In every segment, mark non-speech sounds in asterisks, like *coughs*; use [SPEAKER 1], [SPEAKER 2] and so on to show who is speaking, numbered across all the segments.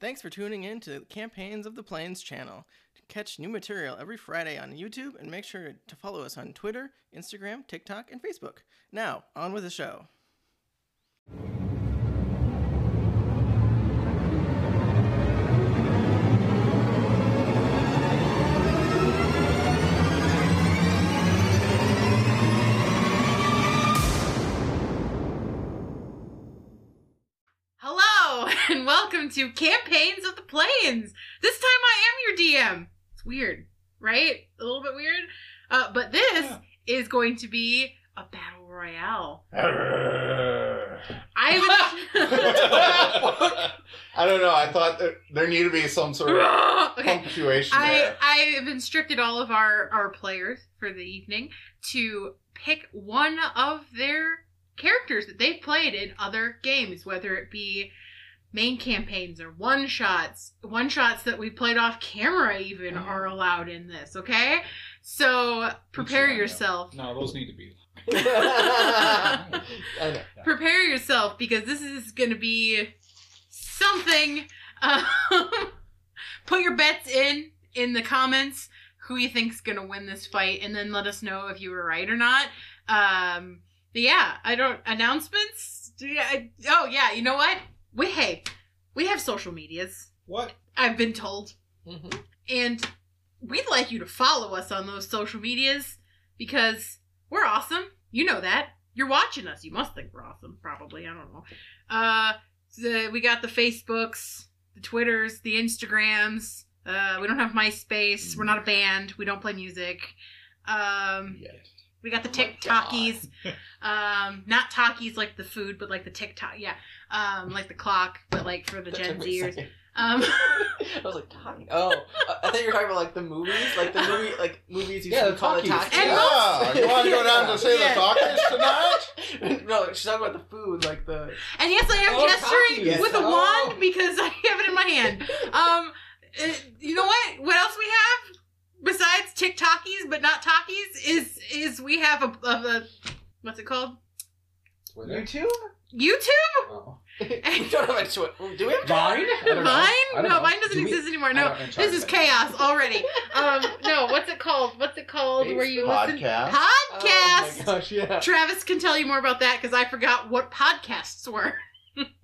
[SPEAKER 1] Thanks for tuning in to Campaigns of the Plains channel. Catch new material every Friday on YouTube and make sure to follow us on Twitter, Instagram, TikTok, and Facebook. Now, on with the show.
[SPEAKER 2] Hello *laughs* and welcome to Campaigns of the Plains. This time I am your DM. It's weird, right? A little bit weird. Uh, but this
[SPEAKER 3] Yeah.
[SPEAKER 2] is going to be a battle royale.
[SPEAKER 3] *laughs* I
[SPEAKER 2] I
[SPEAKER 3] don't know. I thought that there needed to be some
[SPEAKER 2] would.
[SPEAKER 3] sort of
[SPEAKER 2] *laughs*
[SPEAKER 3] *laughs*
[SPEAKER 2] okay.
[SPEAKER 3] punctuation
[SPEAKER 2] I
[SPEAKER 3] there.
[SPEAKER 2] I have instructed all of our our players for the evening to pick one of their characters that they've played in other games, whether it be main campaigns or one shots, one shots that we played off camera even are allowed in this. Okay, so prepare
[SPEAKER 4] scenario.
[SPEAKER 2] yourself.
[SPEAKER 4] No, those need to
[SPEAKER 3] *laughs*
[SPEAKER 4] be.
[SPEAKER 3] I know.
[SPEAKER 2] Prepare yourself because this is going to be something. Um, *laughs* put your bets in in the comments who you think's going to win this fight, and then let us know if you were right or not. Um, but yeah, I don't announcements. Do you- I- oh yeah, you know what? We hey, we have social medias.
[SPEAKER 4] What?
[SPEAKER 2] I've been told.
[SPEAKER 3] Mm-hmm.
[SPEAKER 2] And we'd like you to follow us on those social medias because we're awesome. You know that. You're watching us. You must think we're awesome, probably. I don't know. Uh, so we got the Facebooks, the Twitters, the Instagrams. Uh, we don't have MySpace. We're not a
[SPEAKER 3] Mm-hmm.
[SPEAKER 2] band. We don't play music. Um,
[SPEAKER 3] Yes.
[SPEAKER 2] we got the
[SPEAKER 3] Oh my
[SPEAKER 2] TikTokies.
[SPEAKER 3] *laughs*
[SPEAKER 2] um, not Talkies like the food, but like the TikTok. Yeah. Um, like the clock, but like for the
[SPEAKER 5] That
[SPEAKER 2] Gen
[SPEAKER 5] took me a
[SPEAKER 2] Zers.
[SPEAKER 5] second. *laughs*
[SPEAKER 2] Um, *laughs*
[SPEAKER 5] I was like, talking. Oh, uh, I thought you were talking about like the movies, like the movie, like movies you
[SPEAKER 4] Yeah,
[SPEAKER 5] should
[SPEAKER 4] the
[SPEAKER 5] call the
[SPEAKER 4] Takis.
[SPEAKER 5] Takis.
[SPEAKER 2] And
[SPEAKER 3] Yeah, you want to go down to
[SPEAKER 2] *laughs*
[SPEAKER 3] say
[SPEAKER 2] Yeah.
[SPEAKER 3] the talkers tonight?
[SPEAKER 5] *laughs* no, she's talking about the food, like the.
[SPEAKER 2] And yes, I am
[SPEAKER 4] Oh,
[SPEAKER 2] gesturing
[SPEAKER 4] cocky.
[SPEAKER 2] with a
[SPEAKER 4] Yes.
[SPEAKER 2] wand because *laughs* I have it in my hand. Um, uh, you know what? What else we have besides TikTokies but not Talkies is is we have a, a, a what's it called?
[SPEAKER 4] Twitter?
[SPEAKER 5] YouTube?
[SPEAKER 2] YouTube
[SPEAKER 4] Oh.
[SPEAKER 5] *laughs* we don't have a Twitter. Do we have
[SPEAKER 4] Vine? I don't know.
[SPEAKER 2] Vine?
[SPEAKER 4] I don't
[SPEAKER 2] No,
[SPEAKER 4] know.
[SPEAKER 2] Vine doesn't
[SPEAKER 4] Do we-
[SPEAKER 2] exist anymore.
[SPEAKER 4] I
[SPEAKER 2] No,
[SPEAKER 4] don't know.
[SPEAKER 2] this is chaos already. Um, no, what's it called? What's it called? Where you listen
[SPEAKER 3] Podcast.
[SPEAKER 5] Oh my
[SPEAKER 2] podcast?
[SPEAKER 5] gosh, yeah.
[SPEAKER 2] Travis can tell you more about that because I forgot what podcasts were.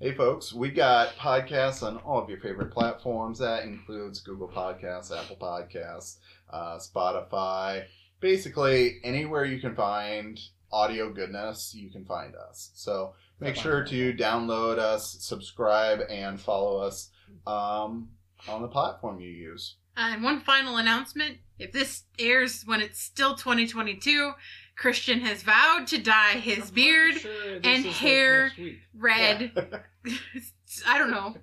[SPEAKER 3] Hey, folks, we got podcasts on all of your favorite platforms. That includes Google Podcasts, Apple Podcasts, uh, Spotify. Basically, anywhere you can find audio goodness, you can find us. So make sure to download us, subscribe, and follow us um, on the platform you use.
[SPEAKER 2] Uh, And one final announcement if this airs when it's still 2022, Christian has vowed to dye his beard and hair. red. *laughs* I don't know.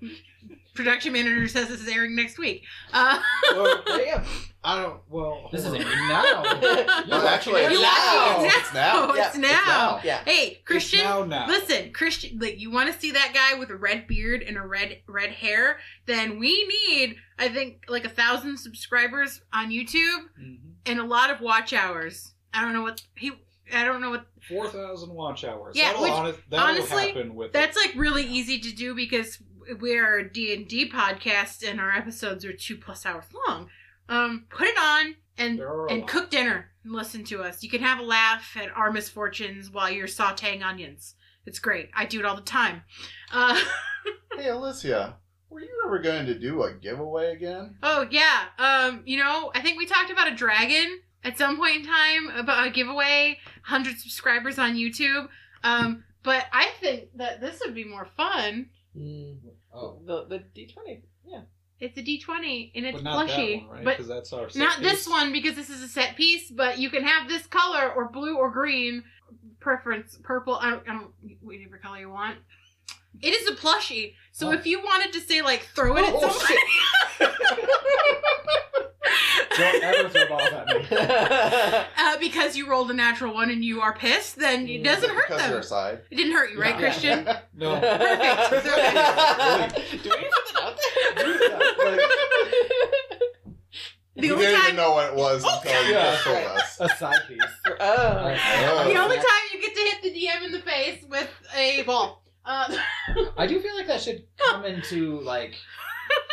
[SPEAKER 2] Production manager says this is airing next week. Uh,
[SPEAKER 3] well, damn. I don't. Well,
[SPEAKER 4] This is
[SPEAKER 3] hold
[SPEAKER 4] it *laughs*
[SPEAKER 3] on.
[SPEAKER 4] now.
[SPEAKER 2] *laughs*
[SPEAKER 3] Well, actually,
[SPEAKER 2] You
[SPEAKER 3] it's
[SPEAKER 2] watch
[SPEAKER 3] now.
[SPEAKER 2] it
[SPEAKER 3] It's now.
[SPEAKER 2] It's
[SPEAKER 3] It's
[SPEAKER 2] now.
[SPEAKER 3] now.
[SPEAKER 5] Yeah.
[SPEAKER 2] Hey, Christian.
[SPEAKER 4] It's now, now.
[SPEAKER 2] Listen, Christian, like you want to see that guy with a red beard and a red red hair, then we need, I think, like a thousand subscribers on YouTube
[SPEAKER 4] Mhm.
[SPEAKER 2] and a lot of watch hours. I don't know what he. I don't know what
[SPEAKER 4] 4,000 watch hours.
[SPEAKER 2] Yeah,
[SPEAKER 4] that'll
[SPEAKER 2] which,
[SPEAKER 4] honest, that'll
[SPEAKER 2] honestly,
[SPEAKER 4] happen with
[SPEAKER 2] That's
[SPEAKER 4] it.
[SPEAKER 2] like really easy to do because we're a D&D podcast and our episodes are 2 plus hours long. Um put it on and
[SPEAKER 4] There are a
[SPEAKER 2] and
[SPEAKER 4] lot.
[SPEAKER 2] cook dinner and listen to us. You can have a laugh at our misfortunes while you're sautéing onions. It's great. I do it all the time. Uh *laughs*
[SPEAKER 3] Hey, Alicia, were you ever going to do a giveaway again?
[SPEAKER 2] oh yeah. Um you know, I think we talked about a dragon at some point in time about a giveaway, 100 subscribers on YouTube. Um but I think that this would be more fun.
[SPEAKER 5] Mm,
[SPEAKER 4] Oh.
[SPEAKER 5] the the D twenty. Yeah.
[SPEAKER 2] It's a D20 and it's
[SPEAKER 4] but not
[SPEAKER 2] plushy.
[SPEAKER 4] that one, right?
[SPEAKER 2] But
[SPEAKER 4] 'Cause that's our set
[SPEAKER 2] Not
[SPEAKER 4] piece.
[SPEAKER 2] this one because this is a set piece, but you can have this color or blue or green preference, purple. I don't, I don't whatever color you want. It is a plushie, so
[SPEAKER 4] Oh.
[SPEAKER 2] if you wanted to say like throw it at
[SPEAKER 3] Oh,
[SPEAKER 2] somebody,
[SPEAKER 4] *laughs*
[SPEAKER 2] *laughs*
[SPEAKER 4] Don't ever throw balls at me.
[SPEAKER 2] uh, because you rolled a natural one and you are pissed, then it
[SPEAKER 5] Mm,
[SPEAKER 2] doesn't hurt
[SPEAKER 3] Because
[SPEAKER 2] them.
[SPEAKER 3] they're side.
[SPEAKER 2] It didn't hurt you, right,
[SPEAKER 4] Yeah.
[SPEAKER 2] Christian? *laughs*
[SPEAKER 6] *laughs*
[SPEAKER 4] No.
[SPEAKER 5] *laughs* Do we need to put that out
[SPEAKER 2] The
[SPEAKER 5] *laughs*
[SPEAKER 3] you
[SPEAKER 2] only
[SPEAKER 3] didn't
[SPEAKER 2] time,
[SPEAKER 3] even know what it was
[SPEAKER 2] Oh,
[SPEAKER 3] until you
[SPEAKER 4] God.
[SPEAKER 3] just told us.
[SPEAKER 4] A side piece.
[SPEAKER 5] there? oh.
[SPEAKER 3] Oh.
[SPEAKER 2] the only time you get to hit the DM in the face with a ball. Uh, *laughs*
[SPEAKER 4] I do feel like that should come into like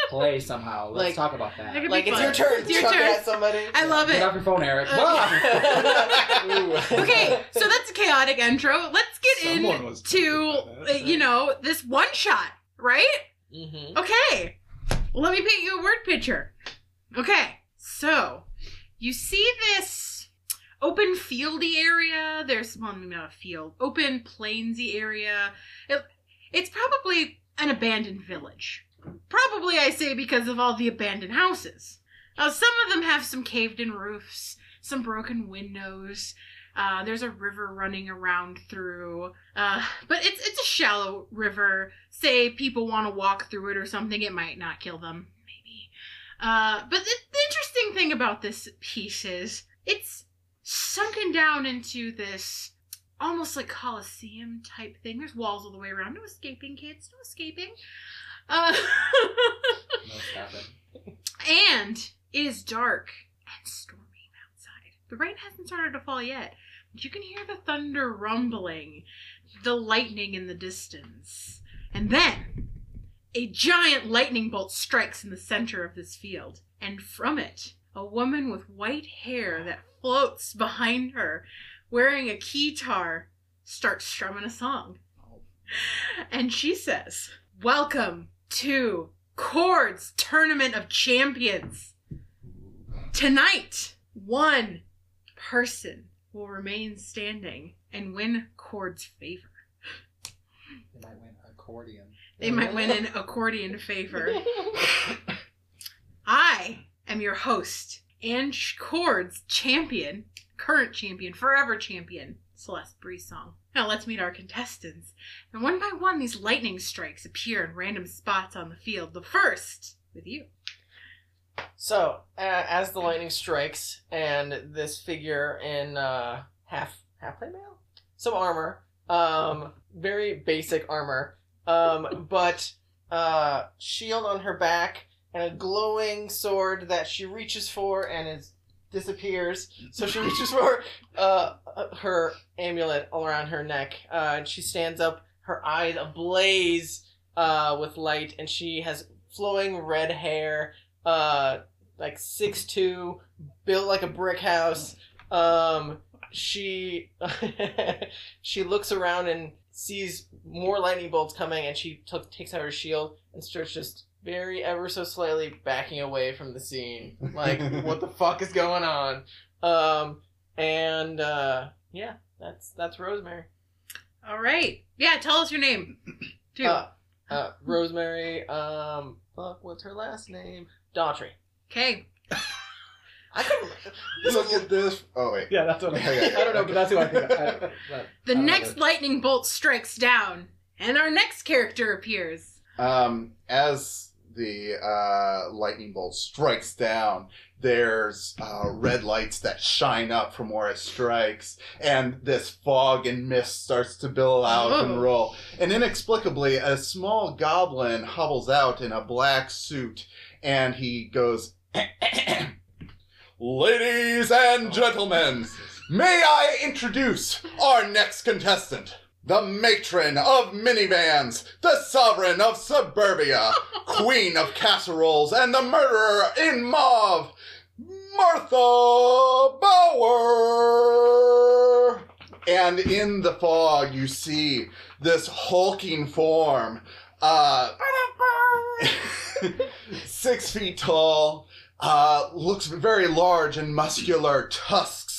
[SPEAKER 6] play somehow. Let's
[SPEAKER 7] Like-
[SPEAKER 6] talk about
[SPEAKER 2] That
[SPEAKER 6] that.
[SPEAKER 2] could be
[SPEAKER 7] Like it's
[SPEAKER 2] fun.
[SPEAKER 7] your turn.
[SPEAKER 2] It's your
[SPEAKER 7] chuck it
[SPEAKER 2] turn.
[SPEAKER 7] at somebody.
[SPEAKER 2] I love
[SPEAKER 6] Get
[SPEAKER 2] it.
[SPEAKER 6] off your phone, Eric.
[SPEAKER 2] Uh,
[SPEAKER 6] Ooh.
[SPEAKER 2] Okay, so that's a chaotic intro. Let's get
[SPEAKER 6] Someone
[SPEAKER 2] in
[SPEAKER 6] was
[SPEAKER 2] to
[SPEAKER 6] talking about
[SPEAKER 2] uh,
[SPEAKER 6] that.
[SPEAKER 2] you know this one shot, right? Mm-hmm.
[SPEAKER 7] hmm
[SPEAKER 2] Okay. Let me paint you a word picture. Okay. So, you see this open fieldy area. There's well, maybe not a field, open plainsy area. It, it's probably an abandoned village. Probably, I say, because of all the abandoned houses. Now, some of them have some caved-in roofs, some broken windows. Uh, there's a river running around through. Uh, but it's it's a shallow river. Say people want to walk through it or something, it might not kill them, maybe. Uh, but the, the interesting thing about this piece is it's sunken down into this almost like coliseum type thing. There's walls all the way around. No escaping, kids. No escaping. Uh, *laughs*
[SPEAKER 6] No, stop it.
[SPEAKER 2] and it is dark and stormy outside. The rain hasn't started to fall yet, but you can hear the thunder rumbling, the lightning in the distance. And then a giant lightning bolt strikes in the center of this field, and from it, a woman with white hair that floats behind her, wearing a keytar, starts strumming a song. And she says, Welcome to Chords Tournament of Champions. Tonight, one person will remain standing and win Chords favor.
[SPEAKER 6] They might win accordion.
[SPEAKER 2] They might win an accordion
[SPEAKER 7] *laughs*
[SPEAKER 2] favor. I am your host and Chords champion, current champion, forever champion, Celeste Brisson. Now let's meet our contestants. And one by one, these lightning strikes appear in random spots on the field. The first with you.
[SPEAKER 7] *laughs* So, uh, as the lightning strikes, and this figure in uh, half halfway mail, some armor, um, very basic armor, um, but uh, shield on her back and a glowing sword that she reaches for and is disappears. So she reaches for uh, her amulet all around her neck, uh, and she stands up, her eyes ablaze uh, with light, and she has flowing red hair. Uh, like six two, built like a brick house. Um, she *laughs* she looks around and sees more lightning bolts coming, and she took takes out her shield and starts just very ever so slightly backing away from the scene. Like, what the fuck is going on? Um, and uh, yeah, that's that's Rosemary.
[SPEAKER 2] All right. Yeah, tell us
[SPEAKER 5] *clears throat*
[SPEAKER 2] your name. Too.
[SPEAKER 7] Uh, uh, Rosemary. Um, fuck, what's her last name? Daughtry.
[SPEAKER 2] okay.
[SPEAKER 7] I couldn't. This
[SPEAKER 3] Look
[SPEAKER 7] is
[SPEAKER 3] at this. Oh wait.
[SPEAKER 6] Yeah, that's what I
[SPEAKER 7] *laughs*
[SPEAKER 6] I don't know, but that's who I think. I, but- I
[SPEAKER 2] The
[SPEAKER 6] don't know.
[SPEAKER 2] next lightning bolt strikes down, and our next character appears.
[SPEAKER 3] Um, as the uh, lightning bolt strikes down, there's uh, red lights that shine up from where it strikes, and this fog and mist starts to billow out
[SPEAKER 2] Oh.
[SPEAKER 3] and roll. And inexplicably, a small goblin hobbles out in a black suit, and he goes, *coughs* "Ladies and gentlemen." May I introduce our next contestant? The matron of minivans, the sovereign of suburbia, queen of casseroles, and the murderer in mauve, Martha Bauer! And in the fog, you see this hulking form, uh, *laughs* six feet tall, uh, looks very large and muscular, tusks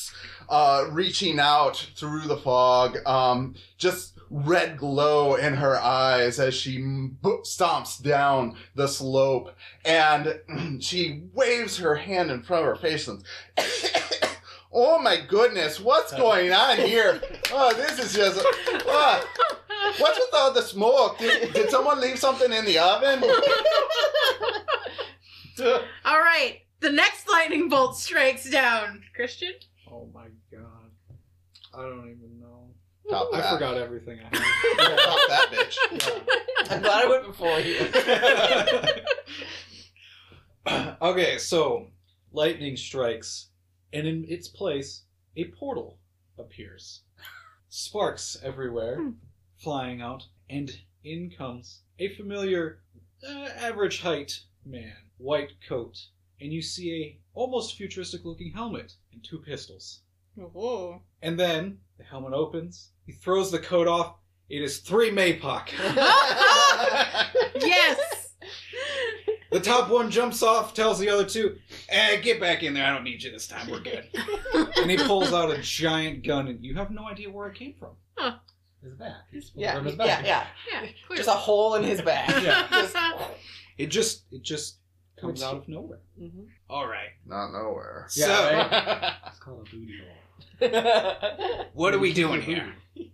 [SPEAKER 3] uh, reaching out through the fog, um, just red glow in her eyes as she m- bo- stomps down the slope. And *clears throat* she waves her hand in front of her face and *coughs* Oh my goodness,
[SPEAKER 5] *laughs*
[SPEAKER 3] what's going on here? Oh, this is just. ah,
[SPEAKER 5] Uh.
[SPEAKER 3] what's with all the smoke? Did, did someone leave something in the oven?
[SPEAKER 2] *laughs* All right. The next lightning bolt strikes down. Christian?
[SPEAKER 6] Oh my god. I don't even know.
[SPEAKER 3] Top
[SPEAKER 6] I
[SPEAKER 3] that.
[SPEAKER 6] forgot everything I
[SPEAKER 3] Top that bitch.
[SPEAKER 7] I'm glad I went before you.
[SPEAKER 6] had.
[SPEAKER 4] *laughs*
[SPEAKER 6] okay, so lightning strikes, and in its place, a portal appears. Sparks everywhere, flying out, and in comes a familiar, uh, average height
[SPEAKER 4] man, white coat, and you see a almost futuristic looking helmet and two pistols.
[SPEAKER 2] Oh.
[SPEAKER 4] And then the helmet opens. He throws the coat off. It is three Maypok.
[SPEAKER 2] Yes.
[SPEAKER 4] The top one jumps off, tells the other two, eh, get back in there. I don't need you this time. We're good. and he pulls out a giant gun, and you have no idea where it came from.
[SPEAKER 2] Huh.
[SPEAKER 4] His back. He's pulled it
[SPEAKER 5] Yeah,
[SPEAKER 4] from his
[SPEAKER 5] yeah,
[SPEAKER 4] back.
[SPEAKER 5] yeah.
[SPEAKER 2] *laughs* yeah. Clearly.
[SPEAKER 5] Just a *laughs* hole in his back.
[SPEAKER 4] Yeah.
[SPEAKER 5] Just-
[SPEAKER 4] It just, it just comes
[SPEAKER 5] Which-
[SPEAKER 4] out of nowhere.
[SPEAKER 5] Mhm.
[SPEAKER 4] All right.
[SPEAKER 3] Not nowhere.
[SPEAKER 4] Yeah,
[SPEAKER 5] So-
[SPEAKER 4] right?
[SPEAKER 7] *laughs*
[SPEAKER 4] It's called a booty hole.
[SPEAKER 5] What
[SPEAKER 4] are we doing here?
[SPEAKER 7] *laughs*
[SPEAKER 4] *laughs*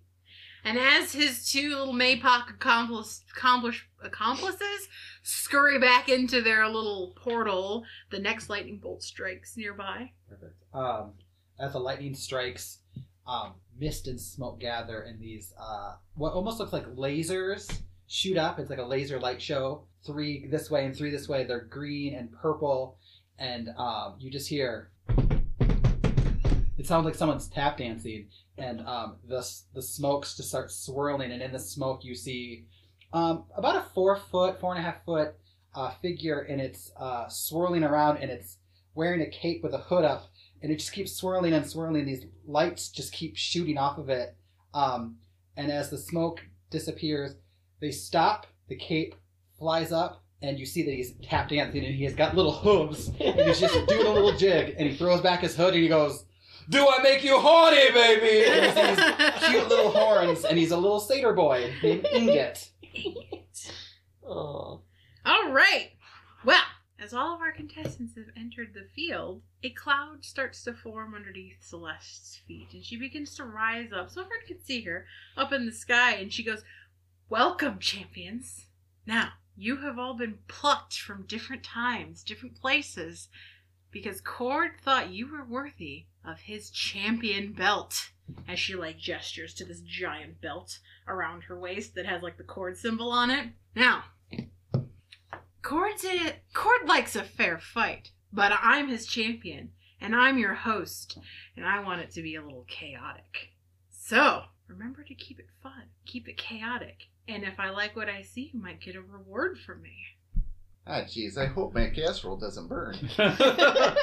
[SPEAKER 2] And as his two little Maypok accomplice, accomplish, accomplices scurry back into their little portal, the next lightning bolt
[SPEAKER 5] *laughs*
[SPEAKER 2] strikes nearby.
[SPEAKER 7] Perfect. Um, as the lightning strikes, um, mist and smoke gather, and these uh, what almost looks like lasers shoot up. It's like a laser light show. Three this way and three this way. They're green and purple, and um, you just hear. It sounds like someone's tap dancing, and um, the the smokes just start swirling, and in the smoke you see um, about a four foot, four and a half foot uh, figure, and it's uh, swirling around, and it's wearing a cape with a hood up, and it just keeps swirling and swirling. These lights just keep shooting off of it. Um, and as the smoke disappears, they stop. The cape flies up, and you see that he's tap dancing, and he has got little hooves, and he's just doing a little jig. And he throws back his hood, and he goes, "Do I make you horny, baby?" And you see his cute little horns, and he's a little satyr boy named Ingot.
[SPEAKER 5] Oh.
[SPEAKER 2] All right. Well, as all of our contestants have entered the field, a cloud starts to form underneath Celeste's feet, and she begins to rise up. So everyone can see her up in the sky, and she goes, Welcome, champions. Now, you have all been plucked from different times, different places, because Cord thought you were worthy of his champion belt. As she like gestures to this giant belt around her waist that has like the cord symbol on it. Now, Cord's a, Cord likes a fair fight, but I'm his champion, and I'm your host, and I want it to be a little chaotic. So, remember to keep it fun, keep it chaotic, and if I like what I see, you might get a reward from me.
[SPEAKER 3] Ah, jeez, I hope my casserole doesn't burn.
[SPEAKER 4] Uh,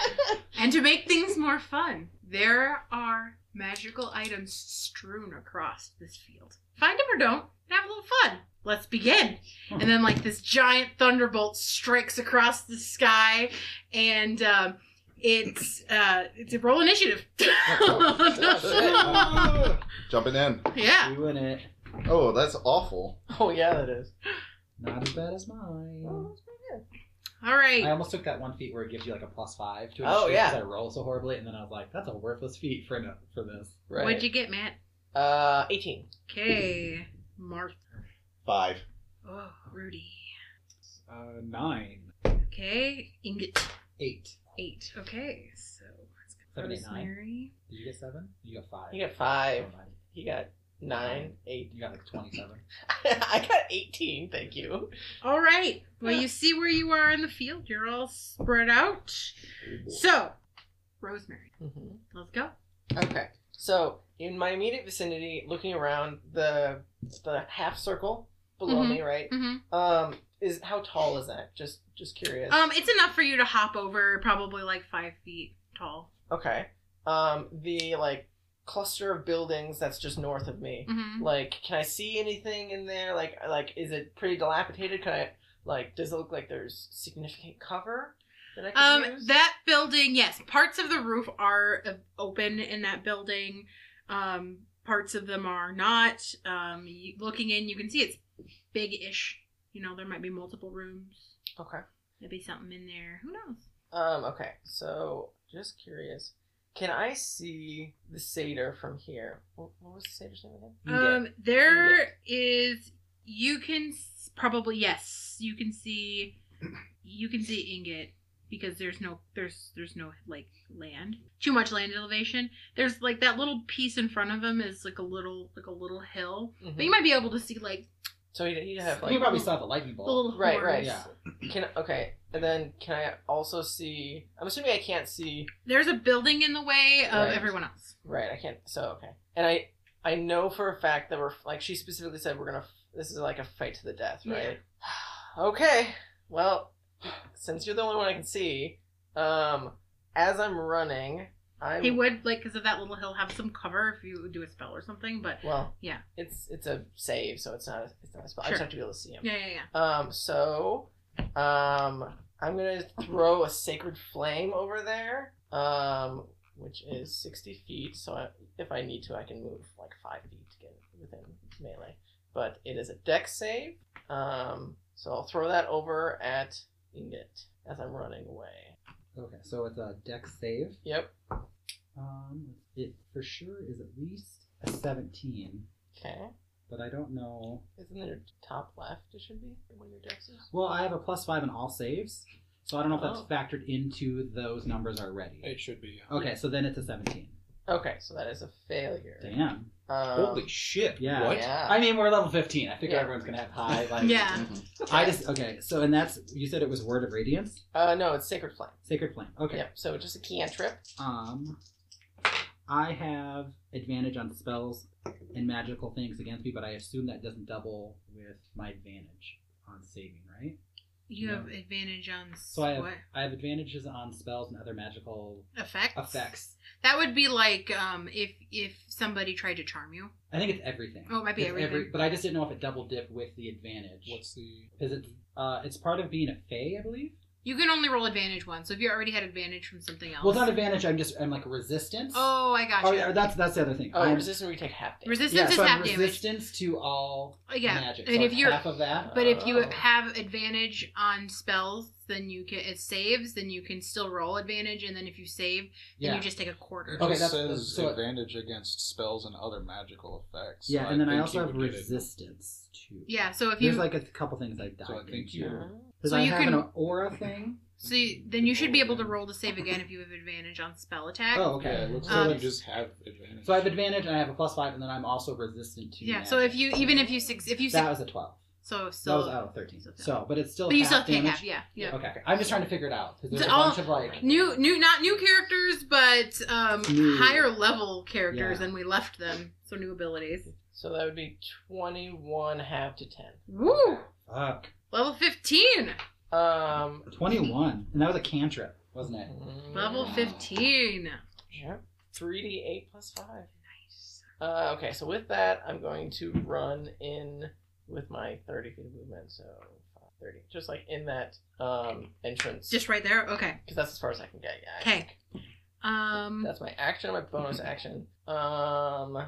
[SPEAKER 2] And to make things more fun, there are magical items strewn across this field. Find them or don't, and have a little fun. Let's begin. And then, like, this giant thunderbolt strikes across the sky, and um, it's uh, it's a roll initiative. *laughs*
[SPEAKER 3] Oh, Jumping in.
[SPEAKER 2] yeah.
[SPEAKER 7] Doing it.
[SPEAKER 3] Oh, that's awful.
[SPEAKER 5] oh, yeah, that is.
[SPEAKER 7] Not as bad as mine.
[SPEAKER 2] All right.
[SPEAKER 7] I almost took that one feat where it gives you like a plus five to it.
[SPEAKER 5] Oh, yeah.
[SPEAKER 7] I rolled so horribly, and then I was like, "That's a worthless feat for no- for this."
[SPEAKER 5] Right.
[SPEAKER 2] What'd you get, Matt?
[SPEAKER 5] Uh, 18.
[SPEAKER 2] Okay. Martha.
[SPEAKER 3] Five.
[SPEAKER 2] Oh, Rudy.
[SPEAKER 4] Uh, nine.
[SPEAKER 2] Okay. Ingot
[SPEAKER 7] Eight.
[SPEAKER 2] eight. Okay, so let's go
[SPEAKER 7] Seven, eight, nine.
[SPEAKER 2] Rosemary.
[SPEAKER 7] Did you get seven? You got five.
[SPEAKER 5] You got five.
[SPEAKER 7] Never mind.
[SPEAKER 5] He got nine, eight. *laughs*
[SPEAKER 7] You got like twenty-seven.
[SPEAKER 5] I got 18, thank you.
[SPEAKER 2] All right. Well, you see where you are in the field. You're all spread out. So, Rosemary,
[SPEAKER 5] hmm
[SPEAKER 2] let's go.
[SPEAKER 5] Okay. So, in my immediate vicinity, looking around the the half circle below
[SPEAKER 2] Mhm.
[SPEAKER 5] me, right?
[SPEAKER 2] hmm
[SPEAKER 5] Um, is how tall is that? Just just curious.
[SPEAKER 2] Um, it's enough for you to hop over, probably like five feet tall.
[SPEAKER 5] okay. Um, the like cluster of buildings that's just north of me.
[SPEAKER 2] hmm
[SPEAKER 5] Like, can I see anything in there? Like, like is it pretty dilapidated? Can I like? Does it look like there's significant cover that I can
[SPEAKER 2] Um,
[SPEAKER 5] use?
[SPEAKER 2] that building, yes, parts of the roof are uh, open in that building. Um, parts of them are not. Um, you, looking in, you can see it's big-ish. You know, there might be multiple rooms.
[SPEAKER 5] okay.
[SPEAKER 2] There'd be something in there. Who knows?
[SPEAKER 5] Um, okay, so just curious. Can I see the satyr from here? What, what was the satyr's name again?
[SPEAKER 2] Um, there is. You can s- probably yes. You can see. You can see ingot because there's no there's there's no like land too much land elevation. There's like that little piece in front of him is like a little like a little hill,
[SPEAKER 5] Mhm.
[SPEAKER 7] Mm-hmm.
[SPEAKER 2] but you might be able to see like
[SPEAKER 5] So he'd, he'd have
[SPEAKER 7] you
[SPEAKER 5] like
[SPEAKER 7] probably saw the lightning
[SPEAKER 2] the
[SPEAKER 7] bolt.
[SPEAKER 2] little
[SPEAKER 5] right, right.
[SPEAKER 2] horns.
[SPEAKER 7] Yeah.
[SPEAKER 5] Can okay, and then can I also see? I'm assuming I can't see.
[SPEAKER 2] There's a building in the way of
[SPEAKER 5] Right.
[SPEAKER 2] everyone else.
[SPEAKER 5] Right, I can't. So okay, and I I know for a fact that we're like she specifically *sighs* said we're gonna. This is like a fight to the death, right? Okay, well, since you're the only one I can see, um, as I'm running, I'm
[SPEAKER 2] He would like because of that little. He'll have some cover if you do a spell or something. But
[SPEAKER 5] well,
[SPEAKER 2] Yeah.
[SPEAKER 5] it's it's a save, so it's not a, it's not a spell. I
[SPEAKER 2] Sure.
[SPEAKER 5] just have to be able to see him.
[SPEAKER 2] yeah, yeah, yeah.
[SPEAKER 5] Um, so, um, I'm gonna throw a sacred flame over there, um, which is 60 feet. So I, if I need to, I can move like five feet to get within melee. But it is a deck save. Um, so I'll throw that over at Ingot as I'm running away.
[SPEAKER 7] Okay, so it's a deck save.
[SPEAKER 5] Yep.
[SPEAKER 7] Um, it for sure is at least a 17,
[SPEAKER 5] Okay.
[SPEAKER 7] but I don't know.
[SPEAKER 5] Isn't it your top left? It should be when your dex is.
[SPEAKER 7] Well, I have a plus five in all saves, so I don't know if that's
[SPEAKER 5] Oh.
[SPEAKER 7] factored into those numbers already.
[SPEAKER 6] It should be. yeah.
[SPEAKER 7] Okay, so then it's a 17.
[SPEAKER 5] Okay, so that is a failure.
[SPEAKER 7] Damn.
[SPEAKER 4] Uh,
[SPEAKER 5] Um,
[SPEAKER 6] Holy shit!
[SPEAKER 7] Yeah.
[SPEAKER 6] What?
[SPEAKER 5] Yeah.
[SPEAKER 7] I mean, we're level 15. I figure
[SPEAKER 5] Yeah.
[SPEAKER 7] everyone's gonna have high.
[SPEAKER 2] *laughs*
[SPEAKER 7] Like,
[SPEAKER 2] Yeah.
[SPEAKER 7] I just okay. So and that's you said it was word of radiance,
[SPEAKER 5] Uh, no, it's sacred flame.
[SPEAKER 7] sacred flame. Okay.
[SPEAKER 5] Yep. So just a cantrip.
[SPEAKER 7] Um, I have advantage on spells and magical things against me, but I assume that doesn't double with my advantage on saving, right?
[SPEAKER 2] You
[SPEAKER 7] No.
[SPEAKER 2] have advantage on
[SPEAKER 7] So I have
[SPEAKER 2] what
[SPEAKER 7] I have advantages on spells and other magical
[SPEAKER 2] effects?
[SPEAKER 7] effects.
[SPEAKER 2] That would be like um if if somebody tried to charm you.
[SPEAKER 7] I think it's everything.
[SPEAKER 2] Oh, it might be
[SPEAKER 7] It's
[SPEAKER 2] everything.
[SPEAKER 7] but I just didn't know if it double dipped with the advantage
[SPEAKER 6] What's the?
[SPEAKER 7] because it's uh, it's part of being a fae, I believe.
[SPEAKER 2] You can only roll advantage once. So if you already had advantage from something else.
[SPEAKER 7] Well, it's not advantage. I'm just I'm like resistance.
[SPEAKER 2] oh, I got
[SPEAKER 7] Oh,
[SPEAKER 2] you.
[SPEAKER 7] yeah, that's that's the other thing.
[SPEAKER 5] Oh,
[SPEAKER 7] I'm-
[SPEAKER 5] resistance where you take half damage.
[SPEAKER 7] yeah,
[SPEAKER 2] resistance
[SPEAKER 7] so
[SPEAKER 2] is
[SPEAKER 7] I'm
[SPEAKER 2] half damage.
[SPEAKER 7] resistance to all
[SPEAKER 2] Uh, Yeah,
[SPEAKER 7] magic.
[SPEAKER 2] and
[SPEAKER 7] so
[SPEAKER 2] if you're
[SPEAKER 7] half of that,
[SPEAKER 2] but if you
[SPEAKER 5] Oh.
[SPEAKER 2] have advantage on spells, then you can it saves. Then you can still roll advantage, and then if you save, then
[SPEAKER 7] yeah,
[SPEAKER 2] you just take a quarter.
[SPEAKER 7] Okay,
[SPEAKER 6] Okay,
[SPEAKER 7] that's-
[SPEAKER 6] says
[SPEAKER 7] so-
[SPEAKER 6] advantage against spells and other magical effects.
[SPEAKER 7] yeah,
[SPEAKER 6] so
[SPEAKER 7] and then I
[SPEAKER 6] think
[SPEAKER 7] also
[SPEAKER 6] you
[SPEAKER 7] have
[SPEAKER 6] would get it.
[SPEAKER 7] resistance too.
[SPEAKER 2] Yeah, so if you
[SPEAKER 7] There's like a couple things I died.
[SPEAKER 6] So I think you.
[SPEAKER 5] Mm-hmm.
[SPEAKER 7] Because
[SPEAKER 2] So
[SPEAKER 7] I
[SPEAKER 2] you
[SPEAKER 7] have
[SPEAKER 2] can-
[SPEAKER 7] an aura thing.
[SPEAKER 2] so you, then you should be able to
[SPEAKER 6] Roll
[SPEAKER 2] roll to save again if you have advantage on spell attack.
[SPEAKER 7] Oh,
[SPEAKER 6] Yeah,
[SPEAKER 7] okay.
[SPEAKER 6] it looks
[SPEAKER 7] so,
[SPEAKER 6] like
[SPEAKER 7] it's-
[SPEAKER 6] you just have advantage.
[SPEAKER 7] so I have advantage, and I have a plus five, and then I'm also resistant to.
[SPEAKER 2] yeah,
[SPEAKER 7] magic.
[SPEAKER 2] so if you even if you six if you
[SPEAKER 7] that
[SPEAKER 2] six,
[SPEAKER 7] was a twelve.
[SPEAKER 2] so
[SPEAKER 7] that
[SPEAKER 2] so
[SPEAKER 7] was out of thirteen.
[SPEAKER 2] so-
[SPEAKER 7] So, but it's still.
[SPEAKER 2] but you
[SPEAKER 7] half
[SPEAKER 2] still take
[SPEAKER 7] damage.
[SPEAKER 2] half. Yeah, yeah.
[SPEAKER 7] Okay. I'm just trying to figure it out because there's a
[SPEAKER 2] All-
[SPEAKER 7] bunch of like
[SPEAKER 2] New, new, not new characters, but um,
[SPEAKER 7] New.
[SPEAKER 2] higher level characters
[SPEAKER 7] Yeah.
[SPEAKER 2] than we left them. So new abilities.
[SPEAKER 5] So that would be 21 half to 10.
[SPEAKER 2] Woo!
[SPEAKER 7] fuck
[SPEAKER 2] Level fifteen.
[SPEAKER 5] Um,
[SPEAKER 7] twenty-one, and that was a cantrip, wasn't it?
[SPEAKER 2] Level fifteen.
[SPEAKER 5] mm, Yeah. 3d8 plus 5. Uh, okay, so with that, I'm going to run in with my 30 feet of movement, so 30. Just like in that um, entrance.
[SPEAKER 2] Just right there. Okay.
[SPEAKER 5] Because that's as far as I can get, yeah. I
[SPEAKER 2] Okay.
[SPEAKER 5] think.
[SPEAKER 2] Um.
[SPEAKER 5] That's my action, my bonus action. Um.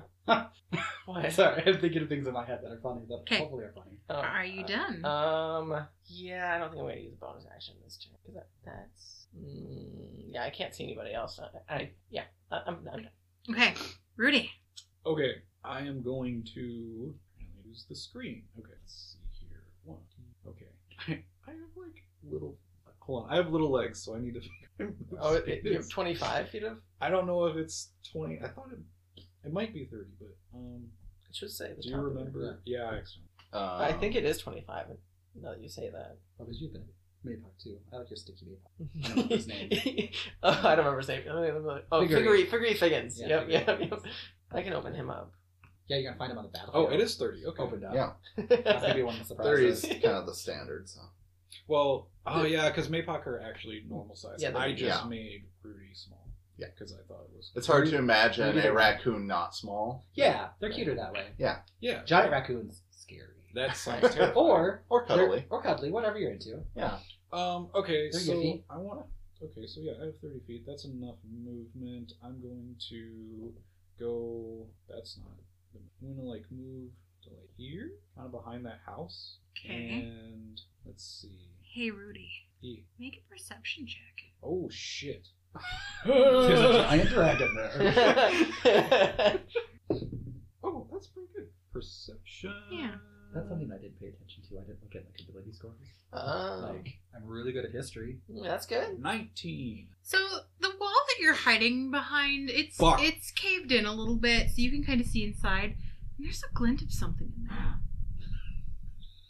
[SPEAKER 5] what?
[SPEAKER 7] Sorry, *laughs* I'm thinking of things in my head that are funny that
[SPEAKER 2] 'Kay.
[SPEAKER 7] hopefully are funny.
[SPEAKER 5] Oh,
[SPEAKER 2] Are you
[SPEAKER 5] uh,
[SPEAKER 2] done?
[SPEAKER 5] Um. Yeah, I don't think I'm going to use a bonus action this turn because that, that's. Mm, yeah, I can't see anybody else. I. I yeah, I, I'm, I'm done.
[SPEAKER 2] okay. Rudy.
[SPEAKER 6] Okay, I am going to use the screen. Okay, let's see here. One. two- Okay, *laughs* I have like little. Hold on, I have little legs, so I need to. *laughs* figure out
[SPEAKER 5] Oh,
[SPEAKER 6] what
[SPEAKER 5] it,
[SPEAKER 6] it
[SPEAKER 5] you have
[SPEAKER 6] is.
[SPEAKER 5] 25 feet of.
[SPEAKER 6] I don't know if it's twenty. I thought it. It might be thirty, but um.
[SPEAKER 5] It should say. The
[SPEAKER 6] Do you
[SPEAKER 5] top of it.
[SPEAKER 6] remember? Yeah, I actually.
[SPEAKER 3] Um,
[SPEAKER 5] I think it is 25. Now that you say that.
[SPEAKER 7] What was you Oh, been? Maypop too. I like your sticky Maypop.
[SPEAKER 5] I
[SPEAKER 7] don't remember his name.
[SPEAKER 5] *laughs* oh, I don't remember his name. Oh, Figuri.
[SPEAKER 7] Figuri.
[SPEAKER 5] Figuri Figgins.
[SPEAKER 7] Yeah,
[SPEAKER 5] yep,
[SPEAKER 7] Figuri
[SPEAKER 5] yep,
[SPEAKER 7] Figgins.
[SPEAKER 5] yep. I can open him up. *laughs*
[SPEAKER 7] Yeah, you're gonna find him on the battlefield.
[SPEAKER 6] Oh, it is thirty. Okay.
[SPEAKER 7] opened up.
[SPEAKER 3] Yeah,
[SPEAKER 7] That's gonna be one of
[SPEAKER 3] *laughs*
[SPEAKER 7] the
[SPEAKER 3] thirty
[SPEAKER 5] *laughs*
[SPEAKER 3] is
[SPEAKER 7] surprises.
[SPEAKER 3] kind of the standard. So
[SPEAKER 6] Well, oh yeah, because Maypock are actually normal size.
[SPEAKER 5] Yeah, they're-
[SPEAKER 6] I just
[SPEAKER 3] yeah.
[SPEAKER 6] made Rudy small.
[SPEAKER 3] Yeah.
[SPEAKER 6] because I thought it was.
[SPEAKER 3] it's hard to imagine
[SPEAKER 7] Yeah.
[SPEAKER 3] a raccoon not small.
[SPEAKER 7] Yeah, they're cuter that way.
[SPEAKER 6] Yeah,
[SPEAKER 7] Giant raccoons, scary.
[SPEAKER 6] that sounds terrible.
[SPEAKER 7] *laughs* Or
[SPEAKER 3] Or cuddly.
[SPEAKER 7] they're- or cuddly, whatever you're into.
[SPEAKER 3] Yeah.
[SPEAKER 6] Um. Okay.
[SPEAKER 7] Thirty
[SPEAKER 6] so
[SPEAKER 7] feet.
[SPEAKER 6] I want. to Okay. So yeah, I have thirty feet. That's enough movement. I'm going to go. That's not. I'm gonna like move to like here, kind of behind that house.
[SPEAKER 2] Okay.
[SPEAKER 6] And let's see.
[SPEAKER 2] Hey, Rudy.
[SPEAKER 6] E-
[SPEAKER 2] Make a perception check.
[SPEAKER 6] Oh shit.
[SPEAKER 7] There's a giant dragon there.
[SPEAKER 6] *laughs* oh, that's pretty good. Perception.
[SPEAKER 2] Yeah.
[SPEAKER 7] That's something I didn't pay attention to. I didn't look at like ability scores.
[SPEAKER 5] um,
[SPEAKER 7] Like I'm really good at history.
[SPEAKER 5] that's good.
[SPEAKER 6] Nineteen.
[SPEAKER 2] So the wall that you're hiding behind, it's
[SPEAKER 6] Fuck.
[SPEAKER 2] it's caved in a little bit, so you can kind of see inside. And there's a glint of something in there.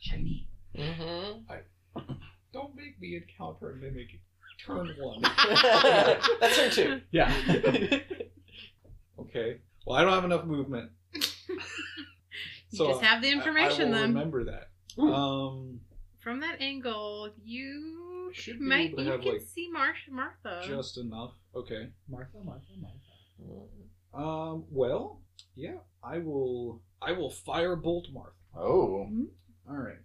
[SPEAKER 2] Shiny.
[SPEAKER 5] Mm-hmm.
[SPEAKER 6] Don't make me encounter a mimic. Turn one.
[SPEAKER 5] *laughs* *laughs* That's her too.
[SPEAKER 7] *laughs* Yeah.
[SPEAKER 6] Okay. Well, I don't have enough
[SPEAKER 2] *laughs*
[SPEAKER 6] movement.
[SPEAKER 2] You
[SPEAKER 6] So,
[SPEAKER 2] just have the
[SPEAKER 6] I-
[SPEAKER 2] information
[SPEAKER 6] I, will
[SPEAKER 2] then.
[SPEAKER 6] remember that. Um.
[SPEAKER 2] From that angle, you She
[SPEAKER 6] Should be
[SPEAKER 2] might.
[SPEAKER 6] able to
[SPEAKER 2] You
[SPEAKER 6] have,
[SPEAKER 2] can
[SPEAKER 6] like,
[SPEAKER 2] see Marsh
[SPEAKER 3] Uh.
[SPEAKER 2] Martha.
[SPEAKER 6] Just enough. Okay.
[SPEAKER 7] Martha, Martha, Martha.
[SPEAKER 6] Um. Well. Yeah. I will. I will firebolt Martha.
[SPEAKER 3] Oh.
[SPEAKER 6] All right.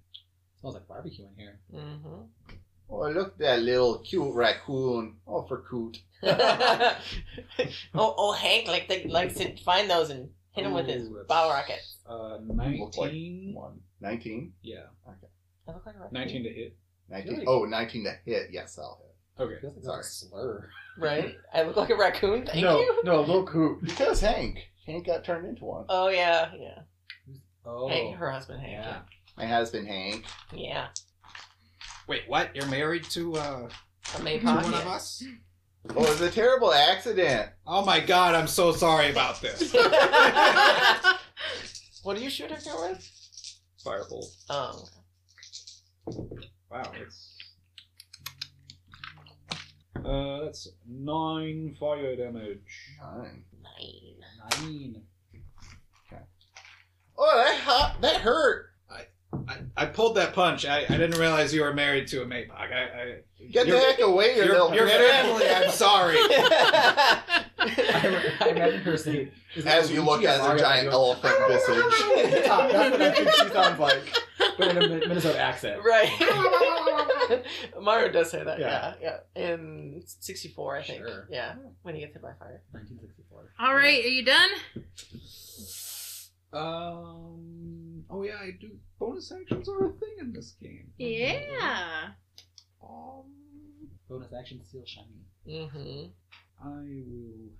[SPEAKER 7] Smells like barbecue in here.
[SPEAKER 5] Mm-hmm. *laughs*
[SPEAKER 3] Oh, look that little cute raccoon. Oh, for coot.
[SPEAKER 5] oh, oh, Hank like to, likes to find those and hit him with his
[SPEAKER 6] Ooh, that's,
[SPEAKER 5] bow rocket.
[SPEAKER 6] Uh,
[SPEAKER 3] Look like
[SPEAKER 6] nineteen.
[SPEAKER 3] One. 19?
[SPEAKER 6] Yeah,
[SPEAKER 5] I look like a raccoon.
[SPEAKER 6] nineteen to hit.
[SPEAKER 3] 19.
[SPEAKER 7] Really?
[SPEAKER 3] Oh, 19 to hit. Yes, I'll hit.
[SPEAKER 6] Okay.
[SPEAKER 7] Feels like
[SPEAKER 3] Sorry.
[SPEAKER 7] a slur.
[SPEAKER 5] right? I look like a raccoon. Thank
[SPEAKER 3] no,
[SPEAKER 5] you.
[SPEAKER 3] no, look
[SPEAKER 7] *laughs*
[SPEAKER 3] who. Because Hank. Hank got turned into one.
[SPEAKER 5] Oh yeah, yeah.
[SPEAKER 7] Oh,
[SPEAKER 5] Hank, her husband Hank.
[SPEAKER 7] yeah.
[SPEAKER 5] Yeah.
[SPEAKER 3] My husband, Hank.
[SPEAKER 5] yeah.
[SPEAKER 4] Wait, what? You're married to uh
[SPEAKER 5] A May
[SPEAKER 4] to one of
[SPEAKER 5] pocket.
[SPEAKER 4] us?
[SPEAKER 3] Oh, it was a terrible accident.
[SPEAKER 4] Oh my god, I'm so sorry about this.
[SPEAKER 5] *laughs* what do you shoot at her with?
[SPEAKER 6] Firebolt.
[SPEAKER 5] Oh,
[SPEAKER 6] Wow. That's... Uh, that's nine fire damage.
[SPEAKER 3] Nine.
[SPEAKER 5] nine.
[SPEAKER 7] *laughs*
[SPEAKER 5] *laughs*
[SPEAKER 7] Nine.
[SPEAKER 3] Oh, that hot, that hurt.
[SPEAKER 4] I, I pulled that punch. I, I didn't realize you were married to a Maypog. I, I
[SPEAKER 3] Get
[SPEAKER 4] Your-
[SPEAKER 3] the heck away, you
[SPEAKER 4] your,
[SPEAKER 3] little
[SPEAKER 4] your
[SPEAKER 3] prick.
[SPEAKER 4] family, I'm
[SPEAKER 3] *laughs*
[SPEAKER 4] sorry.
[SPEAKER 7] I remember- I remember her saying, is
[SPEAKER 3] As
[SPEAKER 7] that
[SPEAKER 3] you look
[SPEAKER 7] Luigi
[SPEAKER 3] at the
[SPEAKER 7] Mario?
[SPEAKER 3] giant elephant visage.
[SPEAKER 7] Top. That's what I think she sounds like, but in a Min- Minnesota accent.
[SPEAKER 5] right. *laughs* Mario does say that. Yeah,
[SPEAKER 7] Yeah.
[SPEAKER 5] yeah. In '64, I think.
[SPEAKER 7] Sure.
[SPEAKER 5] Yeah, when he gets hit by fire.
[SPEAKER 7] 1964.
[SPEAKER 2] All right, are you done?
[SPEAKER 6] Um. Oh yeah, I do. Bonus actions are a thing in this game. Mm-hmm.
[SPEAKER 2] Yeah.
[SPEAKER 6] Um.
[SPEAKER 7] Bonus action seal shiny.
[SPEAKER 5] Mm-hmm.
[SPEAKER 6] I will.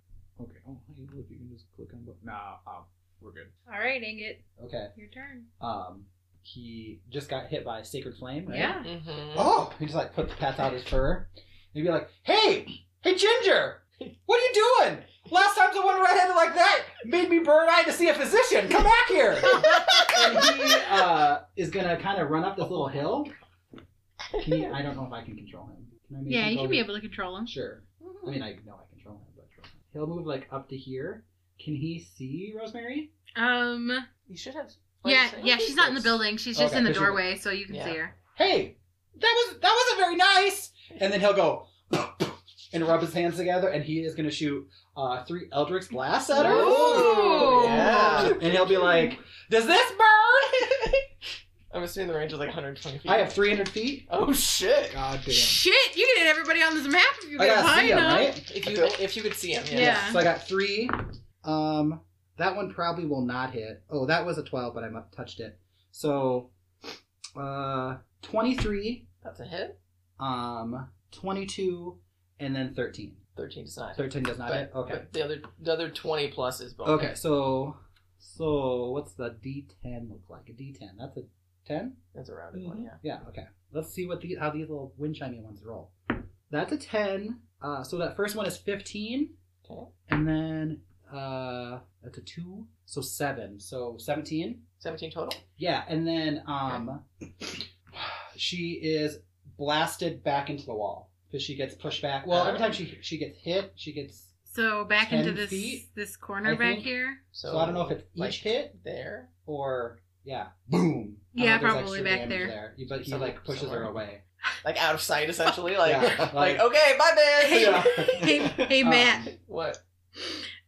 [SPEAKER 6] Okay. Oh, hey, look, you can just click on. Bo- nah. Um, we're good.
[SPEAKER 2] All right, Ingot,
[SPEAKER 7] Okay.
[SPEAKER 2] your turn.
[SPEAKER 7] Um, he just got hit by Sacred Flame, right?
[SPEAKER 2] Yeah.
[SPEAKER 5] Mm-hmm.
[SPEAKER 7] Oh, he just like puts pats out his fur. He'd be like, "Hey, hey, Ginger, what are you doing? Last time someone redheaded like that made me bird eye to see a physician. Come back here." and he uh, is gonna kind of run up this little hill. Can you, I don't know if I can control him. Can I maybe
[SPEAKER 2] Yeah, you
[SPEAKER 7] control
[SPEAKER 2] should be
[SPEAKER 7] him?
[SPEAKER 2] able to control him.
[SPEAKER 7] Sure. I mean, I know I control him, but he'll move like up to here. Can he see Rosemary?
[SPEAKER 2] Um.
[SPEAKER 5] You should have.
[SPEAKER 2] Yeah, yeah. She's not in the building. She's just
[SPEAKER 7] Okay,
[SPEAKER 2] in the
[SPEAKER 7] appreciate it.
[SPEAKER 2] doorway, so you can
[SPEAKER 5] Yeah.
[SPEAKER 2] see her.
[SPEAKER 7] hey, that was that wasn't very nice. And then he'll go *laughs* and rub his hands together, and he is going to shoot uh, three Eldritch blasts at her.
[SPEAKER 2] Ooh.
[SPEAKER 7] *laughs*
[SPEAKER 5] Yeah.
[SPEAKER 7] And he'll be like, "Does this burn?" *laughs*
[SPEAKER 5] I'm assuming the range is like 120 feet.
[SPEAKER 7] I *laughs* have 300 feet.
[SPEAKER 5] Oh shit!
[SPEAKER 6] God damn.
[SPEAKER 2] Shit, you can hit everybody on this map if you
[SPEAKER 7] I
[SPEAKER 2] get
[SPEAKER 7] gotta
[SPEAKER 2] high
[SPEAKER 7] see him,
[SPEAKER 2] enough.
[SPEAKER 7] right?
[SPEAKER 5] If you if you could see him, yeah.
[SPEAKER 2] Yeah.
[SPEAKER 7] So I got three. Um, that one probably will not hit. Oh, that was a 12, but I mu- touched it. So, uh, 23,
[SPEAKER 5] That's a hit.
[SPEAKER 7] um, 22, and then 13.
[SPEAKER 5] 13 does not. hit.
[SPEAKER 7] 13 does not hit.
[SPEAKER 5] But,
[SPEAKER 7] Okay.
[SPEAKER 5] but the other the other 20 plus is bonus.
[SPEAKER 7] Okay, so so what's the D10 look like? A D10. That's a 10.
[SPEAKER 5] That's a rounded
[SPEAKER 2] Mm-hmm.
[SPEAKER 5] one. Yeah.
[SPEAKER 7] Yeah. Okay. Let's see what the how these little wind chimey ones roll. That's a 10. Uh, so that first one is 15.
[SPEAKER 5] Okay.
[SPEAKER 7] And then uh, that's a two. So seven. So 17.
[SPEAKER 5] 17 total.
[SPEAKER 7] Yeah. And then um, she is blasted back into the wall because she gets pushed back. Well, every time she she gets hit, she gets.
[SPEAKER 2] So back
[SPEAKER 7] 10
[SPEAKER 2] into this
[SPEAKER 7] feet,
[SPEAKER 2] this corner
[SPEAKER 7] I
[SPEAKER 2] back
[SPEAKER 7] think.
[SPEAKER 2] here.
[SPEAKER 7] So, I don't know if it's each
[SPEAKER 5] like
[SPEAKER 7] hit
[SPEAKER 5] there.
[SPEAKER 7] or yeah, boom. I don't
[SPEAKER 2] Yeah,
[SPEAKER 7] know if there's
[SPEAKER 2] probably
[SPEAKER 7] extra
[SPEAKER 2] back
[SPEAKER 7] damage
[SPEAKER 2] there.
[SPEAKER 7] But he
[SPEAKER 5] Some-
[SPEAKER 7] like pushes
[SPEAKER 5] somewhere.
[SPEAKER 4] *laughs*
[SPEAKER 7] her away.
[SPEAKER 5] like out of sight
[SPEAKER 7] *laughs*
[SPEAKER 5] essentially like
[SPEAKER 7] Yeah,
[SPEAKER 5] *laughs* like
[SPEAKER 7] like- um,
[SPEAKER 5] okay bye man
[SPEAKER 7] *laughs*
[SPEAKER 2] Hey,
[SPEAKER 5] Yeah.
[SPEAKER 2] hey, Oh, hey,
[SPEAKER 7] Uh,
[SPEAKER 2] Matt,
[SPEAKER 5] what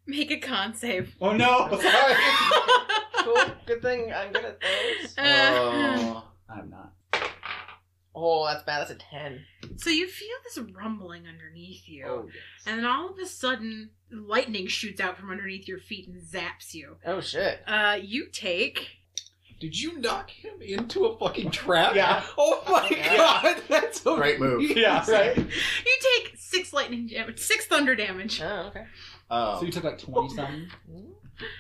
[SPEAKER 2] make a con save.
[SPEAKER 7] Oh no! Sorry,
[SPEAKER 5] *laughs* cool good thing i'm good at those
[SPEAKER 2] Uh,
[SPEAKER 3] Oh.
[SPEAKER 7] I'm not.
[SPEAKER 5] oh that's bad that's a 10
[SPEAKER 2] *laughs* so you feel this rumbling underneath you,
[SPEAKER 5] oh,
[SPEAKER 2] and then all of a sudden, lightning shoots out from underneath your feet and zaps you.
[SPEAKER 5] oh shit
[SPEAKER 2] Uh, you take
[SPEAKER 4] Did you knock him into a fucking trap?
[SPEAKER 7] *laughs* Yeah.
[SPEAKER 4] Oh my
[SPEAKER 5] Yeah.
[SPEAKER 4] god, that's so
[SPEAKER 3] Oh,
[SPEAKER 4] *laughs*
[SPEAKER 3] Great
[SPEAKER 7] *laughs*
[SPEAKER 3] move.
[SPEAKER 7] Yeah, right.
[SPEAKER 2] you take six lightning damage, six thunder damage.
[SPEAKER 5] oh okay
[SPEAKER 7] So you
[SPEAKER 3] Um,
[SPEAKER 7] took like twenty something.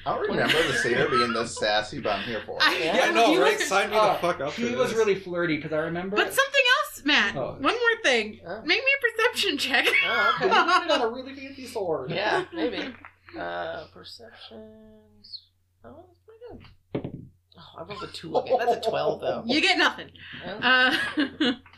[SPEAKER 3] I don't remember the sailor being the sassy, but I'm here for it.
[SPEAKER 2] I-
[SPEAKER 5] Oh, Yeah,
[SPEAKER 4] Yeah, no,
[SPEAKER 2] you
[SPEAKER 4] right?
[SPEAKER 2] were-
[SPEAKER 4] Sign me
[SPEAKER 7] Oh,
[SPEAKER 4] the fuck up.
[SPEAKER 7] *laughs* He
[SPEAKER 4] for
[SPEAKER 7] was
[SPEAKER 4] this.
[SPEAKER 7] really flirty because I remember.
[SPEAKER 2] But
[SPEAKER 7] *laughs*
[SPEAKER 2] something else, Matt.
[SPEAKER 7] Oh.
[SPEAKER 2] One more thing.
[SPEAKER 5] oh,
[SPEAKER 2] Make me a perception check.
[SPEAKER 5] oh
[SPEAKER 2] *laughs*
[SPEAKER 7] He
[SPEAKER 5] okay
[SPEAKER 7] landed on a really fancy sword.
[SPEAKER 5] yeah maybe uh perceptions oh that's pretty good oh i rolled a 2 again that's a 12
[SPEAKER 2] *laughs*
[SPEAKER 5] though
[SPEAKER 2] You get nothing.
[SPEAKER 5] Yeah.
[SPEAKER 2] Uh,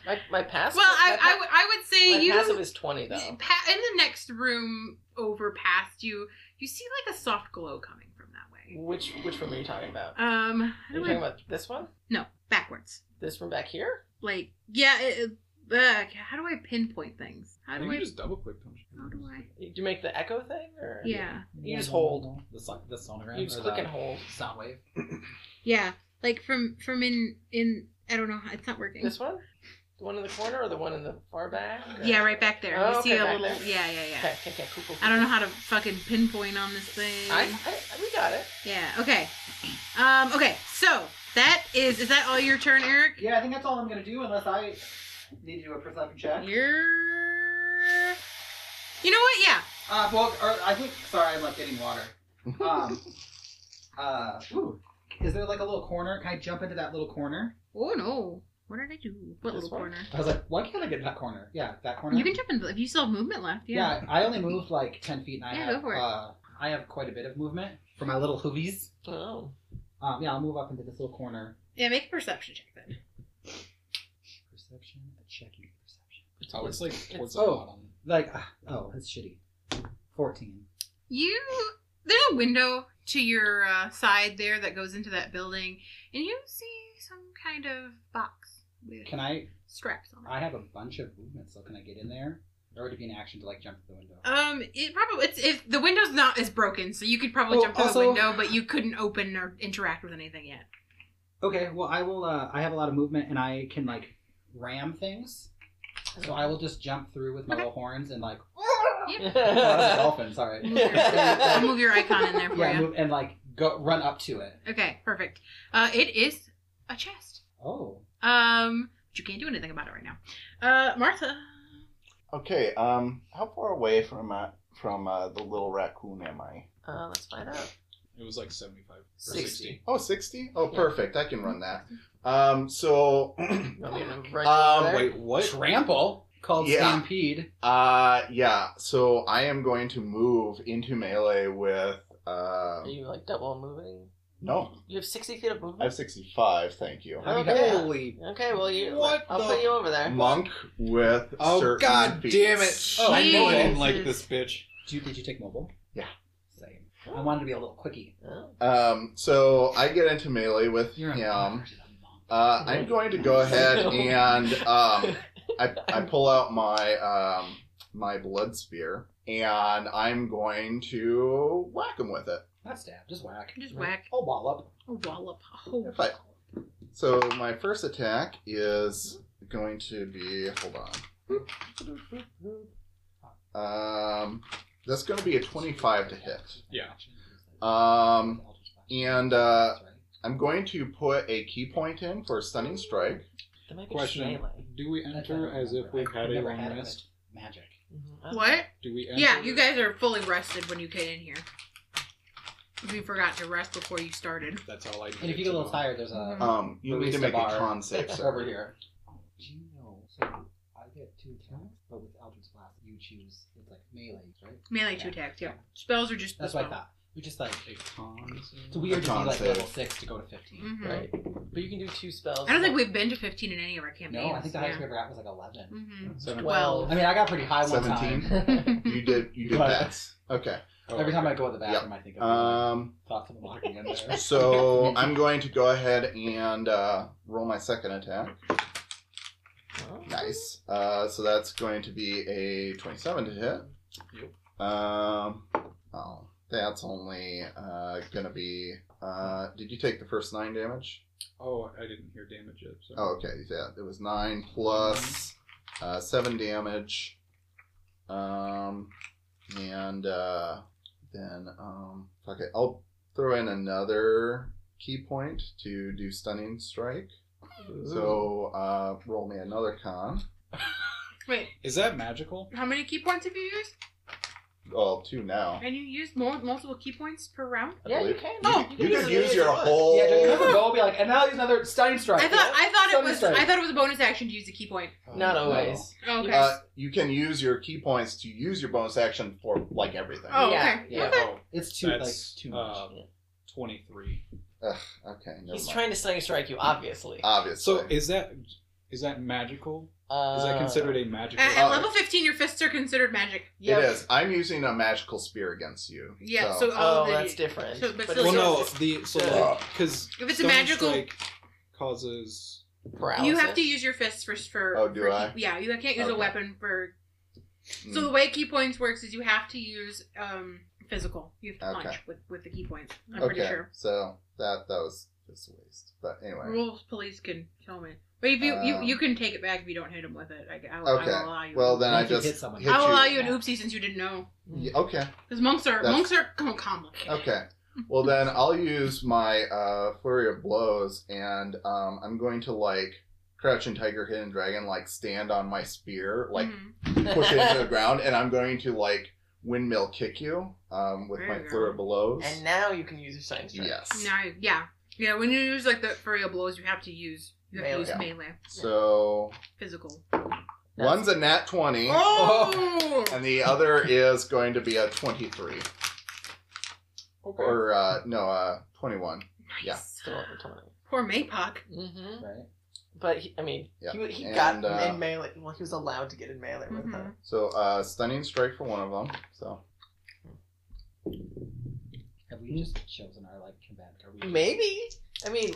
[SPEAKER 5] my, my passive
[SPEAKER 2] well,
[SPEAKER 5] Oh.
[SPEAKER 2] I,
[SPEAKER 5] my,
[SPEAKER 2] I,
[SPEAKER 5] pa-
[SPEAKER 2] w- I would say
[SPEAKER 5] my
[SPEAKER 2] you
[SPEAKER 5] passive is 20 though
[SPEAKER 2] pa- in the next room over past you, you see like a soft glow coming from that way.
[SPEAKER 5] which which room are you talking about
[SPEAKER 2] Um, how
[SPEAKER 5] are you
[SPEAKER 2] do
[SPEAKER 5] talking
[SPEAKER 2] I,
[SPEAKER 5] about this one
[SPEAKER 2] no, backwards.
[SPEAKER 5] this room back here
[SPEAKER 2] Like yeah, it, it- Ugh, how do I pinpoint things? How
[SPEAKER 4] You
[SPEAKER 2] do
[SPEAKER 4] can
[SPEAKER 2] I?
[SPEAKER 4] just double click punch.
[SPEAKER 2] How do I?
[SPEAKER 5] Do you make the echo thing? Or?
[SPEAKER 2] Yeah,
[SPEAKER 5] You just hold.
[SPEAKER 7] The, son- the sonogram.
[SPEAKER 5] You just
[SPEAKER 7] or
[SPEAKER 5] click
[SPEAKER 7] the
[SPEAKER 5] and hold.
[SPEAKER 7] Sound wave.
[SPEAKER 2] yeah. Like from from in in I don't know. It's not working.
[SPEAKER 5] This one? The one in the corner or the one in the far back? or-
[SPEAKER 2] Yeah, right back there.
[SPEAKER 5] Oh,
[SPEAKER 2] you see
[SPEAKER 5] okay,
[SPEAKER 2] a
[SPEAKER 5] back
[SPEAKER 2] little.
[SPEAKER 5] there.
[SPEAKER 2] Yeah, yeah, yeah.
[SPEAKER 5] Okay, okay, okay, cool, cool,
[SPEAKER 2] I don't know
[SPEAKER 5] cool.
[SPEAKER 2] how to fucking pinpoint on this thing.
[SPEAKER 5] I, I, I- we got it.
[SPEAKER 2] Yeah. Okay. Um. Okay. So that is is that all your turn, Eric?
[SPEAKER 7] Yeah, I think that's all I'm gonna do unless I need to do a perception check.
[SPEAKER 2] You're. You know what? Yeah.
[SPEAKER 7] Uh, well, or I think. Sorry, I'm like getting water.
[SPEAKER 4] *laughs*
[SPEAKER 7] Um, uh, ooh, is there like a little corner? Can I jump into that little corner?
[SPEAKER 2] Oh no. What did I do? What
[SPEAKER 5] This one?
[SPEAKER 2] little corner?
[SPEAKER 7] I was like, why can't I get in that corner? Yeah, that corner.
[SPEAKER 2] You can jump in if you still have movement left. Yeah.
[SPEAKER 7] Yeah, I only moved like ten feet, and I
[SPEAKER 2] Yeah,
[SPEAKER 7] have
[SPEAKER 2] go for it.
[SPEAKER 7] Uh, I have quite a bit of movement for my little hoovies.
[SPEAKER 5] Oh.
[SPEAKER 7] Um, yeah, I'll move up into this little corner.
[SPEAKER 2] Yeah. Make a perception check then.
[SPEAKER 7] Perception, checking perception.
[SPEAKER 4] Oh, it's like towards the
[SPEAKER 7] oh.
[SPEAKER 4] bottom.
[SPEAKER 7] Like, ah, oh, that's shitty. Fourteen.
[SPEAKER 2] You there's a window to your uh, side there that goes into that building, and you see some kind of box with
[SPEAKER 7] Can I?
[SPEAKER 2] straps on it.
[SPEAKER 7] I have a bunch of movement, so can I get in there? Or would it be an action to like jump to the window?
[SPEAKER 2] Um, it probably it's if the window's not as broken, so you could probably
[SPEAKER 7] Oh,
[SPEAKER 2] jump through the
[SPEAKER 7] also-
[SPEAKER 2] window, but you couldn't open or interact with anything yet.
[SPEAKER 7] Okay, well, I will. Uh, I have a lot of movement, and I can like ram things. So I will just jump through with my
[SPEAKER 2] Okay.
[SPEAKER 7] little horns and like.
[SPEAKER 3] *laughs*
[SPEAKER 5] *laughs*
[SPEAKER 7] Oh, that's a dolphin. Sorry.
[SPEAKER 2] Move your, I'll move your icon in there for
[SPEAKER 7] *laughs* Yeah,
[SPEAKER 2] you.
[SPEAKER 7] move, and like go run up to it.
[SPEAKER 2] Okay, perfect. Uh, it is a chest.
[SPEAKER 7] Oh,
[SPEAKER 2] Um, but you can't do anything about it right now. Uh, Martha.
[SPEAKER 3] Okay, um, how far away from uh, from uh, the little raccoon am I?
[SPEAKER 5] Uh, let's find out.
[SPEAKER 4] It was like 75 or 60.
[SPEAKER 5] 60.
[SPEAKER 3] Oh, 60? Oh,
[SPEAKER 5] Yeah.
[SPEAKER 3] perfect. I can run
[SPEAKER 4] Mm-hmm.
[SPEAKER 3] that. Um, so, *clears throat*
[SPEAKER 5] You want me to run
[SPEAKER 3] Um,
[SPEAKER 5] over there?
[SPEAKER 4] Wait, what?
[SPEAKER 7] trample called
[SPEAKER 3] Yeah.
[SPEAKER 7] stampede.
[SPEAKER 3] uh, yeah, so I am going to move into melee with, uh,
[SPEAKER 5] Are you like double moving?
[SPEAKER 3] no,
[SPEAKER 5] You have 60 feet of
[SPEAKER 3] I have
[SPEAKER 5] movement?
[SPEAKER 3] 65, thank you.
[SPEAKER 5] Okay.
[SPEAKER 4] Holy.
[SPEAKER 5] Okay, well, you.
[SPEAKER 4] What
[SPEAKER 5] I'll
[SPEAKER 4] the-
[SPEAKER 5] put you over there.
[SPEAKER 3] Monk with
[SPEAKER 4] Oh,
[SPEAKER 3] certain
[SPEAKER 4] God
[SPEAKER 3] feats.
[SPEAKER 4] damn it.
[SPEAKER 2] Oh,
[SPEAKER 4] I know I didn't
[SPEAKER 2] Jesus.
[SPEAKER 4] like this bitch.
[SPEAKER 7] Did you, did you take mobile?
[SPEAKER 3] Yeah.
[SPEAKER 7] Same. I wanted to be a little quickie.
[SPEAKER 5] Oh.
[SPEAKER 3] Um, so I get into melee with
[SPEAKER 7] You're a
[SPEAKER 3] him.
[SPEAKER 7] you're a monk.
[SPEAKER 3] Uh, I'm going to go ahead and, um, I, I pull out my um, my blood spear and I'm going to whack him with it.
[SPEAKER 7] Not stab, just whack.
[SPEAKER 2] Just whack.
[SPEAKER 7] Oh, wallop.
[SPEAKER 2] A wallop. Oh,
[SPEAKER 3] If I- so my first attack is going to be hold on. Um, that's going to be a 25 to hit.
[SPEAKER 4] Yeah.
[SPEAKER 3] Um, and, uh, I'm going to put a key point in for stunning strike.
[SPEAKER 5] That might be
[SPEAKER 4] Question.
[SPEAKER 5] melee.
[SPEAKER 4] Do we
[SPEAKER 7] That's
[SPEAKER 4] enter
[SPEAKER 7] what I
[SPEAKER 4] as if
[SPEAKER 7] remember.
[SPEAKER 4] we've
[SPEAKER 7] I
[SPEAKER 4] had a
[SPEAKER 7] never
[SPEAKER 4] long
[SPEAKER 7] had it.
[SPEAKER 4] rest?
[SPEAKER 7] magic.
[SPEAKER 5] Mhm.
[SPEAKER 2] what?
[SPEAKER 4] Do we enter?
[SPEAKER 2] Yeah, you guys are fully rested when you get in here. We forgot to rest before you started.
[SPEAKER 4] That's all I need.
[SPEAKER 7] And if you get a little
[SPEAKER 4] to know.
[SPEAKER 7] tired, there's
[SPEAKER 4] Mm-hmm.
[SPEAKER 7] *laughs* a
[SPEAKER 3] Um, you need
[SPEAKER 7] Release
[SPEAKER 3] to
[SPEAKER 7] the
[SPEAKER 3] make a
[SPEAKER 7] bar.
[SPEAKER 3] con save. *laughs* sir.
[SPEAKER 7] over here. Do you know? So I get two attacks, but with Eldritch Blast, you choose it's like melee, right?
[SPEAKER 2] Melee two
[SPEAKER 7] Yeah.
[SPEAKER 2] attacks, yeah. Spells are just
[SPEAKER 7] That's
[SPEAKER 2] the
[SPEAKER 7] what I
[SPEAKER 2] spell.
[SPEAKER 7] thought. You're just like
[SPEAKER 4] A con
[SPEAKER 7] it's weird to be
[SPEAKER 3] Con
[SPEAKER 7] like
[SPEAKER 3] save.
[SPEAKER 7] level six to go to 15
[SPEAKER 2] Mhm.
[SPEAKER 5] Oh, Right. But you can do two spells.
[SPEAKER 2] I don't think we've been to 15 in any of our campaigns.
[SPEAKER 7] No, I think the highest
[SPEAKER 2] yeah.
[SPEAKER 7] we ever got was like eleven.
[SPEAKER 2] Mhm.
[SPEAKER 4] Seven.
[SPEAKER 7] I
[SPEAKER 5] Twelve.
[SPEAKER 7] mean, I got pretty high one time.
[SPEAKER 3] 17.
[SPEAKER 7] *laughs*
[SPEAKER 3] You did. You did
[SPEAKER 7] Right.
[SPEAKER 3] that. Okay.
[SPEAKER 4] Oh,
[SPEAKER 7] Every time I
[SPEAKER 4] okay.
[SPEAKER 7] go to the bathroom, I think of uh,
[SPEAKER 3] Um,
[SPEAKER 7] *laughs* thoughts of walking
[SPEAKER 4] *laughs*
[SPEAKER 7] in there.
[SPEAKER 3] so I'm going to go ahead and uh, roll my second attack.
[SPEAKER 5] Oh.
[SPEAKER 3] Nice. Uh, so that's going to be a 27 to hit. Yep. Um, oh, that's only uh, going to be. Uh, did you take the first nine damage?
[SPEAKER 4] Oh, I didn't hear damage yet. So.
[SPEAKER 3] Oh, okay. Yeah, it was nine plus uh, seven damage. Um, and uh, then um, fuck it. I'll throw in another key point to do stunning strike. So uh, roll me another con.
[SPEAKER 2] Mm-hmm. Wait,
[SPEAKER 4] Is that magical?
[SPEAKER 2] how many key points have you used?
[SPEAKER 3] Well, two now.
[SPEAKER 2] And you used mul- multiple key points per round?
[SPEAKER 3] I
[SPEAKER 5] Yeah, you
[SPEAKER 3] believe.
[SPEAKER 5] can.
[SPEAKER 2] No,
[SPEAKER 3] You, could- you could
[SPEAKER 5] just
[SPEAKER 3] use
[SPEAKER 5] do
[SPEAKER 3] your
[SPEAKER 5] it.
[SPEAKER 3] whole.
[SPEAKER 7] Yeah, just cover goal, be like, and now use another stunning strike.
[SPEAKER 2] I thought I thought it
[SPEAKER 7] Sudden
[SPEAKER 2] was
[SPEAKER 7] strike.
[SPEAKER 2] I thought it was a bonus action to use a key point.
[SPEAKER 5] Not always.
[SPEAKER 2] Oh, okay.
[SPEAKER 3] Uh, you can use your key points to use your bonus action for like everything.
[SPEAKER 2] oh,
[SPEAKER 5] yeah,
[SPEAKER 2] okay.
[SPEAKER 5] yeah.
[SPEAKER 2] Okay.
[SPEAKER 4] Oh,
[SPEAKER 7] *laughs* It's too like
[SPEAKER 4] that's
[SPEAKER 7] too much.
[SPEAKER 4] uh, twenty-three.
[SPEAKER 3] Ugh, okay. Um, Never
[SPEAKER 5] He's
[SPEAKER 3] mind.
[SPEAKER 5] trying to sling strike you, obviously.
[SPEAKER 3] Obviously.
[SPEAKER 4] So is that is that magical?
[SPEAKER 5] Uh,
[SPEAKER 4] Is that considered a magical?
[SPEAKER 2] At, at
[SPEAKER 7] uh,
[SPEAKER 2] level 15, your fists are considered magic.
[SPEAKER 5] Yeah.
[SPEAKER 3] It is. I'm using a magical spear against you.
[SPEAKER 2] Yeah, so,
[SPEAKER 3] So,
[SPEAKER 2] all
[SPEAKER 5] Oh,
[SPEAKER 2] of the,
[SPEAKER 5] that's different.
[SPEAKER 2] So- but
[SPEAKER 5] But
[SPEAKER 2] still
[SPEAKER 5] it's
[SPEAKER 4] well, no.
[SPEAKER 5] just-
[SPEAKER 4] The so
[SPEAKER 5] Yeah.
[SPEAKER 4] because
[SPEAKER 2] If it's a magical-
[SPEAKER 4] causes
[SPEAKER 5] Paralysis.
[SPEAKER 2] You have to use your fists for. for
[SPEAKER 3] Oh, do
[SPEAKER 2] for
[SPEAKER 3] I?
[SPEAKER 2] Key, yeah, you can't use a
[SPEAKER 3] Okay.
[SPEAKER 2] weapon for.
[SPEAKER 3] Mm.
[SPEAKER 2] So the way key points works is you have to use um physical. You have to
[SPEAKER 3] Okay.
[SPEAKER 2] punch with with the key points. I'm
[SPEAKER 3] okay,
[SPEAKER 2] pretty sure.
[SPEAKER 3] so that that was just a waste. But anyway,
[SPEAKER 2] Rules police can kill me, but if you you,
[SPEAKER 3] Um,
[SPEAKER 2] you can take it back if you don't hit him with it. I, I, will I
[SPEAKER 3] Okay.
[SPEAKER 2] will allow you.
[SPEAKER 3] well then
[SPEAKER 7] What
[SPEAKER 3] I
[SPEAKER 7] if you
[SPEAKER 3] just
[SPEAKER 7] hit someone?
[SPEAKER 2] I'll
[SPEAKER 3] you.
[SPEAKER 2] allow you an oopsie since you didn't know.
[SPEAKER 3] Yeah, okay,
[SPEAKER 2] Because monks are
[SPEAKER 3] That's-
[SPEAKER 2] monks are com- complicated. *laughs*
[SPEAKER 3] okay. Well then I'll use my uh, flurry of blows, and um, I'm going to like crouching tiger, hidden dragon, like stand on my spear, like
[SPEAKER 2] Mhm.
[SPEAKER 3] push it into the ground, and I'm going to like windmill kick you um, with
[SPEAKER 2] There
[SPEAKER 3] my
[SPEAKER 2] you go.
[SPEAKER 3] flurry of blows.
[SPEAKER 5] and now you can use your science strike.
[SPEAKER 3] yes.
[SPEAKER 2] Now, yeah, yeah. When you use like the fury of blows, you have to use you have
[SPEAKER 5] Melee.
[SPEAKER 2] to use melee
[SPEAKER 3] So *laughs*
[SPEAKER 2] physical.
[SPEAKER 5] That's-
[SPEAKER 3] one's a nat twenty.
[SPEAKER 2] Oh,
[SPEAKER 3] And the other is going to be a 23. Or, uh, no, uh, 21. yeah.
[SPEAKER 2] nice. Poor Maypok.
[SPEAKER 5] Mm-hmm.
[SPEAKER 7] Right.
[SPEAKER 5] But he, I mean,
[SPEAKER 3] Yeah.
[SPEAKER 5] he, he
[SPEAKER 3] And,
[SPEAKER 5] got
[SPEAKER 3] uh,
[SPEAKER 5] in melee. Well, he was allowed to get in melee with her.
[SPEAKER 3] So, uh, stunning strike for one of them. So,
[SPEAKER 7] Have we just chosen our like combat? Are we
[SPEAKER 5] Maybe. I mean,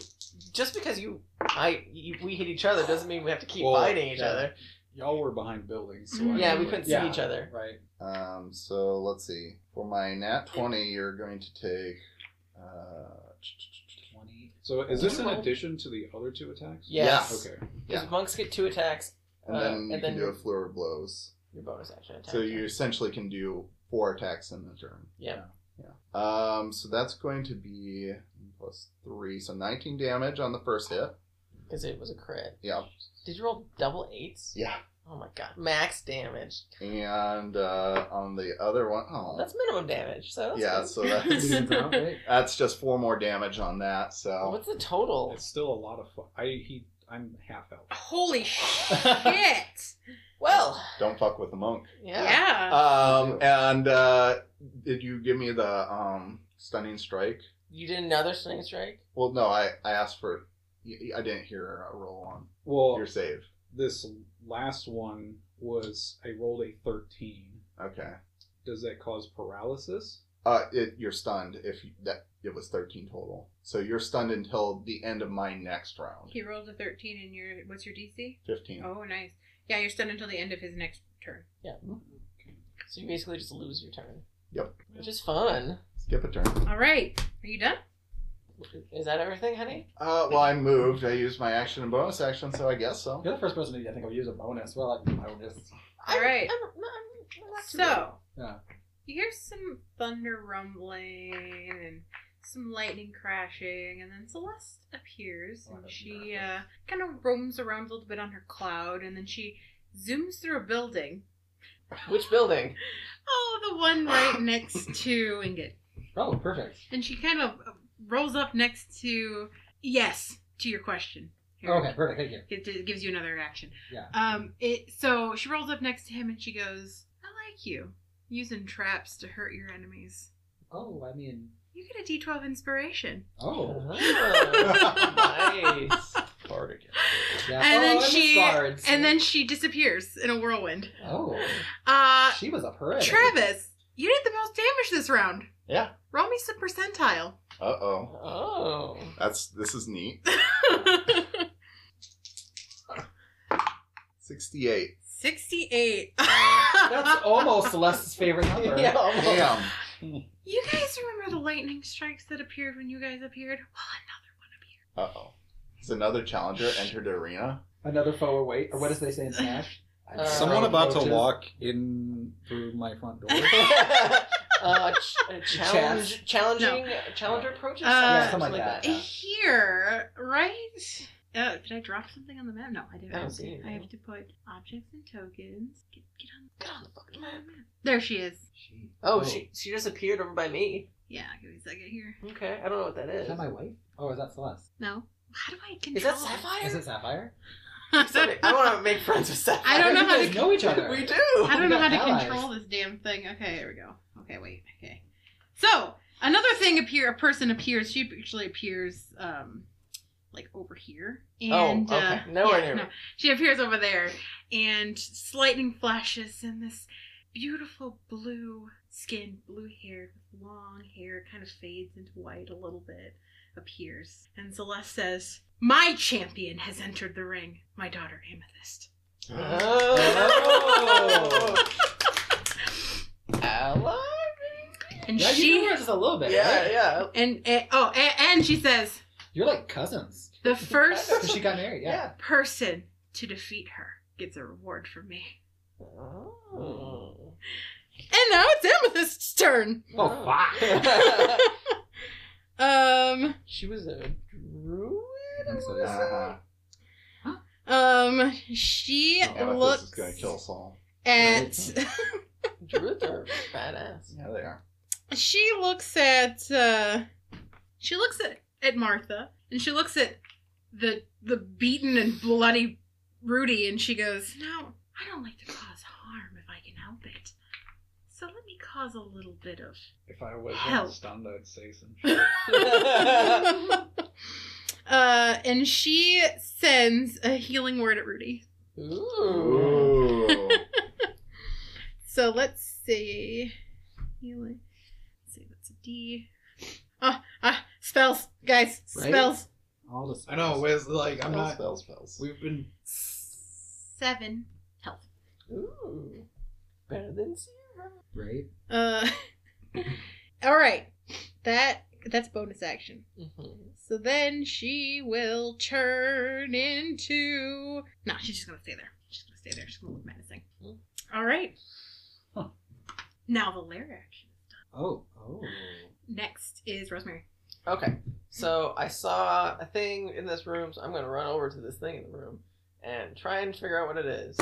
[SPEAKER 5] just because you, I, you, we hit each other doesn't mean we have to keep
[SPEAKER 4] Well,
[SPEAKER 5] fighting each
[SPEAKER 4] yeah.
[SPEAKER 5] other.
[SPEAKER 4] Y'all were behind buildings, so I
[SPEAKER 5] Yeah,
[SPEAKER 4] knew
[SPEAKER 5] we
[SPEAKER 4] it.
[SPEAKER 5] couldn't see
[SPEAKER 7] Yeah.
[SPEAKER 5] each other.
[SPEAKER 7] Right.
[SPEAKER 3] um, so let's see. For my nat 20, you're going to take, uh,
[SPEAKER 7] Twenty.
[SPEAKER 4] So is this in
[SPEAKER 5] Well-
[SPEAKER 4] addition to the other two attacks?
[SPEAKER 5] Yes.
[SPEAKER 4] Okay.
[SPEAKER 5] Because monks get two attacks.
[SPEAKER 3] and
[SPEAKER 5] Uh,
[SPEAKER 3] then
[SPEAKER 5] and then
[SPEAKER 3] you can do a
[SPEAKER 5] your-
[SPEAKER 3] flurry of blows.
[SPEAKER 5] Your bonus action attack.
[SPEAKER 3] So, you essentially can do four attacks in a turn.
[SPEAKER 5] Yeah.
[SPEAKER 3] Yeah. Um, so that's going to be plus three. So 19 damage on the first hit.
[SPEAKER 5] Because it was a crit.
[SPEAKER 3] Yeah.
[SPEAKER 5] Did you roll double eights?
[SPEAKER 3] Yeah.
[SPEAKER 5] Oh my god. Max damage.
[SPEAKER 3] And, uh, on the other one, oh.
[SPEAKER 5] That's minimum damage. So that's
[SPEAKER 3] yeah,
[SPEAKER 5] good.
[SPEAKER 2] *laughs*
[SPEAKER 3] so that's
[SPEAKER 7] Leave it around, right?
[SPEAKER 3] That's just four more damage on that. So
[SPEAKER 5] What's the total?
[SPEAKER 4] It's still a lot of fun. I he I'm half health.
[SPEAKER 2] *laughs* Holy shit!
[SPEAKER 5] Well,
[SPEAKER 3] don't fuck with the monk.
[SPEAKER 5] yeah.
[SPEAKER 2] yeah.
[SPEAKER 3] Um, and uh, did you give me the um, stunning strike?
[SPEAKER 5] You did another stunning strike.
[SPEAKER 3] Well, no, I, I asked for. y- I didn't hear a roll on
[SPEAKER 4] Well,
[SPEAKER 3] your save.
[SPEAKER 4] this last one was I rolled a thirteen.
[SPEAKER 3] Okay.
[SPEAKER 4] Does that cause paralysis?
[SPEAKER 3] Uh, it, you're stunned if you, that it was 13 total. So you're stunned until the end of my next round.
[SPEAKER 2] He rolled a thirteen, and your what's your DC?
[SPEAKER 3] 15.
[SPEAKER 2] Oh, nice. Yeah, you're stunned until the end of his next turn.
[SPEAKER 5] Yeah.
[SPEAKER 7] Mm-hmm.
[SPEAKER 5] So you basically just lose your turn.
[SPEAKER 3] Yep.
[SPEAKER 5] Which is fun.
[SPEAKER 3] Skip a turn.
[SPEAKER 2] All right, are you done?
[SPEAKER 5] Is that everything, honey?
[SPEAKER 3] Uh, well, I moved. I used my action and bonus action, so I guess
[SPEAKER 2] *laughs*
[SPEAKER 3] so.
[SPEAKER 7] You're the first person to, I think, I'll use a bonus. Well, like bonus.
[SPEAKER 5] I'm-
[SPEAKER 2] Alright.
[SPEAKER 5] I'm, no, I'm- I'm not too
[SPEAKER 2] So
[SPEAKER 7] Yeah.
[SPEAKER 2] you hear some thunder rumbling and some lightning crashing, and then Celeste appears
[SPEAKER 7] Oh,
[SPEAKER 2] and
[SPEAKER 7] that's
[SPEAKER 2] she uh, kind of roams around a little bit on her cloud, and then she zooms through a building.
[SPEAKER 5] bad. Which building?
[SPEAKER 2] Oh, the one right next to Ingot.
[SPEAKER 7] Oh, perfect.
[SPEAKER 2] And she kind of uh, rolls up next to yes to your question. Here.
[SPEAKER 7] Okay, perfect. Thank you.
[SPEAKER 2] It, it gives you another action.
[SPEAKER 7] Yeah.
[SPEAKER 2] Um. It. So she rolls up next to him and she goes, "I like you using traps to hurt your enemies.
[SPEAKER 7] Oh, I mean,
[SPEAKER 2] You get a D12 inspiration."
[SPEAKER 7] oh,
[SPEAKER 5] Uh-huh. Ah, nice.
[SPEAKER 3] Bardic.
[SPEAKER 7] *laughs* yeah.
[SPEAKER 2] And then
[SPEAKER 7] oh, miss
[SPEAKER 2] she-
[SPEAKER 7] guards.
[SPEAKER 2] And then she disappears in a whirlwind.
[SPEAKER 7] oh,
[SPEAKER 2] Uh,
[SPEAKER 7] she was a parade.
[SPEAKER 2] Travis, you did the most damage this round.
[SPEAKER 3] Yeah.
[SPEAKER 2] Roll me some
[SPEAKER 7] *laughs*
[SPEAKER 2] percentile.
[SPEAKER 3] Uh oh.
[SPEAKER 5] Oh.
[SPEAKER 3] That's this is neat. 68.
[SPEAKER 2] 68.
[SPEAKER 7] That's almost Celeste's favorite number.
[SPEAKER 5] *laughs* Yeah. almost.
[SPEAKER 3] Damn.
[SPEAKER 2] *laughs* You guys remember the lightning strikes that appeared when you guys appeared? Well,
[SPEAKER 3] Uh oh. Is another challenger entered the arena?
[SPEAKER 7] Another foe awaits. Or what does they say in Smash?
[SPEAKER 5] Uh,
[SPEAKER 4] Someone
[SPEAKER 5] Road
[SPEAKER 4] about to
[SPEAKER 7] Roaches.
[SPEAKER 4] walk in through my front door.
[SPEAKER 5] *laughs* uh, ch- uh, challenge, challenging, challenger approaches.
[SPEAKER 2] Uh,
[SPEAKER 5] Something
[SPEAKER 2] Yeah,
[SPEAKER 7] something like that.
[SPEAKER 2] another one appeared. Here, right? Uh, did I drop something on the map? No, I didn't.
[SPEAKER 5] I don't
[SPEAKER 2] have
[SPEAKER 5] see
[SPEAKER 2] to- I
[SPEAKER 5] anything.
[SPEAKER 2] have to put objects and tokens. Get, get on,
[SPEAKER 5] Get on the fucking map.
[SPEAKER 2] There she is.
[SPEAKER 7] She-
[SPEAKER 5] Oh, she she just appeared over by me.
[SPEAKER 2] Yeah, give me a second here.
[SPEAKER 5] Okay, I don't know what that
[SPEAKER 7] Is
[SPEAKER 5] is.
[SPEAKER 7] that my wife? Oh, is that Celeste?
[SPEAKER 2] No. How do I control
[SPEAKER 5] Is that
[SPEAKER 2] *laughs*
[SPEAKER 7] Is
[SPEAKER 5] sapphire?
[SPEAKER 7] it Sapphire?
[SPEAKER 5] Sorry, I want to make friends with sapphire.
[SPEAKER 2] I don't know
[SPEAKER 7] you
[SPEAKER 2] how
[SPEAKER 7] guys
[SPEAKER 2] to-
[SPEAKER 7] know each other.
[SPEAKER 5] We do.
[SPEAKER 2] I don't know how to
[SPEAKER 5] Oh,
[SPEAKER 7] Allies.
[SPEAKER 2] control this damn thing. Okay, here we go. Okay, wait. Okay. So another thing appear a person appears. She usually appears um like over here. And
[SPEAKER 5] oh, okay.
[SPEAKER 2] uh,
[SPEAKER 5] Nowhere
[SPEAKER 2] yeah,
[SPEAKER 5] near me.
[SPEAKER 2] no. She appears over there and s- lightning flashes and this beautiful blue skin, blue hair, long hair kind of fades into white a little bit. appears, and Celeste says, My champion has entered the ring, my daughter Amethyst.
[SPEAKER 5] Oh. Ally?
[SPEAKER 2] And
[SPEAKER 7] Yeah,
[SPEAKER 2] she
[SPEAKER 7] you knew her just a little bit.
[SPEAKER 5] Yeah,
[SPEAKER 7] right?
[SPEAKER 5] yeah.
[SPEAKER 2] and, and oh and, and she says,
[SPEAKER 7] You're like cousins.
[SPEAKER 2] the first
[SPEAKER 7] 'Cause she got married. Yeah.
[SPEAKER 2] *laughs*
[SPEAKER 5] Yeah.
[SPEAKER 2] person to defeat her gets a reward from me.
[SPEAKER 5] Oh.
[SPEAKER 2] And now it's Amethyst's turn.
[SPEAKER 7] Oh fuck.
[SPEAKER 5] *laughs*
[SPEAKER 2] Um
[SPEAKER 5] she was a druid?
[SPEAKER 7] I think
[SPEAKER 4] "Ah,
[SPEAKER 7] so, yeah.
[SPEAKER 3] Uh-huh.
[SPEAKER 2] um she
[SPEAKER 3] Oh, Amethyst is
[SPEAKER 2] looks
[SPEAKER 3] going to kill Saul.
[SPEAKER 2] at
[SPEAKER 5] Druids are *laughs* badass.
[SPEAKER 3] Yeah, they are.
[SPEAKER 2] she looks at uh she looks at at Martha and she looks at the the beaten and bloody Rudy and she goes, "No, I don't like to cause harm if I can help it. So let me cause a little bit of."
[SPEAKER 4] If I was
[SPEAKER 2] Help.
[SPEAKER 4] stunned, I'd say some shit.
[SPEAKER 2] *laughs*
[SPEAKER 5] yeah.
[SPEAKER 2] uh and she sends a healing word at Rudy.
[SPEAKER 5] Ooh.
[SPEAKER 3] Ooh.
[SPEAKER 2] So let's see. Healing. Let's see, that's a D. Ah, ah, spells, guys,
[SPEAKER 7] Right?
[SPEAKER 2] spells.
[SPEAKER 7] All the
[SPEAKER 4] I know. Where's like I'm
[SPEAKER 3] spells,
[SPEAKER 4] not.
[SPEAKER 3] spells, spells.
[SPEAKER 4] We've been.
[SPEAKER 2] Seven health.
[SPEAKER 5] Ooh. Better than zero.
[SPEAKER 7] right.
[SPEAKER 2] Uh, *laughs* all right. That that's bonus action.
[SPEAKER 5] Mhm.
[SPEAKER 2] So then she will turn into. No, she's just gonna stay there. She's gonna stay there. She's gonna look menacing.
[SPEAKER 5] Mm.
[SPEAKER 2] All right.
[SPEAKER 7] Huh.
[SPEAKER 2] Now the lair action.
[SPEAKER 7] Oh. Oh.
[SPEAKER 2] Next is Rosemary.
[SPEAKER 5] Okay. So I saw a thing in this room, so I'm going to run over to this thing in the room and try and figure out what it is.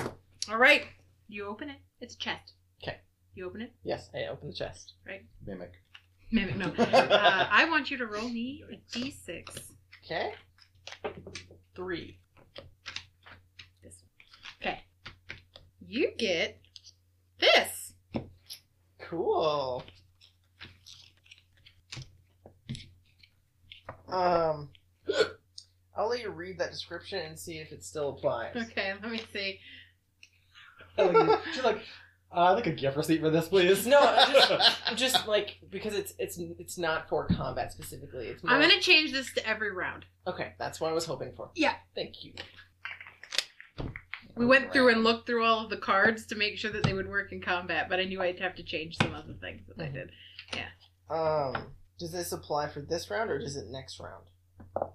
[SPEAKER 2] All right. You open it. It's a chest.
[SPEAKER 5] 'Kay.
[SPEAKER 2] You open it. *laughs*
[SPEAKER 5] Yes, I open the chest.
[SPEAKER 3] Mimic.
[SPEAKER 2] Mimic.
[SPEAKER 7] *laughs*
[SPEAKER 2] No. uh, I want you to roll me a d6.
[SPEAKER 5] Okay. Three.
[SPEAKER 2] This one. Okay. You get this.
[SPEAKER 5] Cool. Um, I'll let you read that description and see if it still applies.
[SPEAKER 2] Okay, let me see.
[SPEAKER 7] She's like, uh, I'd like a gift receipt for this,
[SPEAKER 5] *laughs*
[SPEAKER 7] please.
[SPEAKER 5] No, I *laughs* I'm just like because it's it's it's not for combat specifically. It's more,
[SPEAKER 2] I'm gonna change this to every round.
[SPEAKER 5] okay. That's what I was hoping for.
[SPEAKER 2] Yeah.
[SPEAKER 5] Thank you.
[SPEAKER 2] We went through and looked through all of the cards to make sure that they would work in combat, but I knew I'd have to change some other things that I
[SPEAKER 5] Mm-hmm.
[SPEAKER 2] did.
[SPEAKER 5] Um, does this apply for this round or does it next round?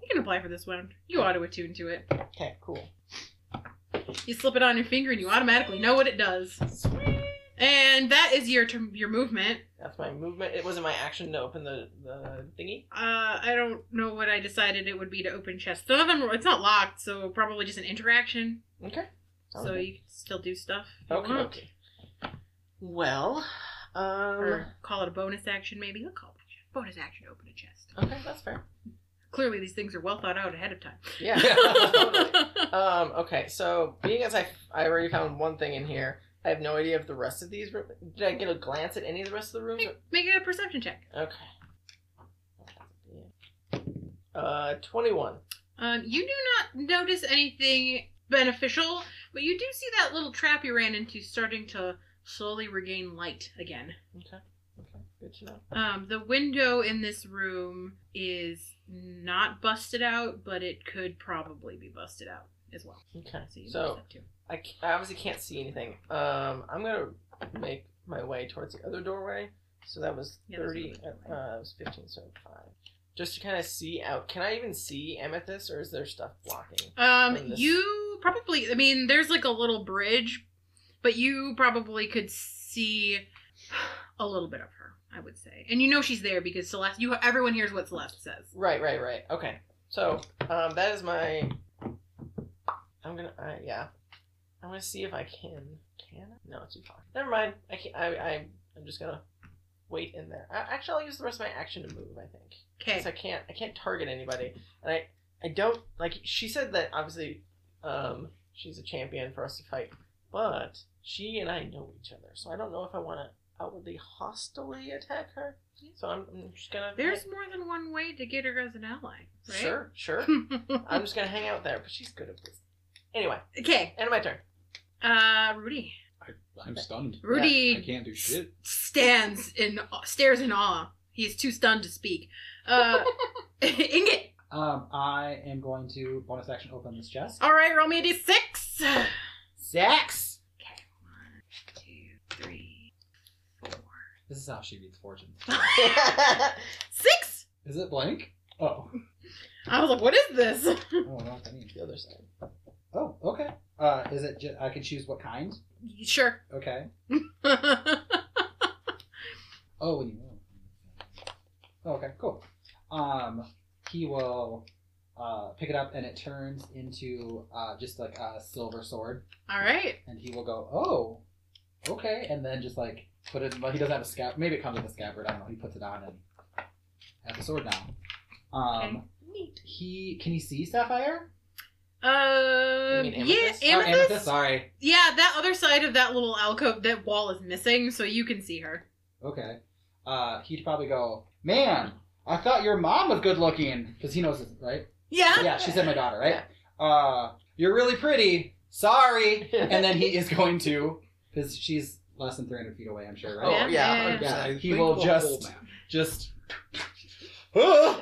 [SPEAKER 2] You can apply for this one. You auto attune to it.
[SPEAKER 5] Okay, cool.
[SPEAKER 2] You slip it on your finger and you automatically know what it does. And that is your turn- your movement.
[SPEAKER 5] That's my movement. It wasn't my action to open the the thingy.
[SPEAKER 2] Uh, I don't know what I decided it would be to open chest. Some of them were- it's not locked, so probably just an interaction.
[SPEAKER 5] Okay.
[SPEAKER 2] So you can still do stuff. if you
[SPEAKER 5] okay.
[SPEAKER 2] want.
[SPEAKER 5] okay. Well, um,
[SPEAKER 2] Or call it a bonus action, maybe. I'll call it a bonus action to open a chest.
[SPEAKER 5] okay, that's fair.
[SPEAKER 2] Clearly, these things are well thought out ahead of time. *laughs*
[SPEAKER 5] Yeah. *laughs* totally. Um, okay, so being as I, I already found one thing in here, I have no idea if the rest of these. Rooms, did I get a glance at any of the rest of the rooms?
[SPEAKER 2] make, make a perception check.
[SPEAKER 5] Okay. Uh, twenty-one.
[SPEAKER 2] Um, you do not notice anything beneficial, but you do see that little trap you ran into starting to slowly regain light again.
[SPEAKER 5] Okay. Okay. Good to know.
[SPEAKER 2] Um, the window in this room is not busted out, but it could probably be busted out as well.
[SPEAKER 5] Okay.
[SPEAKER 2] So, you notice
[SPEAKER 5] So
[SPEAKER 2] that too.
[SPEAKER 5] I, c- I obviously can't see anything. Um, I'm gonna make my way towards the other doorway. So that was
[SPEAKER 2] Yeah, there's
[SPEAKER 5] thirty.
[SPEAKER 2] another
[SPEAKER 5] Uh,
[SPEAKER 2] doorway.
[SPEAKER 5] it was fifteen. So five. Just to kind of see out. Can I even see amethyst, or is there stuff blocking?
[SPEAKER 2] Um,
[SPEAKER 5] on this-
[SPEAKER 2] you probably, I mean, there's like a little bridge, but you probably could see *sighs* a little bit of her, I would say. And you know she's there because Celeste, you everyone hears what Celeste says.
[SPEAKER 5] Right, right, right. Okay. So, um, that is my. I'm gonna. Uh, yeah. I'm gonna see if I can. Can? I? No, it's too far. Never mind. I can't. I. I I'm just gonna wait in there. I, actually, I'll use the rest of my action to move. I think.
[SPEAKER 2] Okay.
[SPEAKER 5] Because I can't. I can't target anybody, and I. I don't like. She said that obviously, um, she's a champion for us to fight, but she and I know each other, so I don't know if I want to outwardly hostily attack her. So I'm, I'm just gonna.
[SPEAKER 2] There's more than one way to get her as an ally, *laughs* right?
[SPEAKER 5] Sure, sure. I'm just gonna hang out there, but she's good at this. Anyway,
[SPEAKER 2] okay.
[SPEAKER 5] end of my turn.
[SPEAKER 2] Uh, Rudy.
[SPEAKER 4] I, I'm stunned. I
[SPEAKER 2] Rudy
[SPEAKER 4] can't do shit.
[SPEAKER 2] stands in stares in awe. He is too stunned to speak.
[SPEAKER 5] *laughs*
[SPEAKER 2] Uh, Inget.
[SPEAKER 7] Um, I am going to bonus action open this chest.
[SPEAKER 2] All right, roll me a d6.
[SPEAKER 5] *laughs*
[SPEAKER 7] Sex.
[SPEAKER 2] Two, three, four,
[SPEAKER 7] This is how she reads fortunes.
[SPEAKER 2] six.
[SPEAKER 7] Is it blank? Oh.
[SPEAKER 2] I was like, what is this?
[SPEAKER 7] I don't know what that means.
[SPEAKER 5] the other side.
[SPEAKER 7] Oh, okay. Uh, is it? Ju- I can choose what kind.
[SPEAKER 2] sure. *laughs*
[SPEAKER 7] Okay.
[SPEAKER 2] All
[SPEAKER 7] Oh, when you oh, Okay, cool. Um, he will uh, pick it up, and it turns into uh, just like a silver sword,
[SPEAKER 2] right.
[SPEAKER 7] and he will go, "Oh, okay," and then just like put it. Well, he doesn't have a scab. Maybe it comes with a scabbard. I don't know. He puts it on and has the sword now. Um,
[SPEAKER 2] Okay. Neat.
[SPEAKER 7] he can he see sapphire?
[SPEAKER 5] You
[SPEAKER 2] Uh,
[SPEAKER 5] mean
[SPEAKER 2] yeah,
[SPEAKER 5] amethyst? uh
[SPEAKER 7] Or
[SPEAKER 2] amethyst.
[SPEAKER 7] amethyst. Sorry.
[SPEAKER 2] Yeah, that other side of that little alcove, that wall is missing, so you can see her.
[SPEAKER 7] Okay. Uh, he'd probably go, "Man, I thought your mom was good looking," because he knows it, right?
[SPEAKER 2] Yeah.
[SPEAKER 7] yeah, she said my daughter, right? Uh, you're really pretty. Sorry. And then he is going to, because she's less than 300 feet away, I'm sure,
[SPEAKER 5] *laughs* Oh yeah,
[SPEAKER 7] right?
[SPEAKER 2] Yeah.
[SPEAKER 5] yeah.
[SPEAKER 7] Yeah,
[SPEAKER 4] I
[SPEAKER 7] he
[SPEAKER 4] think
[SPEAKER 7] will
[SPEAKER 4] the whole
[SPEAKER 7] just,
[SPEAKER 4] map.
[SPEAKER 2] Oh.
[SPEAKER 7] just, Oh,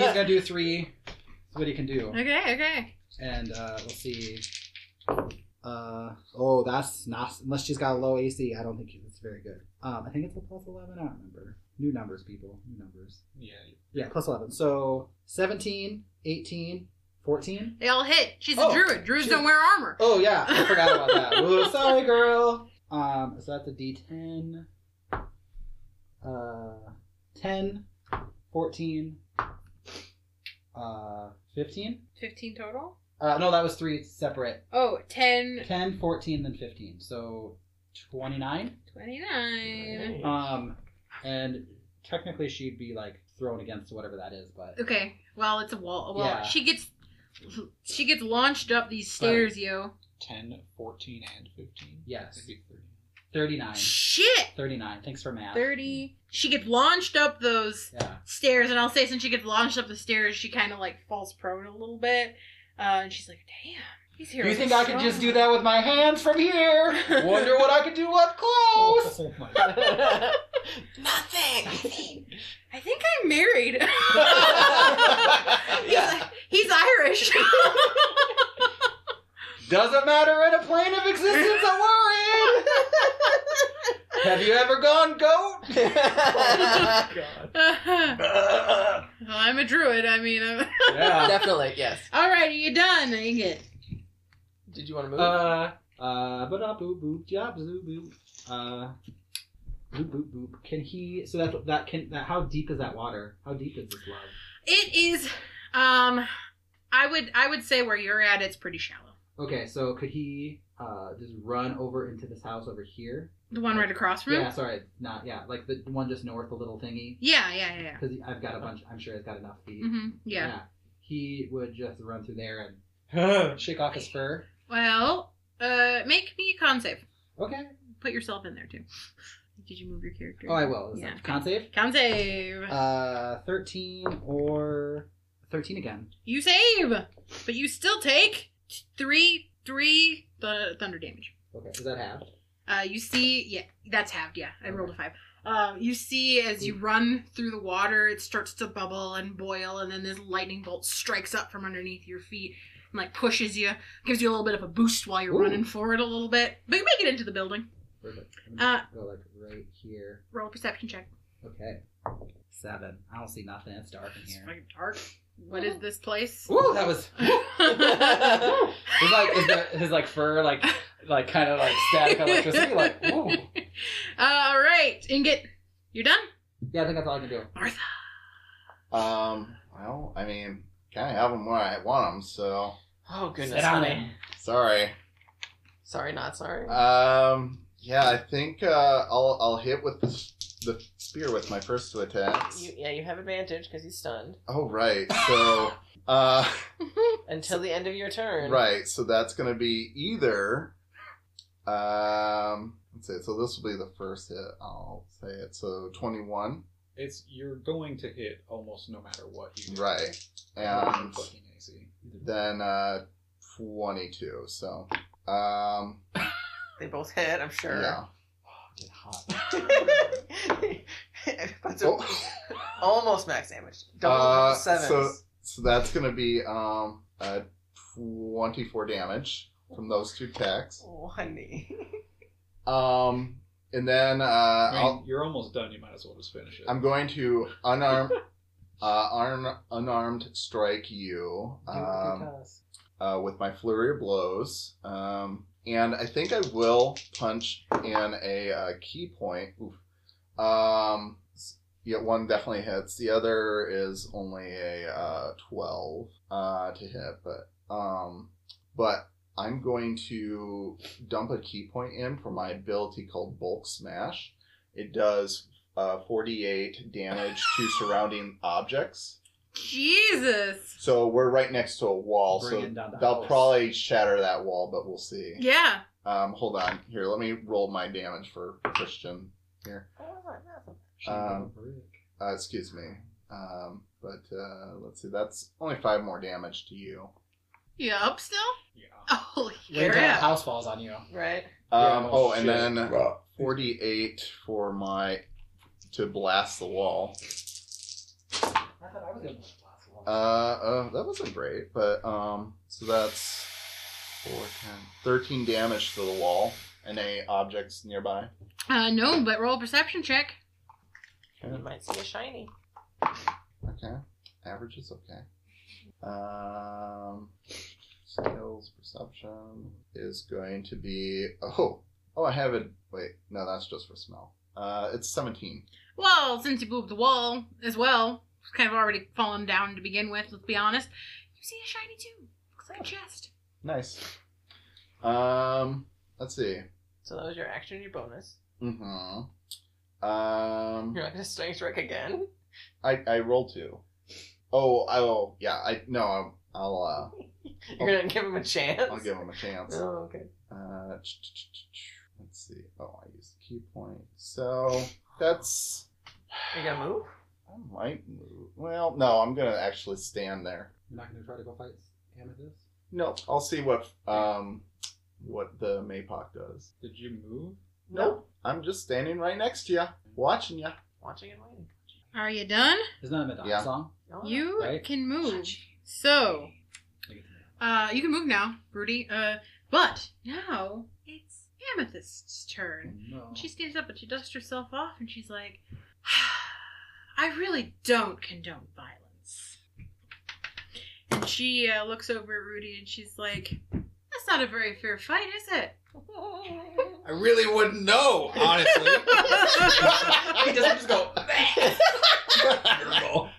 [SPEAKER 5] *laughs*
[SPEAKER 7] he's gonna do three. That's what he can do.
[SPEAKER 2] Okay. Okay.
[SPEAKER 7] And uh, we'll see. Uh, oh, that's not unless she's got a low AC. I don't think it's very good. Um, I think it's a plus 11. I don't remember. New numbers, people. New numbers.
[SPEAKER 6] Yeah.
[SPEAKER 7] Yeah, plus 11. So 17, 18, 14.
[SPEAKER 2] They all hit. She's
[SPEAKER 7] Oh,
[SPEAKER 2] a druid. Druids
[SPEAKER 7] she-
[SPEAKER 2] don't wear armor.
[SPEAKER 7] Oh yeah, I forgot about that. Ooh, sorry, girl. Um, so that's a D10. Uh, 10, 14, uh, 15.
[SPEAKER 2] Fifteen total.
[SPEAKER 7] Uh, no, that was three separate.
[SPEAKER 2] Oh, 10,
[SPEAKER 7] 10, 14, then 15. So 29.
[SPEAKER 2] 29.
[SPEAKER 7] Um, and technically she'd be like thrown against whatever that is, but
[SPEAKER 2] Okay. Well, it's a wall. Well,
[SPEAKER 7] Yeah.
[SPEAKER 2] she gets she gets launched up these stairs, yo.
[SPEAKER 6] 10, 14, and 15.
[SPEAKER 7] yes,
[SPEAKER 6] That'd be 30.
[SPEAKER 7] 39.
[SPEAKER 2] Shit.
[SPEAKER 7] 39. Thanks for math.
[SPEAKER 2] 30. She gets launched up those
[SPEAKER 7] Yeah.
[SPEAKER 2] stairs, and I'll say since she gets launched up the stairs, she kind of like falls prone a little bit. Uh, and she's like, damn, he's here.
[SPEAKER 7] You think I could just do that with my hands from here? Wonder what I could do up close.
[SPEAKER 6] Oh my
[SPEAKER 2] *laughs*
[SPEAKER 5] *laughs*
[SPEAKER 7] *laughs*
[SPEAKER 5] Nothing.
[SPEAKER 2] I think I'm married. *laughs*
[SPEAKER 5] Yeah.
[SPEAKER 2] he's, he's
[SPEAKER 7] *laughs*
[SPEAKER 2] Irish.
[SPEAKER 7] Doesn't matter in a plane of existence that we're in. Have you ever gone goat?
[SPEAKER 5] *laughs*
[SPEAKER 2] *laughs*
[SPEAKER 6] god.
[SPEAKER 2] Well, I'm a druid. I mean, I'm... *laughs*
[SPEAKER 6] *laughs*
[SPEAKER 7] Yeah.
[SPEAKER 5] Definitely yes.
[SPEAKER 2] alrighty, you done. Dang it.
[SPEAKER 5] Did you want to move?
[SPEAKER 7] Uh, uh, ba da boop boop, job zoo boop. Uh, boop boop boop. Can he? So that that can that. How deep is that water? How deep is this love?
[SPEAKER 2] It is. Um, I would I would say where you're at, it's pretty shallow.
[SPEAKER 7] Okay, so could he uh just run over into this house over here?
[SPEAKER 2] The one right across from.
[SPEAKER 7] Yeah,
[SPEAKER 2] him?
[SPEAKER 7] sorry, not yeah, like the one just north, the little thingy.
[SPEAKER 2] Yeah. Yeah. Yeah. Yeah.
[SPEAKER 7] Because I've got a bunch. I'm sure he's got enough feet.
[SPEAKER 2] hmm yeah.
[SPEAKER 7] He would just run through there
[SPEAKER 3] *laughs*
[SPEAKER 7] and shake off his fur.
[SPEAKER 2] Well, uh, make me a con save.
[SPEAKER 7] Okay.
[SPEAKER 2] Put yourself in there too. Did you move your character?
[SPEAKER 7] Oh, I will. Is
[SPEAKER 2] Yeah.
[SPEAKER 7] that Con save.
[SPEAKER 2] Con save.
[SPEAKER 7] Uh, thirteen or thirteen again.
[SPEAKER 2] you save, but you still take t- three three th- thunder damage.
[SPEAKER 7] Okay. Is that half?
[SPEAKER 2] Uh, you see, yeah, that's halved. Yeah, I rolled a five. Um, you see, as
[SPEAKER 7] Mm.
[SPEAKER 2] you run through the water, it starts to bubble and boil, and then this lightning bolt strikes up from underneath your feet and like pushes you, gives you a little bit of a boost while you're
[SPEAKER 7] Ooh.
[SPEAKER 2] running forward a little bit. But you make it into the building.
[SPEAKER 7] Perfect. I'm
[SPEAKER 2] Uh,
[SPEAKER 7] gonna go like right here.
[SPEAKER 2] Roll a perception check.
[SPEAKER 7] Okay. Seven. I don't see nothing. It's dark in
[SPEAKER 2] It's
[SPEAKER 7] here.
[SPEAKER 2] fucking dark. What is this place?
[SPEAKER 7] Ooh, that was.
[SPEAKER 2] Ooh.
[SPEAKER 7] His like his, his like fur like like kind of like static electricity like. Ooh.
[SPEAKER 2] *laughs* All right, Ingot, you're done.
[SPEAKER 7] Yeah, I think that's all I can do.
[SPEAKER 2] Martha,
[SPEAKER 3] Um, well, I mean, kind of have them where I want them, so
[SPEAKER 5] oh goodness.
[SPEAKER 7] Sit on
[SPEAKER 5] me.
[SPEAKER 7] him.
[SPEAKER 3] sorry.
[SPEAKER 5] Sorry, not sorry.
[SPEAKER 3] Um, yeah, I think uh, I'll I'll hit with the, the spear with my first two attacks.
[SPEAKER 5] you, yeah, you have advantage because he's stunned
[SPEAKER 3] Oh
[SPEAKER 5] *laughs*
[SPEAKER 3] right, so uh,
[SPEAKER 5] until the end of your turn.
[SPEAKER 3] right, so that's gonna be either. Um, let's see. So this will be the first hit. I'll say it. So twenty-one.
[SPEAKER 6] It's you're going to hit almost no matter what you do.
[SPEAKER 3] Right,
[SPEAKER 6] Fucking
[SPEAKER 3] and
[SPEAKER 6] AC.
[SPEAKER 3] then uh, twenty-two. So um,
[SPEAKER 5] *laughs* They both hit. I'm sure.
[SPEAKER 3] yeah.
[SPEAKER 7] Oh, get hot.
[SPEAKER 5] That's a-
[SPEAKER 3] Oh,
[SPEAKER 5] almost max damage. Double
[SPEAKER 3] Uh,
[SPEAKER 5] sevens.
[SPEAKER 3] so *laughs* so that's gonna be um uh, twenty four damage from those two attacks.
[SPEAKER 5] Oh, honey.
[SPEAKER 3] Um, and then uh,
[SPEAKER 6] I mean,
[SPEAKER 3] I'll,
[SPEAKER 6] you're almost done. You might as well just finish it.
[SPEAKER 3] I'm going to unarmed uh, arm, unarmed strike you.
[SPEAKER 7] Do it
[SPEAKER 3] Um,
[SPEAKER 7] because-
[SPEAKER 3] uh, with my flurry of blows. Um, and I think I will punch in a uh, key point. Oof. Um, s- yeah, one definitely hits. The other is only a uh, twelve uh, to hit, but um, but I'm going to dump a key point in for my ability called Bulk Smash. It does uh, 48 damage to surrounding objects.
[SPEAKER 2] Jesus.
[SPEAKER 3] So we're right next to a wall,
[SPEAKER 7] Bring
[SPEAKER 3] so
[SPEAKER 7] it down to
[SPEAKER 3] They'll
[SPEAKER 7] house.
[SPEAKER 3] probably shatter that wall, but we'll see.
[SPEAKER 2] Yeah.
[SPEAKER 3] Um, hold on. Here, let me roll my damage for Christian.
[SPEAKER 5] Oh,
[SPEAKER 3] Um, Uh, excuse me. Um, but uh, let's see. That's only five more damage to you.
[SPEAKER 2] You up still? *laughs*
[SPEAKER 4] Yeah.
[SPEAKER 2] Holy
[SPEAKER 7] Wait until the
[SPEAKER 2] crap.
[SPEAKER 7] house falls on you.
[SPEAKER 5] Right?
[SPEAKER 3] Um,
[SPEAKER 4] Yeah,
[SPEAKER 3] oh,
[SPEAKER 4] shit.
[SPEAKER 3] and then forty-eight for my to blast the wall.
[SPEAKER 7] I thought I was going
[SPEAKER 3] Uh,
[SPEAKER 7] to
[SPEAKER 3] uh, that wasn't great, but um, so that's four, 10, 13 damage to the wall and any objects nearby.
[SPEAKER 2] Uh, no, but roll a perception check.
[SPEAKER 5] You might see a shiny.
[SPEAKER 3] Okay. Average is okay. Um, skills perception is going to be oh oh I have it. Wait, no, that's just for smell. Uh, it's seventeen.
[SPEAKER 2] Well, since you blew up the wall as well, it's kind of already fallen down to begin with, let's be honest. You see a shiny too. Looks like a chest.
[SPEAKER 3] Nice. Um, let's see.
[SPEAKER 5] So that was your action, your bonus.
[SPEAKER 3] Mm-hmm. Um,
[SPEAKER 5] You're not gonna stunning strike again.
[SPEAKER 3] I I roll two. Oh, I will. Yeah, I no. I'll, I'll
[SPEAKER 5] You're gonna give him a chance.
[SPEAKER 3] uh, I'll give him a chance.
[SPEAKER 5] Oh, okay.
[SPEAKER 3] Uh, ch- ch- ch- ch- ch- let's see. Oh, I used the key point. So that's
[SPEAKER 5] You gonna move?
[SPEAKER 3] I might move. Well, no, I'm gonna actually stand there.
[SPEAKER 7] You're not going to try to go fight Amethyst?
[SPEAKER 3] No, I'll see what um what the Maypok does.
[SPEAKER 6] Did you move?
[SPEAKER 3] Nope, I'm just standing right next to you, watching you.
[SPEAKER 5] Watching and waiting.
[SPEAKER 2] Are you done?
[SPEAKER 7] Isn't that a Madonna
[SPEAKER 3] Yeah.
[SPEAKER 7] song?
[SPEAKER 5] Oh,
[SPEAKER 2] You
[SPEAKER 7] Right.
[SPEAKER 2] can move. So, uh, you can move now, Rudy. Uh, but now it's Amethyst's turn.
[SPEAKER 4] No.
[SPEAKER 2] And She stands up and she dusts herself off and she's like, *sighs* I really don't condone violence. And she uh, looks over at Rudy and she's like, That's not a very fair fight, is it?
[SPEAKER 4] I really wouldn't know,
[SPEAKER 7] *laughs*
[SPEAKER 4] honestly.
[SPEAKER 7] *laughs* He doesn't just go.
[SPEAKER 4] Terrible.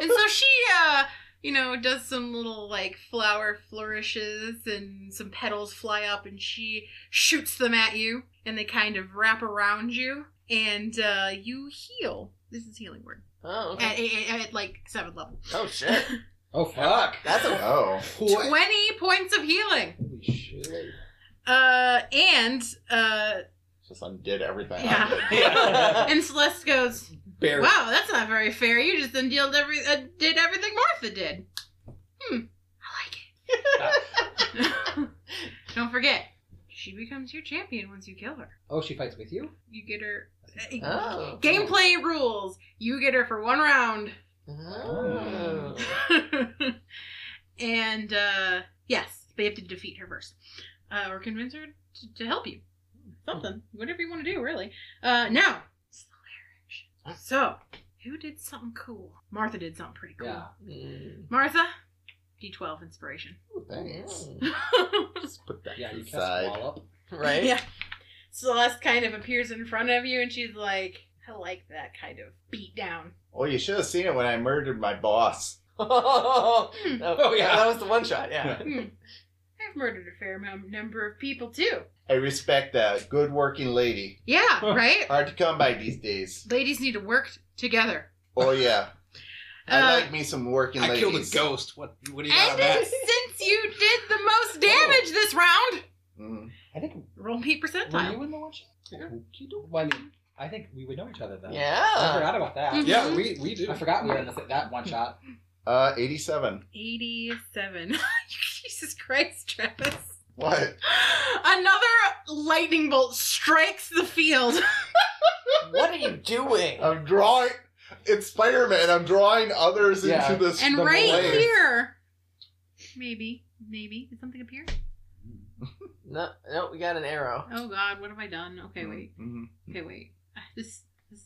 [SPEAKER 2] and so she, uh, you know, does some little like flower flourishes and some petals fly up and she shoots them at you and they kind of wrap around you and uh, you heal. This is healing word.
[SPEAKER 5] Oh,
[SPEAKER 2] At,
[SPEAKER 5] okay.
[SPEAKER 2] at, at like seventh level.
[SPEAKER 5] Oh shit.
[SPEAKER 7] Oh fuck!
[SPEAKER 5] That's a
[SPEAKER 3] Oh,
[SPEAKER 2] 20 points of healing.
[SPEAKER 6] Holy shit!
[SPEAKER 2] Uh, and, uh,
[SPEAKER 3] just undid everything.
[SPEAKER 2] Yeah.
[SPEAKER 3] I did.
[SPEAKER 5] Yeah.
[SPEAKER 2] and Celeste goes,
[SPEAKER 4] Barely.
[SPEAKER 2] Wow, that's not very fair. You just undealed every, uh, did everything Martha did. Hmm. I like it. Don't forget, she becomes your champion once you kill her.
[SPEAKER 7] Oh, she fights with you.
[SPEAKER 2] You get her. uh,
[SPEAKER 5] Oh.
[SPEAKER 2] Gameplay rules. You get her for one round.
[SPEAKER 5] Oh.
[SPEAKER 2] *laughs* and uh, yes, they have to defeat her first, uh, or convince her to, to help you. Something, whatever you want to do, really. Uh, now, Solaris. so who did something cool? Martha did something pretty cool.
[SPEAKER 7] Yeah.
[SPEAKER 5] Mm.
[SPEAKER 2] Martha, D12 inspiration.
[SPEAKER 3] Ooh, Oh, Thanks. Just put that
[SPEAKER 7] Yeah,
[SPEAKER 3] to
[SPEAKER 7] you
[SPEAKER 3] the
[SPEAKER 7] cast a
[SPEAKER 3] side.
[SPEAKER 7] wall up.
[SPEAKER 5] Right?
[SPEAKER 2] *laughs* Yeah. Celeste kind of appears in front of you, and she's like, "I like that kind of beat down."
[SPEAKER 3] Oh, you should have seen it when I murdered my boss.
[SPEAKER 5] oh,
[SPEAKER 2] Hmm.
[SPEAKER 5] yeah. That was the one shot, yeah.
[SPEAKER 2] Hmm. I've murdered a fair amount number of people too.
[SPEAKER 3] I respect that. Good working lady.
[SPEAKER 2] Yeah, right?
[SPEAKER 3] Hard to come by these days.
[SPEAKER 2] Ladies need to work t- together.
[SPEAKER 3] Oh yeah, I
[SPEAKER 2] Uh,
[SPEAKER 3] like me some working
[SPEAKER 4] I
[SPEAKER 3] ladies.
[SPEAKER 4] killed a ghost. What? What do you got on
[SPEAKER 2] and then
[SPEAKER 6] *laughs*
[SPEAKER 4] that?
[SPEAKER 2] *laughs* since you did the most damage this round,
[SPEAKER 3] Mm.
[SPEAKER 7] I think
[SPEAKER 2] roll me
[SPEAKER 7] were
[SPEAKER 2] percentile.
[SPEAKER 7] you in the one shot?
[SPEAKER 2] Yeah.
[SPEAKER 7] Well, I mean, I think we would know each other then. I
[SPEAKER 5] Yeah.
[SPEAKER 7] forgot about that.
[SPEAKER 2] Mhm.
[SPEAKER 4] Yeah, we we do.
[SPEAKER 7] I forgot we were in this, that one shot.
[SPEAKER 3] Uh, eighty-seven.
[SPEAKER 2] *laughs* 87. Jesus Christ, Travis.
[SPEAKER 3] What?
[SPEAKER 2] Another lightning bolt strikes the *laughs* field.
[SPEAKER 5] What are you doing?
[SPEAKER 3] I'm drawing. It's Spider Man. I'm drawing others
[SPEAKER 7] Yeah.
[SPEAKER 3] into this. *laughs*
[SPEAKER 2] And
[SPEAKER 3] the
[SPEAKER 2] right
[SPEAKER 3] blaze.
[SPEAKER 2] here. Maybe. Maybe. Did something appear?
[SPEAKER 5] No, no, we got an arrow.
[SPEAKER 2] Oh god, what have I done? Okay, wait.
[SPEAKER 3] Mhm.
[SPEAKER 2] Okay, wait. Ah, This. this...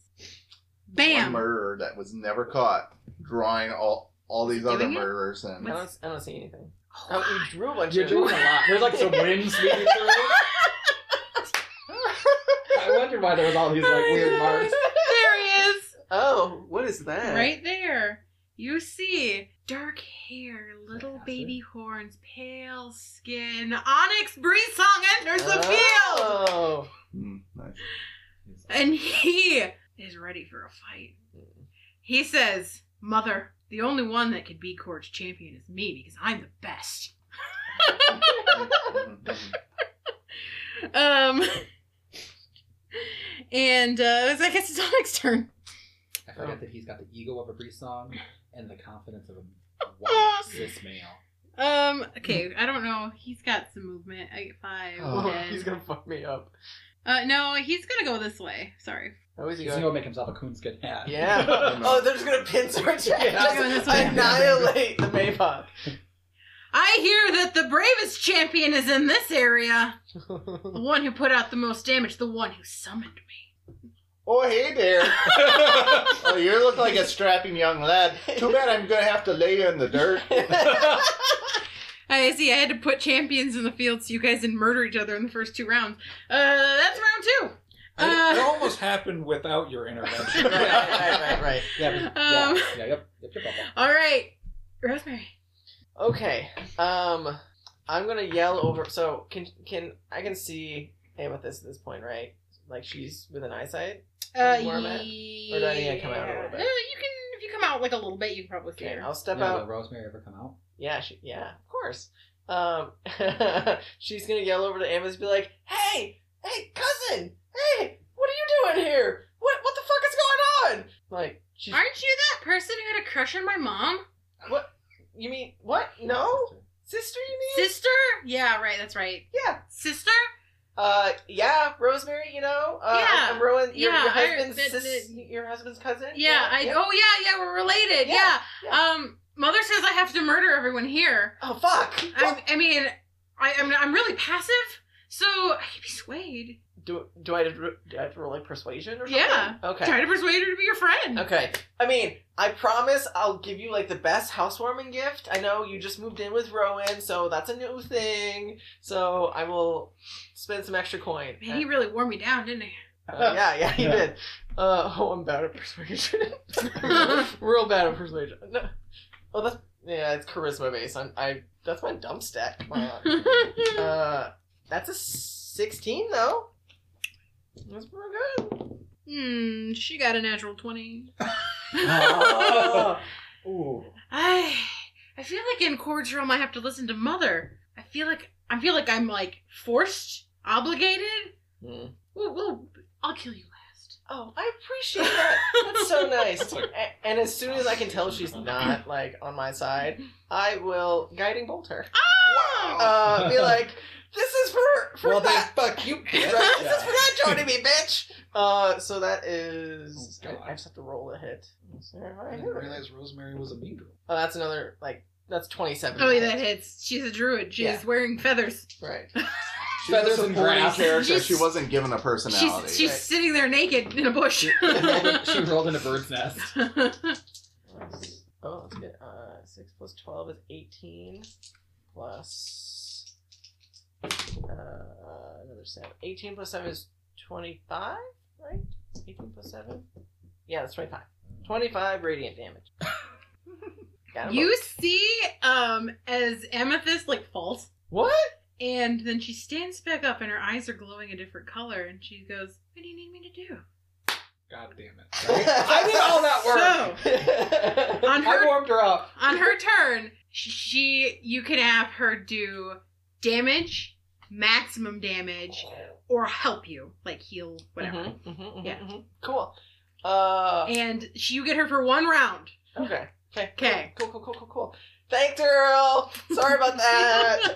[SPEAKER 3] One
[SPEAKER 2] Bam!
[SPEAKER 3] murderer that was never caught drawing all all these
[SPEAKER 2] Doing
[SPEAKER 3] other
[SPEAKER 2] it?
[SPEAKER 3] murderers in.
[SPEAKER 5] I don't, I don't see anything.
[SPEAKER 2] Oh,
[SPEAKER 5] Oh, you drew a bunch
[SPEAKER 7] You're
[SPEAKER 5] of
[SPEAKER 7] doing a lot. There's like some wind sweeping through. *laughs* I wondered why there was all these like weird marks.
[SPEAKER 2] there he is!
[SPEAKER 5] Oh, what is that?
[SPEAKER 2] Right there. You see dark hair, little
[SPEAKER 7] Fantastic.
[SPEAKER 2] baby horns, pale skin. Onyx Breesong enters the field!
[SPEAKER 5] Oh.
[SPEAKER 3] Mm, nice.
[SPEAKER 2] *laughs* And he is ready for a fight. He says, Mother, the only one that could be court's champion is me because I'm the best.
[SPEAKER 3] Mhm, mhm.
[SPEAKER 2] Um, *laughs* and uh, I guess it's Onyx's turn.
[SPEAKER 7] I forgot that he's got the ego of a Bree song and the confidence of a white cis male.
[SPEAKER 2] Um, okay, I don't know. He's got some movement. I get five.
[SPEAKER 3] Oh,
[SPEAKER 2] ten.
[SPEAKER 5] He's gonna fuck me up.
[SPEAKER 2] Uh, no, he's gonna go this way. Sorry.
[SPEAKER 5] How is he
[SPEAKER 7] He's
[SPEAKER 5] going?
[SPEAKER 7] gonna make himself a coonskin hat.
[SPEAKER 5] Yeah. Oh, they're just gonna pin search it.
[SPEAKER 2] Just going this
[SPEAKER 5] Just
[SPEAKER 2] way.
[SPEAKER 5] annihilate the Maypop.
[SPEAKER 2] I hear that the bravest champion is in this area. The one who put out the most damage, the one who summoned me.
[SPEAKER 3] Oh, hey there.
[SPEAKER 7] *laughs*
[SPEAKER 3] oh, you look like a strapping young lad. Too bad I'm going to have to lay you in the
[SPEAKER 7] *laughs*
[SPEAKER 3] dirt. *laughs*
[SPEAKER 2] I see, I had to put champions in the field so you guys didn't murder each other in the first two rounds. Uh, that's round two.
[SPEAKER 4] It
[SPEAKER 2] Uh,
[SPEAKER 4] almost happened without your intervention.
[SPEAKER 5] right, right, right, right.
[SPEAKER 7] Yeah. but-
[SPEAKER 2] Um.
[SPEAKER 7] yeah, yeah, yep, yep, yep, yep, yep.
[SPEAKER 2] all right. Rosemary.
[SPEAKER 5] Okay. Um, I'm gonna yell over. So can can I can see Amethyst at this point, right? Like she's within eyesight.
[SPEAKER 2] Uh,
[SPEAKER 5] Where am I? Or do I need to come out a little bit?
[SPEAKER 2] yeah. Uh, you can, if you come out like a little bit, you can probably see
[SPEAKER 5] Okay,
[SPEAKER 2] her.
[SPEAKER 5] I'll step
[SPEAKER 7] Now,
[SPEAKER 5] out.
[SPEAKER 7] will Rosemary ever come out?
[SPEAKER 5] Yeah, she, yeah, of course. Um, *laughs* she's gonna yell over to Amos and be like, "Hey, hey, cousin, hey, what are you doing here? What, what the fuck is going on?" Like, she's,
[SPEAKER 2] Aren't you that person who had a crush on my mom?
[SPEAKER 5] you mean what? No, sister, you mean?
[SPEAKER 2] Sister? Yeah, right, that's right.
[SPEAKER 5] yeah,
[SPEAKER 2] Sister?
[SPEAKER 5] uh, yeah, Rosemary, you know, uh,
[SPEAKER 2] Yeah.
[SPEAKER 5] I'm, I'm Rowan, your,
[SPEAKER 2] Yeah,
[SPEAKER 5] your
[SPEAKER 2] I-
[SPEAKER 5] husband's
[SPEAKER 2] that-
[SPEAKER 5] sis,
[SPEAKER 2] that-
[SPEAKER 5] your husband's cousin.
[SPEAKER 2] Yeah, I
[SPEAKER 5] yeah.
[SPEAKER 2] oh yeah, yeah, we're related.
[SPEAKER 5] Yeah,
[SPEAKER 2] Yeah. Um mother says I have to murder everyone here.
[SPEAKER 5] Oh fuck!
[SPEAKER 2] I I mean, I I'm, I'm really passive, so I can be swayed.
[SPEAKER 5] do do I, have to- do I have to roll like persuasion or something?
[SPEAKER 2] Yeah.
[SPEAKER 5] Okay.
[SPEAKER 2] Try to persuade her to be your friend.
[SPEAKER 5] Okay. I mean, I promise I'll give you like the best housewarming gift. I know you just moved in with Rowan, so that's a new thing. So I will spend some extra coin.
[SPEAKER 2] Man, he really wore me down, didn't *laughs* he?
[SPEAKER 5] Uh, *laughs* yeah, yeah, he
[SPEAKER 7] Yeah.
[SPEAKER 5] did. Uh, *laughs* oh, I'm bad at persuasion. *laughs* Real bad at persuasion. No. Oh, that's yeah, it's charisma based. I'm, I that's my dump stat. Come
[SPEAKER 2] *laughs*
[SPEAKER 5] on. uh, that's a sixteen though. That's pretty good.
[SPEAKER 2] Hmm, she got a natural twenty.
[SPEAKER 5] Oh.
[SPEAKER 7] Ooh.
[SPEAKER 2] I I feel like in Cord's room I have to listen to mother. I feel like I feel like I'm like forced, obligated.
[SPEAKER 5] Hmm.
[SPEAKER 2] Well, well I'll kill you last.
[SPEAKER 5] Oh, I appreciate that. That's so nice. A- and as soon as I can tell she's not like on my side, I will guiding bolt her. Uh, be like, this is for for
[SPEAKER 4] well, then
[SPEAKER 5] that.
[SPEAKER 4] fuck you.
[SPEAKER 5] Right, This is for not joining me, bitch. Uh, so that is.
[SPEAKER 4] Oh, God.
[SPEAKER 5] I, I just have to roll a hit.
[SPEAKER 4] I didn't realize Rosemary was a mean girl.
[SPEAKER 5] Oh, that's another like that's twenty seven.
[SPEAKER 2] Oh, yeah, that hits. She's a druid. She's
[SPEAKER 5] Yeah.
[SPEAKER 2] wearing feathers.
[SPEAKER 5] Right.
[SPEAKER 3] She's a
[SPEAKER 7] Feathers and
[SPEAKER 3] supporting
[SPEAKER 7] grass.
[SPEAKER 3] character.
[SPEAKER 2] She's-
[SPEAKER 3] She wasn't given a personality.
[SPEAKER 2] She's she's
[SPEAKER 5] right.
[SPEAKER 2] sitting there naked in a
[SPEAKER 7] *laughs*
[SPEAKER 2] bush.
[SPEAKER 7] She rolled in- she rolled in a bird's nest.
[SPEAKER 5] Oh, that's good. Uh, six plus twelve is eighteen. Plus uh, another seven. Eighteen plus seven is twenty-five, right? Eighteen plus seven. Yeah, that's twenty-five. Twenty-five radiant
[SPEAKER 2] *laughs*
[SPEAKER 5] damage. Got 'em
[SPEAKER 2] you
[SPEAKER 5] both.
[SPEAKER 2] see, um, as Amethyst like falls,
[SPEAKER 5] what?
[SPEAKER 2] and then she stands back up, and her eyes are glowing a different color, and she goes, "What do you need me to do?"
[SPEAKER 4] God damn it.
[SPEAKER 7] I did all that work.
[SPEAKER 5] *laughs*
[SPEAKER 2] So on
[SPEAKER 7] I
[SPEAKER 2] her
[SPEAKER 7] warmed her up.
[SPEAKER 2] on her turn, sh- she you can have her do damage, maximum damage, or help you like heal whatever,
[SPEAKER 7] Mm-hmm.
[SPEAKER 5] Mhm, mhm, mhm,
[SPEAKER 2] Yeah.
[SPEAKER 5] mhm. Cool. Uh,
[SPEAKER 2] and she, you get her for one round.
[SPEAKER 5] okay. Okay.
[SPEAKER 2] Okay.
[SPEAKER 5] Cool. Cool. Cool. Cool. Cool. Thanks, Earl. Sorry about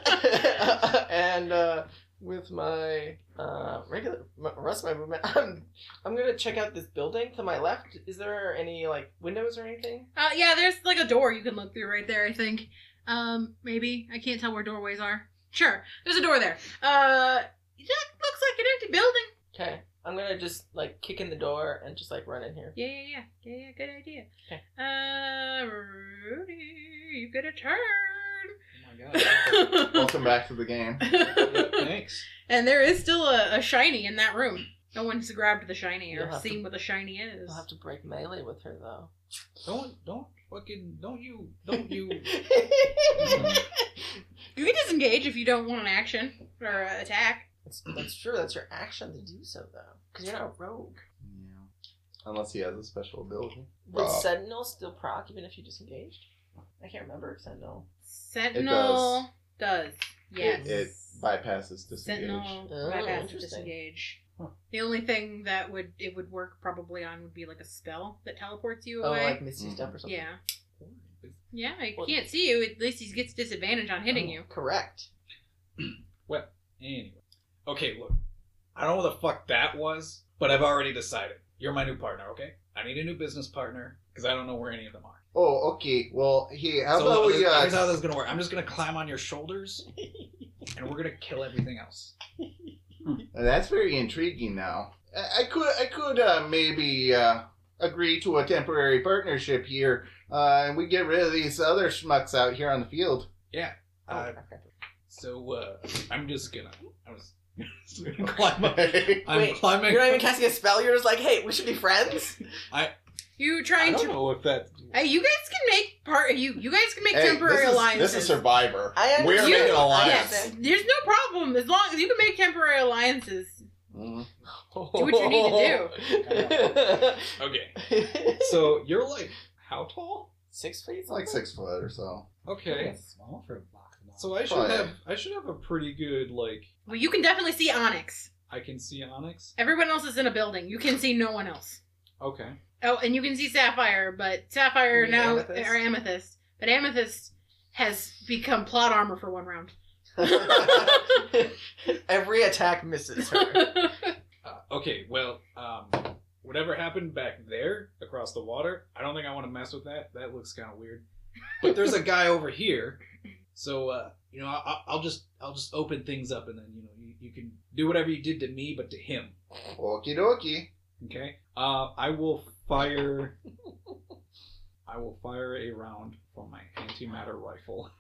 [SPEAKER 5] that. and uh, with my uh, regular my, rest of my movement, *laughs* I'm I'm gonna check out this building to my left. Is there any like windows or anything?
[SPEAKER 2] Uh, yeah, there's like a door you can look through right there, I think. Um, maybe. I can't tell where doorways are. Sure, there's a door there. Uh, it looks like an empty building.
[SPEAKER 5] Okay, I'm gonna just like kick in the door and just like run in here.
[SPEAKER 2] Yeah, yeah, yeah. Yeah, yeah, good idea.
[SPEAKER 5] Okay.
[SPEAKER 2] Uh, Rudy, you get a
[SPEAKER 5] *laughs*
[SPEAKER 6] Oh my
[SPEAKER 2] turn.
[SPEAKER 3] Welcome back to the
[SPEAKER 7] *laughs*
[SPEAKER 3] game.
[SPEAKER 2] *laughs*
[SPEAKER 6] Thanks.
[SPEAKER 2] and there is still a, a shiny in that room. No one's grabbed the shiny
[SPEAKER 5] You'll
[SPEAKER 2] or
[SPEAKER 5] have to-
[SPEAKER 2] seen what the shiny is.
[SPEAKER 5] I'll have to break melee with her though.
[SPEAKER 6] Don't don't fucking don't you don't you
[SPEAKER 2] You can disengage if you don't want an action or uh, attack.
[SPEAKER 5] *laughs* That's, that's true. That's your action to do so though, because you're not a rogue.
[SPEAKER 3] Unless he has a special ability.
[SPEAKER 5] Would
[SPEAKER 3] Rob.
[SPEAKER 5] Sentinel still proc even if you disengaged? I can't remember if Sentinel.
[SPEAKER 2] Sentinel does. Yes.
[SPEAKER 3] It, it bypasses disengage.
[SPEAKER 2] Sentinel
[SPEAKER 5] Oh,
[SPEAKER 2] bypass
[SPEAKER 5] interesting.
[SPEAKER 2] disengage.
[SPEAKER 7] Huh.
[SPEAKER 2] The only thing that would it would work probably on would be like a spell that teleports you
[SPEAKER 5] Oh,
[SPEAKER 2] away.
[SPEAKER 5] like Misty
[SPEAKER 3] Mm-hmm.
[SPEAKER 5] Step or something.
[SPEAKER 2] yeah. Yeah, he can't see you. At least he gets disadvantage on hitting
[SPEAKER 5] Oh.
[SPEAKER 2] you.
[SPEAKER 5] Correct.
[SPEAKER 6] Well, anyway. Okay, look. I don't know what the fuck that was, but I've already decided. You're my new partner, okay? I need a new business partner because I don't know where any of them are.
[SPEAKER 3] Oh, okay. Well, hey, how
[SPEAKER 6] So
[SPEAKER 3] about
[SPEAKER 6] look,
[SPEAKER 3] we uh,
[SPEAKER 6] here's how this is gonna work. I'm just gonna climb on your shoulders, and we're gonna kill everything else.
[SPEAKER 3] Uh, That's very intriguing. Now, I, I could, I could uh, maybe uh, agree to a temporary partnership here, uh, and we get rid of these other schmucks out here on the field. *laughs*
[SPEAKER 5] Oh,
[SPEAKER 6] Uh,
[SPEAKER 5] okay.
[SPEAKER 6] so uh, I'm just gonna, I'm just, just *laughs* gonna
[SPEAKER 3] *laughs*
[SPEAKER 6] climb up. I'm
[SPEAKER 5] Wait,
[SPEAKER 6] climbing.
[SPEAKER 5] You're not even casting a spell. You're just like, hey, we should be friends.
[SPEAKER 2] You're
[SPEAKER 6] I
[SPEAKER 2] trying
[SPEAKER 6] don't
[SPEAKER 2] to.
[SPEAKER 6] know if that.
[SPEAKER 2] Hey, you guys can make part. You you guys can make
[SPEAKER 3] Hey,
[SPEAKER 2] temporary
[SPEAKER 3] this is,
[SPEAKER 2] alliances.
[SPEAKER 3] This is Survivor.
[SPEAKER 5] I understand.
[SPEAKER 3] We're
[SPEAKER 2] You-
[SPEAKER 3] making an alliance.
[SPEAKER 2] Yes,
[SPEAKER 5] *laughs*
[SPEAKER 2] there's no problem as long as you can make temporary alliances.
[SPEAKER 3] Mhm.
[SPEAKER 5] Do
[SPEAKER 2] what you need
[SPEAKER 5] to
[SPEAKER 6] Okay.
[SPEAKER 5] do.
[SPEAKER 6] So you're like how tall?
[SPEAKER 5] Six feet?
[SPEAKER 3] It's like six foot or so.
[SPEAKER 6] Okay.
[SPEAKER 7] It's small for a block.
[SPEAKER 6] So I should
[SPEAKER 3] Probably.
[SPEAKER 6] have, I should have a pretty good like.
[SPEAKER 2] Well, you can definitely see Onyx.
[SPEAKER 6] I can see Onyx.
[SPEAKER 2] Everyone else is in a building. You can see no one else.
[SPEAKER 6] Okay.
[SPEAKER 2] Oh, and you can see Sapphire, but Sapphire
[SPEAKER 5] You mean
[SPEAKER 2] now
[SPEAKER 5] Amethyst?
[SPEAKER 2] or Amethyst, but Amethyst has become plot armor for one round.
[SPEAKER 5] *laughs* Every attack misses her.
[SPEAKER 6] Uh, okay, well, um, whatever happened back there across the water, I don't think I want to mess with that. That looks kind of weird. But there's a guy over here, so uh, you know, I, I- I'll just I'll just open things up, and then you know, you, you can do whatever you did to me, but to him.
[SPEAKER 3] Okie dokie.
[SPEAKER 6] Okay. Uh, I will fire. I will fire a round for my antimatter rifle.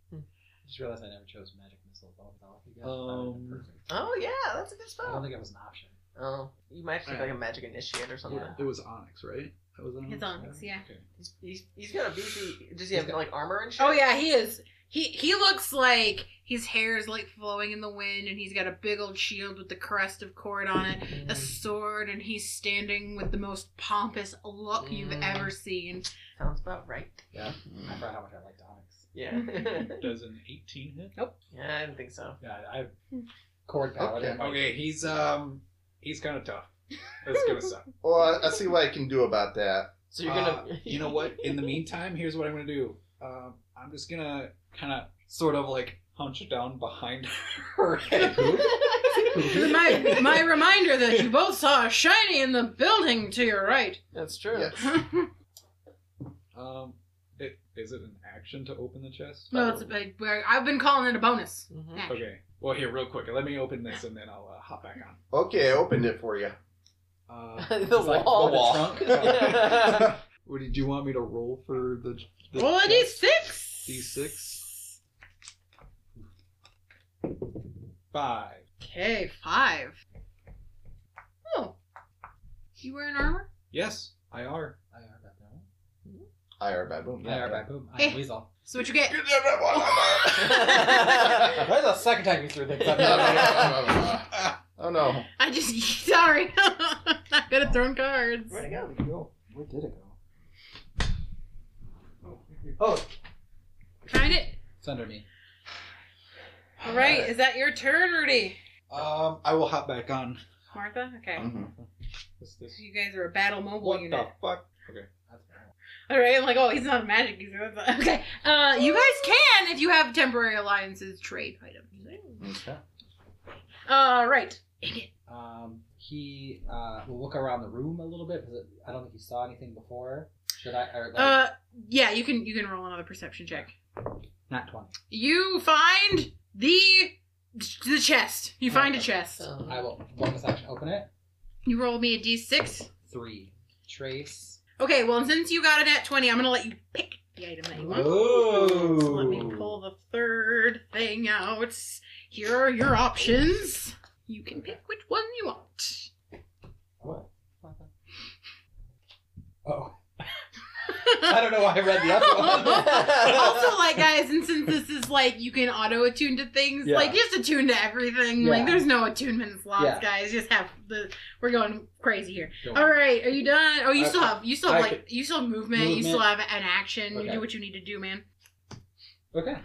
[SPEAKER 7] just realized I never chose magic missiles. I was like, yeah, that would've been
[SPEAKER 6] Um,
[SPEAKER 7] perfect.
[SPEAKER 5] oh, yeah, that's a good
[SPEAKER 7] I don't
[SPEAKER 5] spell.
[SPEAKER 7] think it was an option.
[SPEAKER 5] Oh, you might have to take like a magic initiate or something.
[SPEAKER 6] It was Onyx, right? That was
[SPEAKER 2] It's Onyx, yeah.
[SPEAKER 6] Okay.
[SPEAKER 5] He's, he's, he's got a beefy. Does he
[SPEAKER 6] He's
[SPEAKER 5] have
[SPEAKER 6] got-
[SPEAKER 5] like armor and shit?
[SPEAKER 2] oh yeah, he is. He he looks like his hair is like flowing in the wind, and he's got a big old shield with the crest of cord on it, a
[SPEAKER 5] Mm,
[SPEAKER 2] sword, and he's standing with the most pompous look you've
[SPEAKER 5] Mm.
[SPEAKER 2] ever
[SPEAKER 5] *laughs*
[SPEAKER 2] seen.
[SPEAKER 5] sounds about right.
[SPEAKER 7] Yeah. I forgot how much I liked Onyx.
[SPEAKER 5] Yeah. *laughs*
[SPEAKER 6] Does an 18 hit?
[SPEAKER 5] yeah, I didn't think so.
[SPEAKER 7] Yeah, I I- cord paladin. like,
[SPEAKER 6] Okay, he's um he's kind
[SPEAKER 2] *laughs*
[SPEAKER 6] of tough. That's gonna suck.
[SPEAKER 3] Well, I, I see what I can do about that.
[SPEAKER 5] So you're gonna.
[SPEAKER 6] Uh, you *laughs* know what? In the meantime, here's what I'm gonna do. Um, I'm just gonna kind of sort of like hunch down behind *laughs* her head.
[SPEAKER 2] my
[SPEAKER 5] *laughs*
[SPEAKER 2] my reminder that you both saw a shiny in the building to your right. *laughs*
[SPEAKER 5] That's true.
[SPEAKER 3] Yes.
[SPEAKER 6] Um, it, is it an action to open the chest?
[SPEAKER 2] No,
[SPEAKER 5] Oh.
[SPEAKER 2] it's a, I- I've been calling it a bonus.
[SPEAKER 7] *laughs*
[SPEAKER 5] Mhm.
[SPEAKER 2] Yeah.
[SPEAKER 6] Okay. Well, here, real quick. Let me open this and then I'll uh, hop back on.
[SPEAKER 3] Okay, I opened it for you. *laughs*
[SPEAKER 6] Uh,
[SPEAKER 5] *laughs* the
[SPEAKER 6] it's like
[SPEAKER 5] wall.
[SPEAKER 6] the wall.
[SPEAKER 5] *laughs*
[SPEAKER 6] *laughs*
[SPEAKER 5] Yeah.
[SPEAKER 6] what did you want me to roll for the? the
[SPEAKER 2] Roll a
[SPEAKER 6] chest?
[SPEAKER 2] d6.
[SPEAKER 6] D6. Five.
[SPEAKER 2] Okay, five. Oh. You wearing armor?
[SPEAKER 6] Yes, I are.
[SPEAKER 7] I are baboon.
[SPEAKER 3] IR baboon.
[SPEAKER 7] I
[SPEAKER 3] yeah.
[SPEAKER 7] are baboon. I
[SPEAKER 2] Eh.
[SPEAKER 7] am weasel.
[SPEAKER 2] So what you get?
[SPEAKER 3] You never wanna-
[SPEAKER 7] That's the second time you threw this up.
[SPEAKER 3] *laughs* oh no.
[SPEAKER 2] I just *laughs* sorry. I could have thrown cards.
[SPEAKER 5] Where'd it go?
[SPEAKER 7] Where did it go?
[SPEAKER 5] Oh.
[SPEAKER 2] Find it.
[SPEAKER 7] It's under me.
[SPEAKER 2] All right. Is that your turn, Rudy?
[SPEAKER 6] Um, I will hop back on.
[SPEAKER 2] Martha. Okay.
[SPEAKER 3] Mhm.
[SPEAKER 5] Um,
[SPEAKER 6] What's this?
[SPEAKER 2] You guys are a battle mobile
[SPEAKER 6] What
[SPEAKER 2] unit.
[SPEAKER 6] the fuck? Okay.
[SPEAKER 7] That's what I want.
[SPEAKER 2] All right, I'm like, oh, he's not a magic user. That's- *laughs* Okay, uh, you guys can if you have temporary alliances trade items.
[SPEAKER 3] Okay.
[SPEAKER 2] All right, Dang it.
[SPEAKER 7] Um, he uh, will look around the room a little bit because I don't think he saw anything before. Should I? Or like,
[SPEAKER 2] Uh, yeah, you can you can roll another perception check.
[SPEAKER 7] not twenty.
[SPEAKER 2] You find the the chest. You find a
[SPEAKER 5] Oh, Okay.
[SPEAKER 2] chest.
[SPEAKER 5] So,
[SPEAKER 7] I will bonus action open it.
[SPEAKER 2] You roll me a d6.
[SPEAKER 7] Three trace.
[SPEAKER 2] Okay, well, and since you got it at 20, I'm going to let you pick the item that you want.
[SPEAKER 7] Ooh.
[SPEAKER 2] So let me pull the third thing out. Here are your options. You can pick which one you want.
[SPEAKER 7] What? Oh, I don't know why I read the other
[SPEAKER 5] *laughs*
[SPEAKER 2] *laughs*
[SPEAKER 7] one. *laughs*
[SPEAKER 2] also, like, guys, and since this is like you can auto attune to things,
[SPEAKER 7] Yeah.
[SPEAKER 2] like just attune to everything.
[SPEAKER 7] Yeah.
[SPEAKER 2] Like, there's no attunement slots,
[SPEAKER 7] Yeah.
[SPEAKER 2] guys. Just have the we're going crazy here.
[SPEAKER 7] Go
[SPEAKER 2] All right, are you done? Oh, you
[SPEAKER 7] I-
[SPEAKER 2] still have you still
[SPEAKER 7] I
[SPEAKER 2] have, like you still have movement, You still have an action. You
[SPEAKER 7] Okay.
[SPEAKER 2] do what you need to do, man.
[SPEAKER 7] Okay.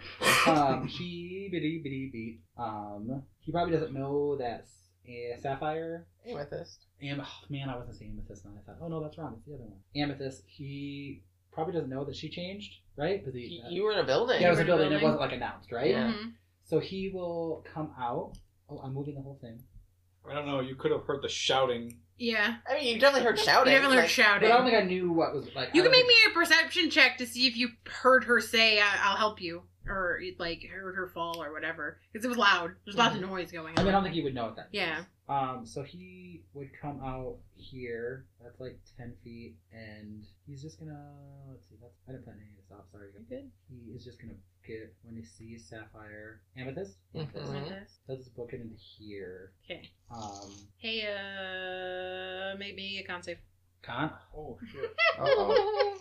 [SPEAKER 7] Um, *laughs* he bitty bitty beat. Um, he probably doesn't know that uh, sapphire.
[SPEAKER 5] amethyst.
[SPEAKER 7] Am- oh, man, I wasn't saying amethyst. And I thought, oh no, that's wrong. It's the other one. Amethyst. He probably doesn't know that she changed, right? Because he.
[SPEAKER 5] Y- You were in a building.
[SPEAKER 7] yeah, it was a
[SPEAKER 2] You were in a
[SPEAKER 7] building. It
[SPEAKER 2] building.
[SPEAKER 7] wasn't like announced, right?
[SPEAKER 5] Yeah.
[SPEAKER 2] Mhm.
[SPEAKER 7] So he will come out. Oh, I'm moving the whole thing.
[SPEAKER 4] I don't know. You could have heard the shouting.
[SPEAKER 2] Yeah.
[SPEAKER 5] I mean, you definitely
[SPEAKER 7] *laughs*
[SPEAKER 5] heard shouting.
[SPEAKER 2] You haven't learned
[SPEAKER 5] like, *laughs*
[SPEAKER 7] But
[SPEAKER 2] shouting.
[SPEAKER 7] I don't think I knew what was like.
[SPEAKER 2] You can
[SPEAKER 7] I don't
[SPEAKER 2] make me
[SPEAKER 7] think-
[SPEAKER 2] a perception check to see if you heard her say, I- "I'll help you," or like heard her fall or whatever, because it was loud. There's lots of noise going
[SPEAKER 7] Mm-hmm. I
[SPEAKER 2] on.
[SPEAKER 7] mean, I don't think you would know what that.
[SPEAKER 2] Yeah.
[SPEAKER 7] Um, so he would come out here. That's like ten feet, and he's just gonna. Let's see. That's, I didn't plan any of this off. Sorry. You good? He is just gonna get when he sees sapphire amethyst.
[SPEAKER 2] Mm-hmm.
[SPEAKER 5] Mhm.
[SPEAKER 7] Mm-hmm. Let's just book it into here.
[SPEAKER 2] Okay.
[SPEAKER 7] Um,
[SPEAKER 2] Hey, uh, maybe a con save.
[SPEAKER 7] con.
[SPEAKER 4] Oh shit!
[SPEAKER 3] Uh-oh.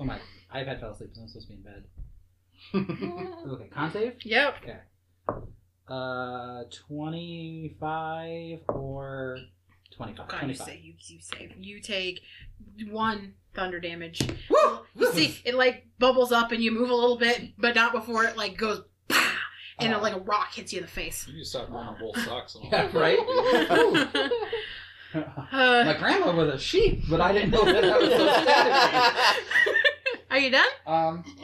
[SPEAKER 7] Oh my! iPad fell asleep. 'cause I'm supposed to be in bed. Okay, con save.
[SPEAKER 2] yep.
[SPEAKER 7] Okay. Uh, twenty-five or twenty-five.
[SPEAKER 2] God, you
[SPEAKER 7] twenty-five.
[SPEAKER 2] save. You, you save. You take one thunder damage.
[SPEAKER 7] Woo!
[SPEAKER 2] You see, it like bubbles up, and you move a little bit, but not before it like goes, "Pah!" and
[SPEAKER 7] Uh.
[SPEAKER 2] it, like a rock hits you in the face.
[SPEAKER 4] You need to stop wearing
[SPEAKER 5] *laughs*
[SPEAKER 4] wool socks. And all
[SPEAKER 7] *laughs* Yeah,
[SPEAKER 2] *laughs*
[SPEAKER 7] right.
[SPEAKER 2] Uh,
[SPEAKER 7] My grandma was a sheep, but I didn't know that
[SPEAKER 5] *laughs*
[SPEAKER 7] that was so sad.
[SPEAKER 2] are you
[SPEAKER 7] *laughs*
[SPEAKER 2] done? *laughs*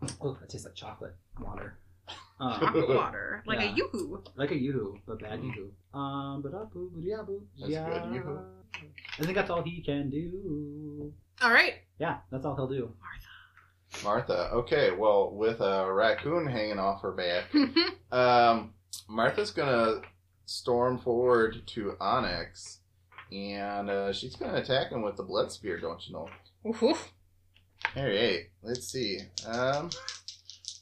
[SPEAKER 7] Um, oh, that tastes like chocolate water. Um,
[SPEAKER 2] Aqua water, like
[SPEAKER 7] Yeah.
[SPEAKER 2] a yoo-hoo.
[SPEAKER 7] like a yoo-hoo, but bad yoo-hoo. Um, but up, boo, boo, yeah, boo,
[SPEAKER 3] Mm. That's
[SPEAKER 7] yeah.
[SPEAKER 3] good yoo-hoo.
[SPEAKER 7] I think that's all he can do.
[SPEAKER 2] All right. *laughs*
[SPEAKER 7] Yeah, that's all he'll do.
[SPEAKER 3] Martha. Okay, well, with a raccoon hanging off her back, um, Martha's gonna storm forward to Onyx, and uh, she's gonna attack him with the blood spear. Don't you know?
[SPEAKER 2] Oof.
[SPEAKER 3] All right, let's see. Um,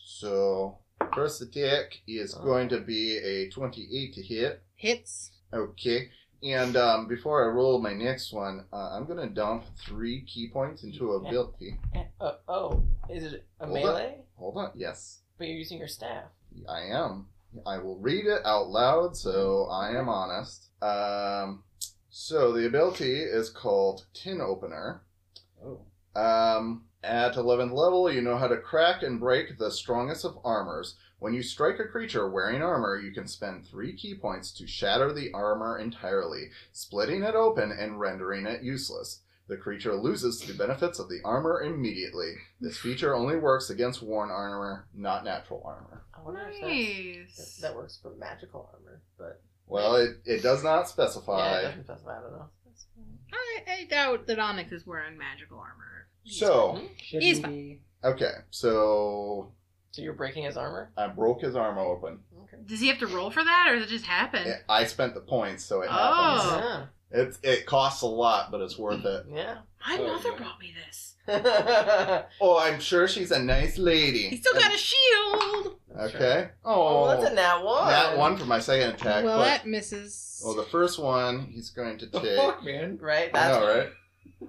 [SPEAKER 3] so first attack is going to be a twenty-eight to hit.
[SPEAKER 2] Hits.
[SPEAKER 3] Okay. And um, before I roll my next one, uh, I'm gonna dump three key points into ability.
[SPEAKER 5] Uh, oh, is it a
[SPEAKER 3] Hold on.
[SPEAKER 5] melee?
[SPEAKER 3] Hold on. Yes,
[SPEAKER 5] But you're using your staff.
[SPEAKER 3] I am. I will read it out loud, so I am honest. Um, so the ability is called Tin Opener.
[SPEAKER 7] Oh,
[SPEAKER 3] Um, at 11th level, you know how to crack and break the strongest of armors. When you strike a creature wearing armor, you can spend three key points to shatter the armor entirely, splitting it open and rendering it useless. The creature loses the benefits of the armor immediately. This feature only works against worn armor, not natural armor.
[SPEAKER 5] I wonder if that's,
[SPEAKER 2] Nice.
[SPEAKER 5] that works for magical armor, but
[SPEAKER 3] Well, it, it does not
[SPEAKER 5] yeah, it
[SPEAKER 3] specify.
[SPEAKER 5] doesn't doesn't- I don't know.
[SPEAKER 2] I, I doubt that Onyx is wearing magical armor.
[SPEAKER 3] so,
[SPEAKER 7] should
[SPEAKER 2] He's
[SPEAKER 7] be.
[SPEAKER 3] okay, so
[SPEAKER 5] So you're breaking his armor?
[SPEAKER 3] I broke his arm open.
[SPEAKER 5] Okay.
[SPEAKER 2] Does he have to roll for that, or does it just happen?
[SPEAKER 3] I spent the points, so it
[SPEAKER 2] Oh.
[SPEAKER 3] happens.
[SPEAKER 5] Yeah.
[SPEAKER 3] It's it costs a lot, but it's worth it.
[SPEAKER 5] Yeah. *laughs*
[SPEAKER 2] My
[SPEAKER 4] Oh,
[SPEAKER 2] mother
[SPEAKER 4] yeah.
[SPEAKER 2] brought me this.
[SPEAKER 3] Oh, I'm sure she's a nice lady.
[SPEAKER 2] He's still got a shield.
[SPEAKER 3] Okay.
[SPEAKER 5] oh,
[SPEAKER 3] Oh,
[SPEAKER 5] that's a nat one.
[SPEAKER 3] that one for my second attack.
[SPEAKER 2] well,
[SPEAKER 3] but,
[SPEAKER 2] that misses.
[SPEAKER 3] well, the first one he's going to
[SPEAKER 4] The
[SPEAKER 3] take.
[SPEAKER 4] fuck, man!
[SPEAKER 5] Right?
[SPEAKER 3] I
[SPEAKER 5] That's
[SPEAKER 3] know, right?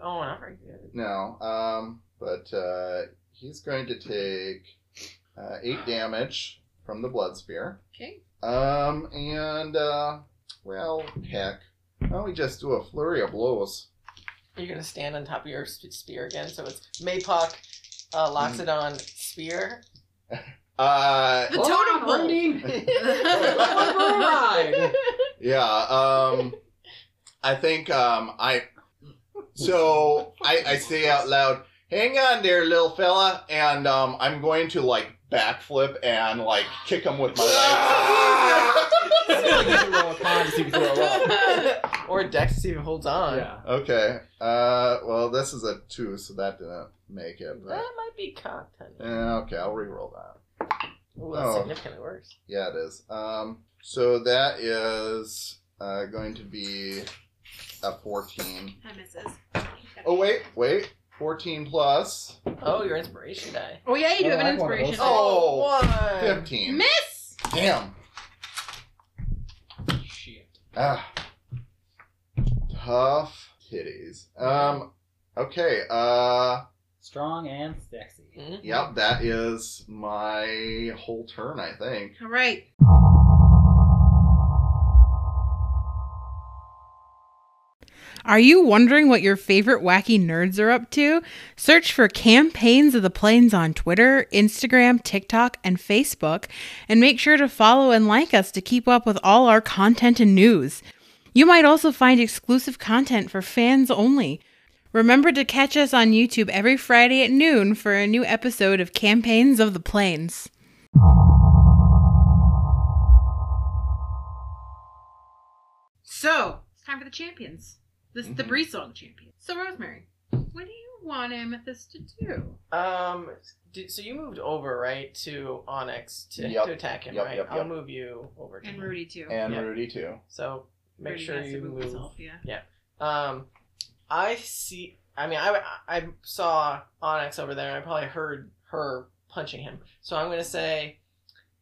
[SPEAKER 5] Oh, not very good.
[SPEAKER 3] No. Um, but uh, he's going to take uh, eight damage from the blood spear.
[SPEAKER 2] okay.
[SPEAKER 3] Um, and uh, well, heck, why don't we just do a flurry of blows?
[SPEAKER 5] You're gonna stand on top of your sp- spear again, so it's Maypok,
[SPEAKER 3] Mm.
[SPEAKER 5] uh, Loxodon,
[SPEAKER 3] *laughs*
[SPEAKER 5] spear.
[SPEAKER 3] Uh,
[SPEAKER 2] The totem *laughs* pole.
[SPEAKER 3] Yeah. Um, I think um, I. So I, I say out loud, hang on there, little fella. And um, I'm going to like backflip and like kick him with my legs.
[SPEAKER 7] roll a con to see if you throw a rock.
[SPEAKER 5] or Dex to see if it holds on. *laughs*
[SPEAKER 4] yeah.
[SPEAKER 3] okay. Uh, well, this is a two, so that didn't make it.
[SPEAKER 5] That
[SPEAKER 3] But,
[SPEAKER 5] might be content.
[SPEAKER 3] yeah, okay, I'll re-roll that.
[SPEAKER 5] Ooh, that's
[SPEAKER 3] Oh.
[SPEAKER 5] significantly worse.
[SPEAKER 3] Yeah, it is. Um, so that is uh, going to be a 14.
[SPEAKER 2] That misses.
[SPEAKER 3] Oh, wait, wait. 14 plus
[SPEAKER 5] Oh, your inspiration die.
[SPEAKER 2] Oh yeah, you do
[SPEAKER 7] Oh,
[SPEAKER 2] have an
[SPEAKER 7] I want
[SPEAKER 2] inspiration.
[SPEAKER 3] those. Oh,
[SPEAKER 5] one.
[SPEAKER 3] 15.
[SPEAKER 2] Miss.
[SPEAKER 3] Damn.
[SPEAKER 4] Shit.
[SPEAKER 3] Ah. Tough kitties. Um, okay. Uh,
[SPEAKER 7] Strong and sexy.
[SPEAKER 2] Mm.
[SPEAKER 5] Mhm.
[SPEAKER 3] yep, that is my whole turn, I think.
[SPEAKER 2] All right.
[SPEAKER 8] Are you wondering what your favorite wacky nerds are up to? Search for Campaigns of the Plains on Twitter, Instagram, TikTok, and Facebook, and make sure to follow and like us to keep up with all our content and news. You might also find exclusive content for fans only. Remember to catch us on YouTube every Friday at noon for a new episode of Campaigns of the Plains.
[SPEAKER 2] So Mm-hmm. it's time for the champions. This is the Bree song champion. So Rosemary, what do you want Amethyst to do?
[SPEAKER 5] Um, did, so you moved over right to Onyx to,
[SPEAKER 3] Yep.
[SPEAKER 5] to attack him,
[SPEAKER 3] Yep,
[SPEAKER 5] right?
[SPEAKER 3] yep,
[SPEAKER 5] I'll
[SPEAKER 3] yep.
[SPEAKER 5] move you over to
[SPEAKER 2] And
[SPEAKER 5] him.
[SPEAKER 2] Rudy too.
[SPEAKER 3] And
[SPEAKER 5] Yeah.
[SPEAKER 3] Rudy, too.
[SPEAKER 5] So make
[SPEAKER 2] Rudy
[SPEAKER 5] sure
[SPEAKER 2] has to
[SPEAKER 5] you move.
[SPEAKER 2] himself, Yeah.
[SPEAKER 5] Um, I see. I mean, I I saw Onyx over there, and I probably heard her punching him. So I'm gonna say,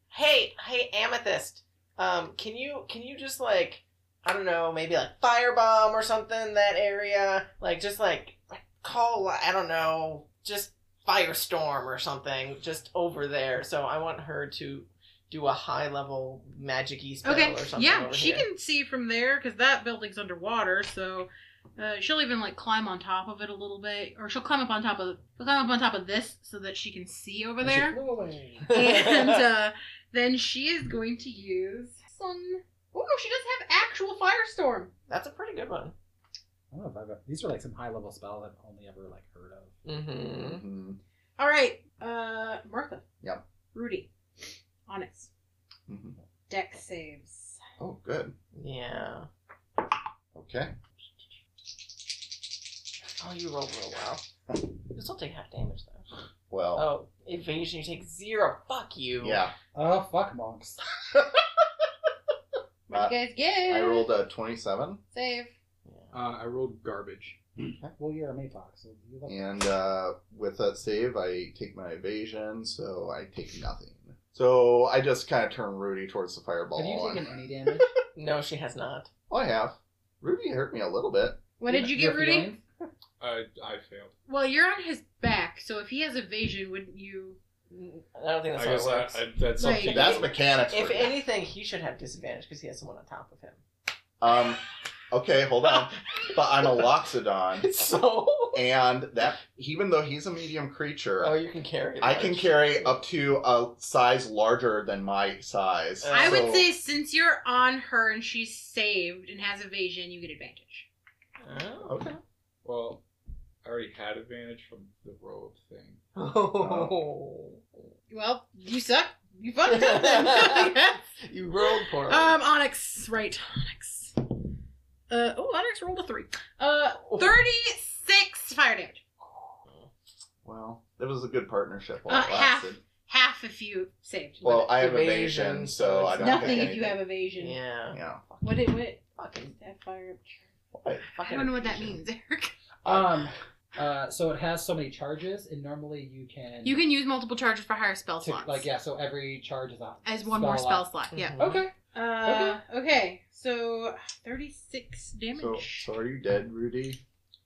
[SPEAKER 5] "Hey, hey, Amethyst, um, can you can you just like I don't know, maybe like firebomb or something that area, like just like call I don't know, just firestorm or something, just over there." So I want her to do a high level magic spell
[SPEAKER 2] Okay.
[SPEAKER 5] or something.
[SPEAKER 2] Yeah,
[SPEAKER 5] over
[SPEAKER 2] she
[SPEAKER 5] here.
[SPEAKER 2] can see from there because that building's underwater, so uh, she'll even like climb on top of it a little bit, or she'll climb up on top of she'll climb up on top of this so that she can see over *laughs* there.
[SPEAKER 5] *laughs*
[SPEAKER 2] and uh, then she is going to use some. Oh no, she does have actual firestorm.
[SPEAKER 5] That's a pretty good one.
[SPEAKER 7] I don't know if I've e, these are like some high level spells I've only ever like heard of.
[SPEAKER 5] Mm-hmm.
[SPEAKER 3] Mm-hmm.
[SPEAKER 2] All right, uh, Martha.
[SPEAKER 3] Yep.
[SPEAKER 2] Rudy. Onyx.
[SPEAKER 3] hmm
[SPEAKER 2] Deck saves.
[SPEAKER 3] Oh, good.
[SPEAKER 5] Yeah.
[SPEAKER 3] Okay.
[SPEAKER 5] Oh, you rolled real well. You still take half damage though.
[SPEAKER 3] Well,
[SPEAKER 5] Oh, evasion, you take zero. Fuck you.
[SPEAKER 3] yeah.
[SPEAKER 7] Oh fuck monks.
[SPEAKER 2] What do you guys get?
[SPEAKER 3] I rolled a 27
[SPEAKER 2] save.
[SPEAKER 4] Uh, I rolled garbage.
[SPEAKER 7] Well, you're a Mayfox. So you look-
[SPEAKER 3] And uh, with that save, I take my evasion, so I take nothing. So I just kind of turn Rudy towards the fireball.
[SPEAKER 7] Have you
[SPEAKER 3] and-
[SPEAKER 7] taken any
[SPEAKER 2] *laughs*
[SPEAKER 7] damage?
[SPEAKER 5] No, she has not.
[SPEAKER 3] Oh, I have. Rudy hurt me a little bit.
[SPEAKER 2] What did you
[SPEAKER 7] Your
[SPEAKER 2] get, Rudy?
[SPEAKER 7] feelings?
[SPEAKER 4] I I failed.
[SPEAKER 2] Well, you're on his back, so if he has evasion, wouldn't you?
[SPEAKER 5] Mm, I don't think that's
[SPEAKER 4] I
[SPEAKER 5] how it
[SPEAKER 4] guess I,
[SPEAKER 5] works.
[SPEAKER 4] I, that's
[SPEAKER 2] Right.
[SPEAKER 4] something.
[SPEAKER 3] That's mechanics.
[SPEAKER 5] if
[SPEAKER 3] for you.
[SPEAKER 5] anything, he should have disadvantage because he has someone on top of him. *laughs*
[SPEAKER 3] Um, okay,
[SPEAKER 2] *laughs*
[SPEAKER 3] hold on. but I'm a loxodon,
[SPEAKER 5] so.
[SPEAKER 3] and that even though he's a medium creature,
[SPEAKER 5] Oh, you can carry.
[SPEAKER 3] I
[SPEAKER 5] that.
[SPEAKER 3] can carry up to a size larger than my size.
[SPEAKER 5] Uh,
[SPEAKER 2] I would
[SPEAKER 3] So-
[SPEAKER 2] say since you're on her and she's saved and has evasion, you get advantage.
[SPEAKER 5] Oh.
[SPEAKER 3] Okay.
[SPEAKER 4] Well, I already had advantage from the robe thing.
[SPEAKER 5] *laughs* Oh.
[SPEAKER 2] Well, you suck. You fucked up then. *laughs* um,
[SPEAKER 5] you rolled poorly.
[SPEAKER 2] Onyx, right? Onyx. Uh oh, Onyx rolled a three. Uh, thirty-six fire damage.
[SPEAKER 3] Well, it was a good partnership. While
[SPEAKER 2] Uh,
[SPEAKER 3] it
[SPEAKER 2] half.
[SPEAKER 3] lasted.
[SPEAKER 2] Half if you saved.
[SPEAKER 3] Well, I have
[SPEAKER 5] Evasion,
[SPEAKER 3] evasion,
[SPEAKER 5] so
[SPEAKER 3] so
[SPEAKER 5] it's
[SPEAKER 3] I don't
[SPEAKER 2] Nothing
[SPEAKER 3] take
[SPEAKER 2] if you
[SPEAKER 3] anything.
[SPEAKER 2] have evasion.
[SPEAKER 5] yeah.
[SPEAKER 3] Yeah.
[SPEAKER 2] What did what?
[SPEAKER 5] Fucking.
[SPEAKER 2] That fire up.
[SPEAKER 3] What?
[SPEAKER 2] I don't know what that means, Eric.
[SPEAKER 7] Um. Uh. So it has so many charges, and normally you can
[SPEAKER 2] You can use multiple charges for higher spell
[SPEAKER 7] to-
[SPEAKER 2] slots.
[SPEAKER 7] like yeah. So every charge is on
[SPEAKER 2] As one more spell slot. Yeah.
[SPEAKER 5] Mm-hmm.
[SPEAKER 7] Okay.
[SPEAKER 2] Uh, okay, so 36 damage.
[SPEAKER 3] So, so are you dead, Rudy?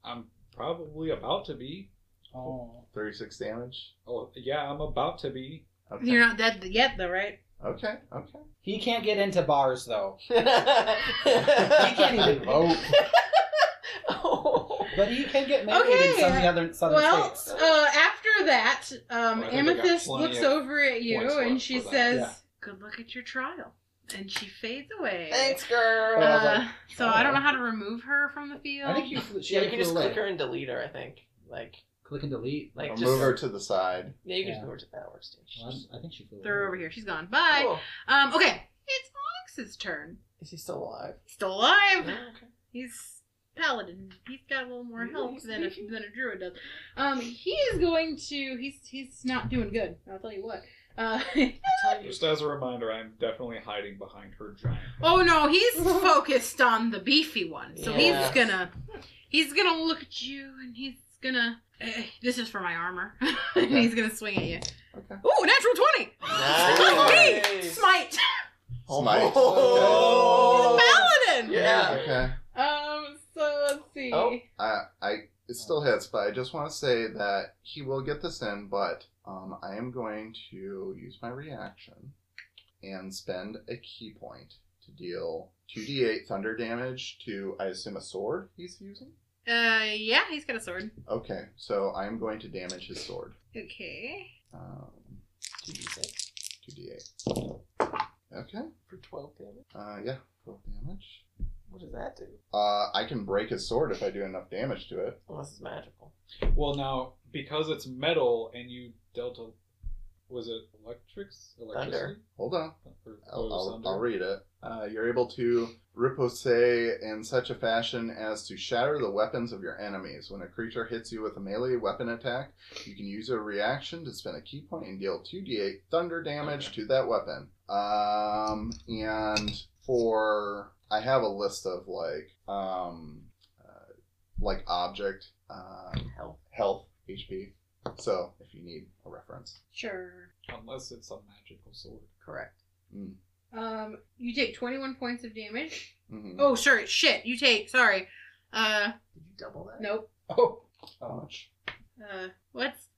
[SPEAKER 4] I'm probably about to be.
[SPEAKER 7] Oh.
[SPEAKER 3] 36 damage?
[SPEAKER 4] Oh yeah, I'm about to be.
[SPEAKER 3] Okay.
[SPEAKER 2] You're not dead yet, though, right?
[SPEAKER 3] okay, okay.
[SPEAKER 7] He can't get into bars though. He
[SPEAKER 5] he
[SPEAKER 7] can't even vote,
[SPEAKER 5] *laughs* oh.
[SPEAKER 7] but he can get married in some of the other southern
[SPEAKER 2] well,
[SPEAKER 7] states.
[SPEAKER 2] uh, after that, um,
[SPEAKER 4] Well, I think I got
[SPEAKER 2] Amethyst
[SPEAKER 4] plenty
[SPEAKER 2] looks
[SPEAKER 4] of
[SPEAKER 2] over at you
[SPEAKER 4] points left
[SPEAKER 2] and she
[SPEAKER 4] for that.
[SPEAKER 2] says,
[SPEAKER 7] Yeah.
[SPEAKER 2] Good luck at your trial. And she fades away.
[SPEAKER 5] Thanks, girl.
[SPEAKER 7] And I was
[SPEAKER 2] Uh,
[SPEAKER 7] like,
[SPEAKER 2] so I don't know how to remove her from the field.
[SPEAKER 7] I think you. Flew, she
[SPEAKER 5] yeah,
[SPEAKER 7] had
[SPEAKER 5] you can
[SPEAKER 7] flew
[SPEAKER 5] just
[SPEAKER 7] away.
[SPEAKER 5] click her and delete her. I think. Like
[SPEAKER 7] Click and delete.
[SPEAKER 5] Like
[SPEAKER 3] Or
[SPEAKER 5] just
[SPEAKER 3] move her to the side.
[SPEAKER 5] yeah, you can just
[SPEAKER 7] Yeah.
[SPEAKER 5] go over to that workstation.
[SPEAKER 7] Well, I think she flew.
[SPEAKER 2] Throw her over here. She's gone. Bye.
[SPEAKER 5] Cool.
[SPEAKER 2] Um, okay. It's Onyx's turn.
[SPEAKER 5] Is he still alive?
[SPEAKER 2] Still alive.
[SPEAKER 5] Yeah, *laughs* okay.
[SPEAKER 2] He's paladin. He's got a little more
[SPEAKER 5] Yeah,
[SPEAKER 2] health
[SPEAKER 5] he's
[SPEAKER 2] than a,
[SPEAKER 5] speaking.
[SPEAKER 2] than a druid does. Um, he is going to. He's he's not doing good. I'll tell you what. Uh, *laughs*
[SPEAKER 4] Just as a reminder, I'm definitely hiding behind her giant.
[SPEAKER 2] oh
[SPEAKER 5] *laughs*
[SPEAKER 2] no, he's focused on the beefy one. So
[SPEAKER 5] Yes.
[SPEAKER 2] he's gonna he's gonna look at you and he's gonna. eh, this is for my armor. *laughs* and
[SPEAKER 3] Okay.
[SPEAKER 2] he's gonna swing at you.
[SPEAKER 3] Okay.
[SPEAKER 2] Ooh, natural twenty.
[SPEAKER 5] Nice.
[SPEAKER 2] Hey, smite. *laughs*
[SPEAKER 3] Smite.
[SPEAKER 5] Oh.
[SPEAKER 2] Paladin.
[SPEAKER 5] Yeah.
[SPEAKER 3] *laughs* Okay.
[SPEAKER 2] Um. So let's see.
[SPEAKER 5] Oh.
[SPEAKER 3] I, I it still hits, but I just want to say that he will get this in, but um, I am going to use my reaction and spend a key point to deal 2d8 thunder damage to, I assume, a sword he's using?
[SPEAKER 2] Uh. Yeah. He's got a sword.
[SPEAKER 3] Okay, so I'm going to damage his sword.
[SPEAKER 2] Okay.
[SPEAKER 3] Um,
[SPEAKER 5] 2d6
[SPEAKER 3] 2d8. Okay.
[SPEAKER 5] for 12 damage.
[SPEAKER 3] Uh, yeah, 12 damage.
[SPEAKER 5] What does that do?
[SPEAKER 3] Uh, I can break his sword if I do enough damage to it.
[SPEAKER 5] Unless it's magical.
[SPEAKER 4] Well, now because it's metal and you dealt a, was it electrics electricity?
[SPEAKER 3] Hold on.
[SPEAKER 4] Or- oh, it
[SPEAKER 3] I'll,
[SPEAKER 4] was
[SPEAKER 3] I'll,
[SPEAKER 4] thunder?
[SPEAKER 3] I'll read it. Uh, you're able to riposte in such a fashion as to shatter the weapons of your enemies. When a creature hits you with a melee weapon attack, you can use a reaction to spend a key point and deal 2d8 thunder damage to that weapon. Um, and for I have a list of like um, uh, like object um,
[SPEAKER 5] Health.
[SPEAKER 3] health HP. So if you need a reference,
[SPEAKER 2] Sure.
[SPEAKER 4] Unless it's a magical sword.
[SPEAKER 5] Correct.
[SPEAKER 2] Um, you take 21 points of damage.
[SPEAKER 3] Mhm.
[SPEAKER 2] Oh, sure, shit. You take, sorry. Uh,
[SPEAKER 5] Did you double that?
[SPEAKER 2] nope.
[SPEAKER 7] Oh,
[SPEAKER 3] how much?
[SPEAKER 2] Uh, what's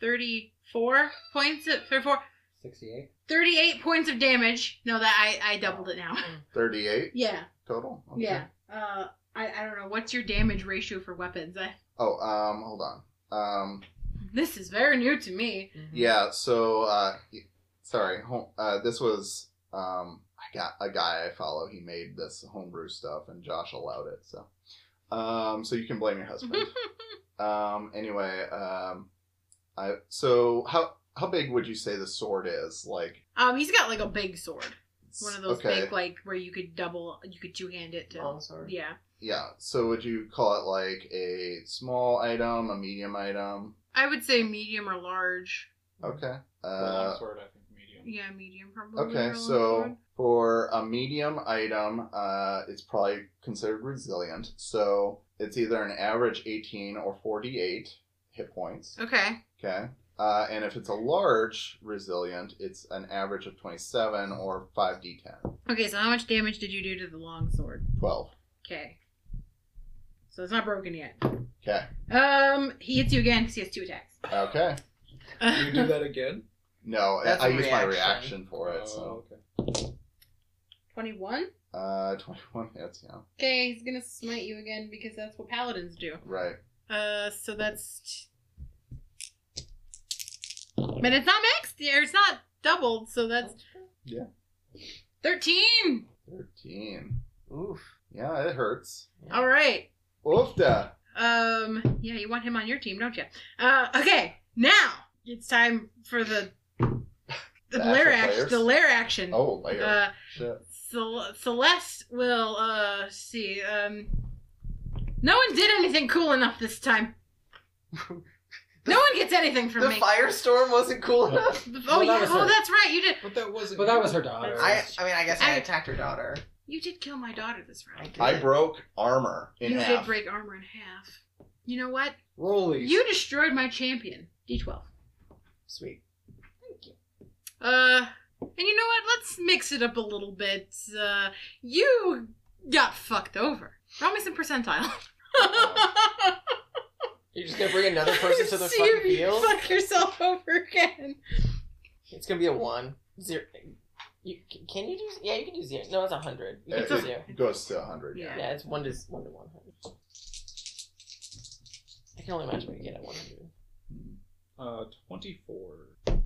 [SPEAKER 2] 34 points of, 34,
[SPEAKER 7] 68.
[SPEAKER 2] 38 points of damage. No, that I, I doubled it now. *laughs*
[SPEAKER 3] Thirty-eight
[SPEAKER 2] Yeah,
[SPEAKER 3] total. Okay.
[SPEAKER 2] yeah. Uh, I, I don't know. What's your damage ratio for weapons? I,
[SPEAKER 3] Oh, um, hold on. Um,
[SPEAKER 2] this is very new to me.
[SPEAKER 5] Mm-hmm.
[SPEAKER 3] yeah. So, uh, y- sorry. Home, uh, this was um, I got a guy I follow. He made this homebrew stuff, and Josh allowed it. So, um, so you can blame
[SPEAKER 2] *laughs*
[SPEAKER 3] your husband. um, anyway, um, I so how how big would you say the sword is? Like
[SPEAKER 2] Um, he's got like a big sword. One of those
[SPEAKER 3] okay,
[SPEAKER 2] big, like, where you could double, you could two hand it to.
[SPEAKER 5] Longsword.
[SPEAKER 2] Yeah.
[SPEAKER 3] yeah. So would you call it like a small item, a medium item?
[SPEAKER 2] I would say medium or large.
[SPEAKER 3] Okay.
[SPEAKER 4] The
[SPEAKER 3] Uh,
[SPEAKER 4] long sword, I think, medium.
[SPEAKER 2] Yeah, medium probably.
[SPEAKER 3] Okay,
[SPEAKER 2] or
[SPEAKER 3] so
[SPEAKER 2] longsword.
[SPEAKER 3] for a medium item, uh, it's probably considered resilient. So it's either an average 18 or 48 hit points.
[SPEAKER 2] Okay.
[SPEAKER 3] Okay. Uh, and if it's a large resilient, it's an average of 27 or 5d10.
[SPEAKER 2] Okay, so how much damage did you do to the longsword?
[SPEAKER 3] 12.
[SPEAKER 2] Okay. So it's not broken yet.
[SPEAKER 3] Okay.
[SPEAKER 2] Um, he hits you again because he has two attacks.
[SPEAKER 3] Okay.
[SPEAKER 4] Do you do
[SPEAKER 2] *laughs*
[SPEAKER 4] that
[SPEAKER 3] *laughs*
[SPEAKER 4] again?
[SPEAKER 3] No, I-
[SPEAKER 5] That's
[SPEAKER 3] I
[SPEAKER 5] a
[SPEAKER 3] used my
[SPEAKER 5] reaction.
[SPEAKER 3] reaction for it. So
[SPEAKER 4] Oh, okay.
[SPEAKER 2] 21?
[SPEAKER 5] Oh.
[SPEAKER 3] uh, 21 hits, yeah.
[SPEAKER 2] Okay, he's gonna smite you again because that's what paladins do.
[SPEAKER 3] Right.
[SPEAKER 2] Uh, so that's. But it's not maxed, or it's not doubled, so that's.
[SPEAKER 3] Yeah.
[SPEAKER 2] 13!
[SPEAKER 3] 13.
[SPEAKER 5] Oof.
[SPEAKER 3] Yeah, it hurts.
[SPEAKER 2] Alright.
[SPEAKER 3] Oofda.
[SPEAKER 2] Um, yeah, you want him on your team, don't you? Uh, okay, now it's time for the the,
[SPEAKER 3] The
[SPEAKER 2] lair
[SPEAKER 3] actual
[SPEAKER 2] action.
[SPEAKER 3] players?
[SPEAKER 2] The lair action.
[SPEAKER 3] Oh, layer.
[SPEAKER 2] uh,
[SPEAKER 3] Shit.
[SPEAKER 2] Cel- Celeste will uh see. Um, no one did anything cool enough this
[SPEAKER 7] *laughs*
[SPEAKER 2] time. no one gets anything from
[SPEAKER 5] The
[SPEAKER 2] me.
[SPEAKER 5] firestorm wasn't cool enough.
[SPEAKER 2] oh,
[SPEAKER 7] Well, that
[SPEAKER 2] yeah,
[SPEAKER 7] was
[SPEAKER 2] oh,
[SPEAKER 7] her.
[SPEAKER 2] that's right. You did.
[SPEAKER 4] But that wasn't.
[SPEAKER 7] But that was her daughter.
[SPEAKER 5] I, I mean, I guess I,
[SPEAKER 2] I-
[SPEAKER 5] attacked her daughter.
[SPEAKER 2] You did kill my daughter this
[SPEAKER 5] I
[SPEAKER 2] round.
[SPEAKER 5] did.
[SPEAKER 3] I broke armor in
[SPEAKER 2] you
[SPEAKER 3] half.
[SPEAKER 2] did break armor in half. You know what?
[SPEAKER 4] Rollies.
[SPEAKER 2] You destroyed my champion. D twelve.
[SPEAKER 5] Sweet.
[SPEAKER 2] Uh, and you know what? Let's mix it up a little bit. Uh, you got fucked over. Roll me some percentile.
[SPEAKER 7] Uh-huh.
[SPEAKER 5] You're just gonna bring
[SPEAKER 2] *laughs*
[SPEAKER 5] another person *laughs* to the
[SPEAKER 2] See
[SPEAKER 5] fucking
[SPEAKER 2] if you
[SPEAKER 5] field?
[SPEAKER 2] Fuck yourself over again.
[SPEAKER 5] It's gonna be a one. Zero. You, can you do? Yeah, you can do zero. No, it's a hundred. You can
[SPEAKER 3] It,
[SPEAKER 5] do
[SPEAKER 3] it
[SPEAKER 5] zero.
[SPEAKER 3] goes to 100. Yeah.
[SPEAKER 2] Yeah.
[SPEAKER 5] Yeah, it's one to one to one hundred. I can only imagine what you get at one hundred.
[SPEAKER 4] Uh, twenty-four.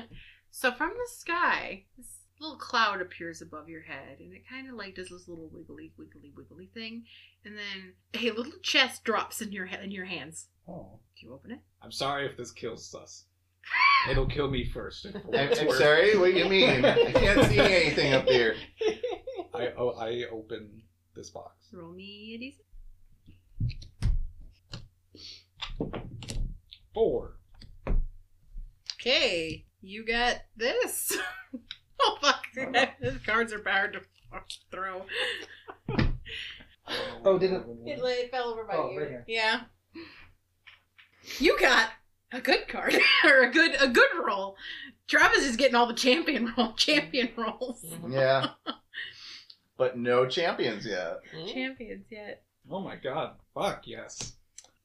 [SPEAKER 2] *laughs* so from the sky, this little cloud appears above your head, and it kind of like does this little wiggly, wiggly, wiggly thing, and then a little chest drops in your he- in your hands.
[SPEAKER 7] Oh.
[SPEAKER 2] Did you open it?
[SPEAKER 4] I'm sorry if this kills us. It'll kill me first. for what
[SPEAKER 3] I'm,
[SPEAKER 4] it's
[SPEAKER 3] I'm
[SPEAKER 4] worth.
[SPEAKER 3] sorry. What do you mean? I can't see anything
[SPEAKER 5] *laughs*
[SPEAKER 3] up there.
[SPEAKER 4] I, oh, I open this box.
[SPEAKER 2] Roll me a decent.
[SPEAKER 4] Four.
[SPEAKER 2] Okay, you got this. *laughs* oh fuck! *laughs* His cards are powered to throw.
[SPEAKER 7] Oh, did it?
[SPEAKER 6] One,
[SPEAKER 2] It, lay- it fell over by
[SPEAKER 7] Oh,
[SPEAKER 2] you.
[SPEAKER 7] right here.
[SPEAKER 2] Yeah. You got a good card *laughs* or a good a good roll. Travis is getting all the champion roll *laughs* champion rolls.
[SPEAKER 3] Yeah. But no champions yet.
[SPEAKER 2] Champions yet.
[SPEAKER 4] Oh my god. Fuck yes.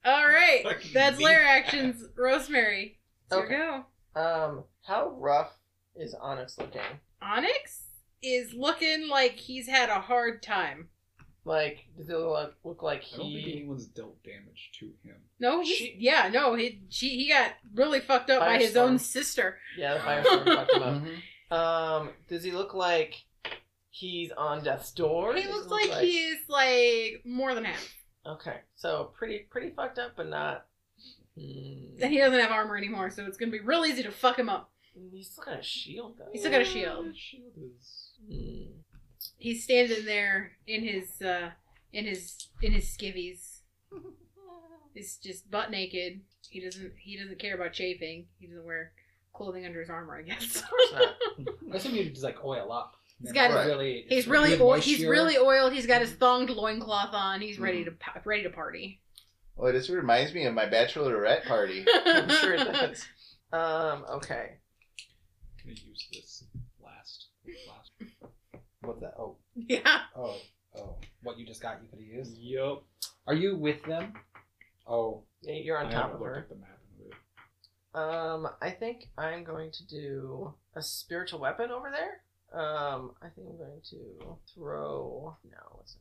[SPEAKER 2] All right,
[SPEAKER 4] Fucking
[SPEAKER 2] that's
[SPEAKER 4] me.
[SPEAKER 2] layer actions. Rosemary, it's
[SPEAKER 5] Okay.
[SPEAKER 2] your go.
[SPEAKER 5] Um, how rough is Onyx looking?
[SPEAKER 2] Onyx is looking like he's had a hard time.
[SPEAKER 5] Like, does it look, look like
[SPEAKER 4] I don't think
[SPEAKER 5] he
[SPEAKER 4] anyone's dealt damage to him.
[SPEAKER 2] No, he's,
[SPEAKER 5] She-
[SPEAKER 2] yeah, no, he she, he got really fucked up by his
[SPEAKER 5] Firestorm.
[SPEAKER 2] own sister.
[SPEAKER 5] Yeah,
[SPEAKER 2] *laughs*
[SPEAKER 5] the firestorm fucked
[SPEAKER 3] Uh,
[SPEAKER 4] Mm-hmm.
[SPEAKER 5] him up. Um, does he look like he's on death's door?
[SPEAKER 2] He
[SPEAKER 5] Does
[SPEAKER 2] looks
[SPEAKER 5] look
[SPEAKER 2] like, he is like more than half,
[SPEAKER 5] Okay, so pretty pretty fucked up, but not.
[SPEAKER 2] and
[SPEAKER 5] Mm,
[SPEAKER 2] he doesn't have armor anymore, so it's gonna be real easy to fuck him up.
[SPEAKER 5] he's still got a shield though.
[SPEAKER 2] He's still got a shield.
[SPEAKER 4] Shield is.
[SPEAKER 5] Mm.
[SPEAKER 2] He's standing there in his uh in his in his skivvies. He's just butt naked. He doesn't he doesn't care about chafing. He doesn't wear clothing under his armor, I
[SPEAKER 5] *laughs*
[SPEAKER 2] guess.
[SPEAKER 5] It's not-
[SPEAKER 7] I assume you just like oil up.
[SPEAKER 2] He's got
[SPEAKER 3] his-
[SPEAKER 7] really.
[SPEAKER 2] he's
[SPEAKER 7] it's
[SPEAKER 2] really
[SPEAKER 7] good
[SPEAKER 2] oil, he's
[SPEAKER 7] moisture.
[SPEAKER 2] really oiled. He's got his
[SPEAKER 5] Mm-hmm.
[SPEAKER 2] thonged loincloth on. He's ready to pa- ready to party.
[SPEAKER 3] Well, this reminds me of my bachelorette party.
[SPEAKER 5] I'm sure
[SPEAKER 2] *laughs*
[SPEAKER 5] it does. Um, okay.
[SPEAKER 4] I'm gonna use this last. last.
[SPEAKER 7] What's that? Oh,
[SPEAKER 2] Yeah.
[SPEAKER 7] oh, oh! What you just got? You could have used.
[SPEAKER 4] Yup.
[SPEAKER 7] Are you with them? Oh,
[SPEAKER 5] Yeah, You're on
[SPEAKER 4] I
[SPEAKER 5] top
[SPEAKER 4] haven't
[SPEAKER 5] of
[SPEAKER 4] looked
[SPEAKER 5] her.
[SPEAKER 4] at the map in a bit.
[SPEAKER 5] Um, I think I'm going to do a spiritual weapon over there. Um, I think I'm going to throw. No, it's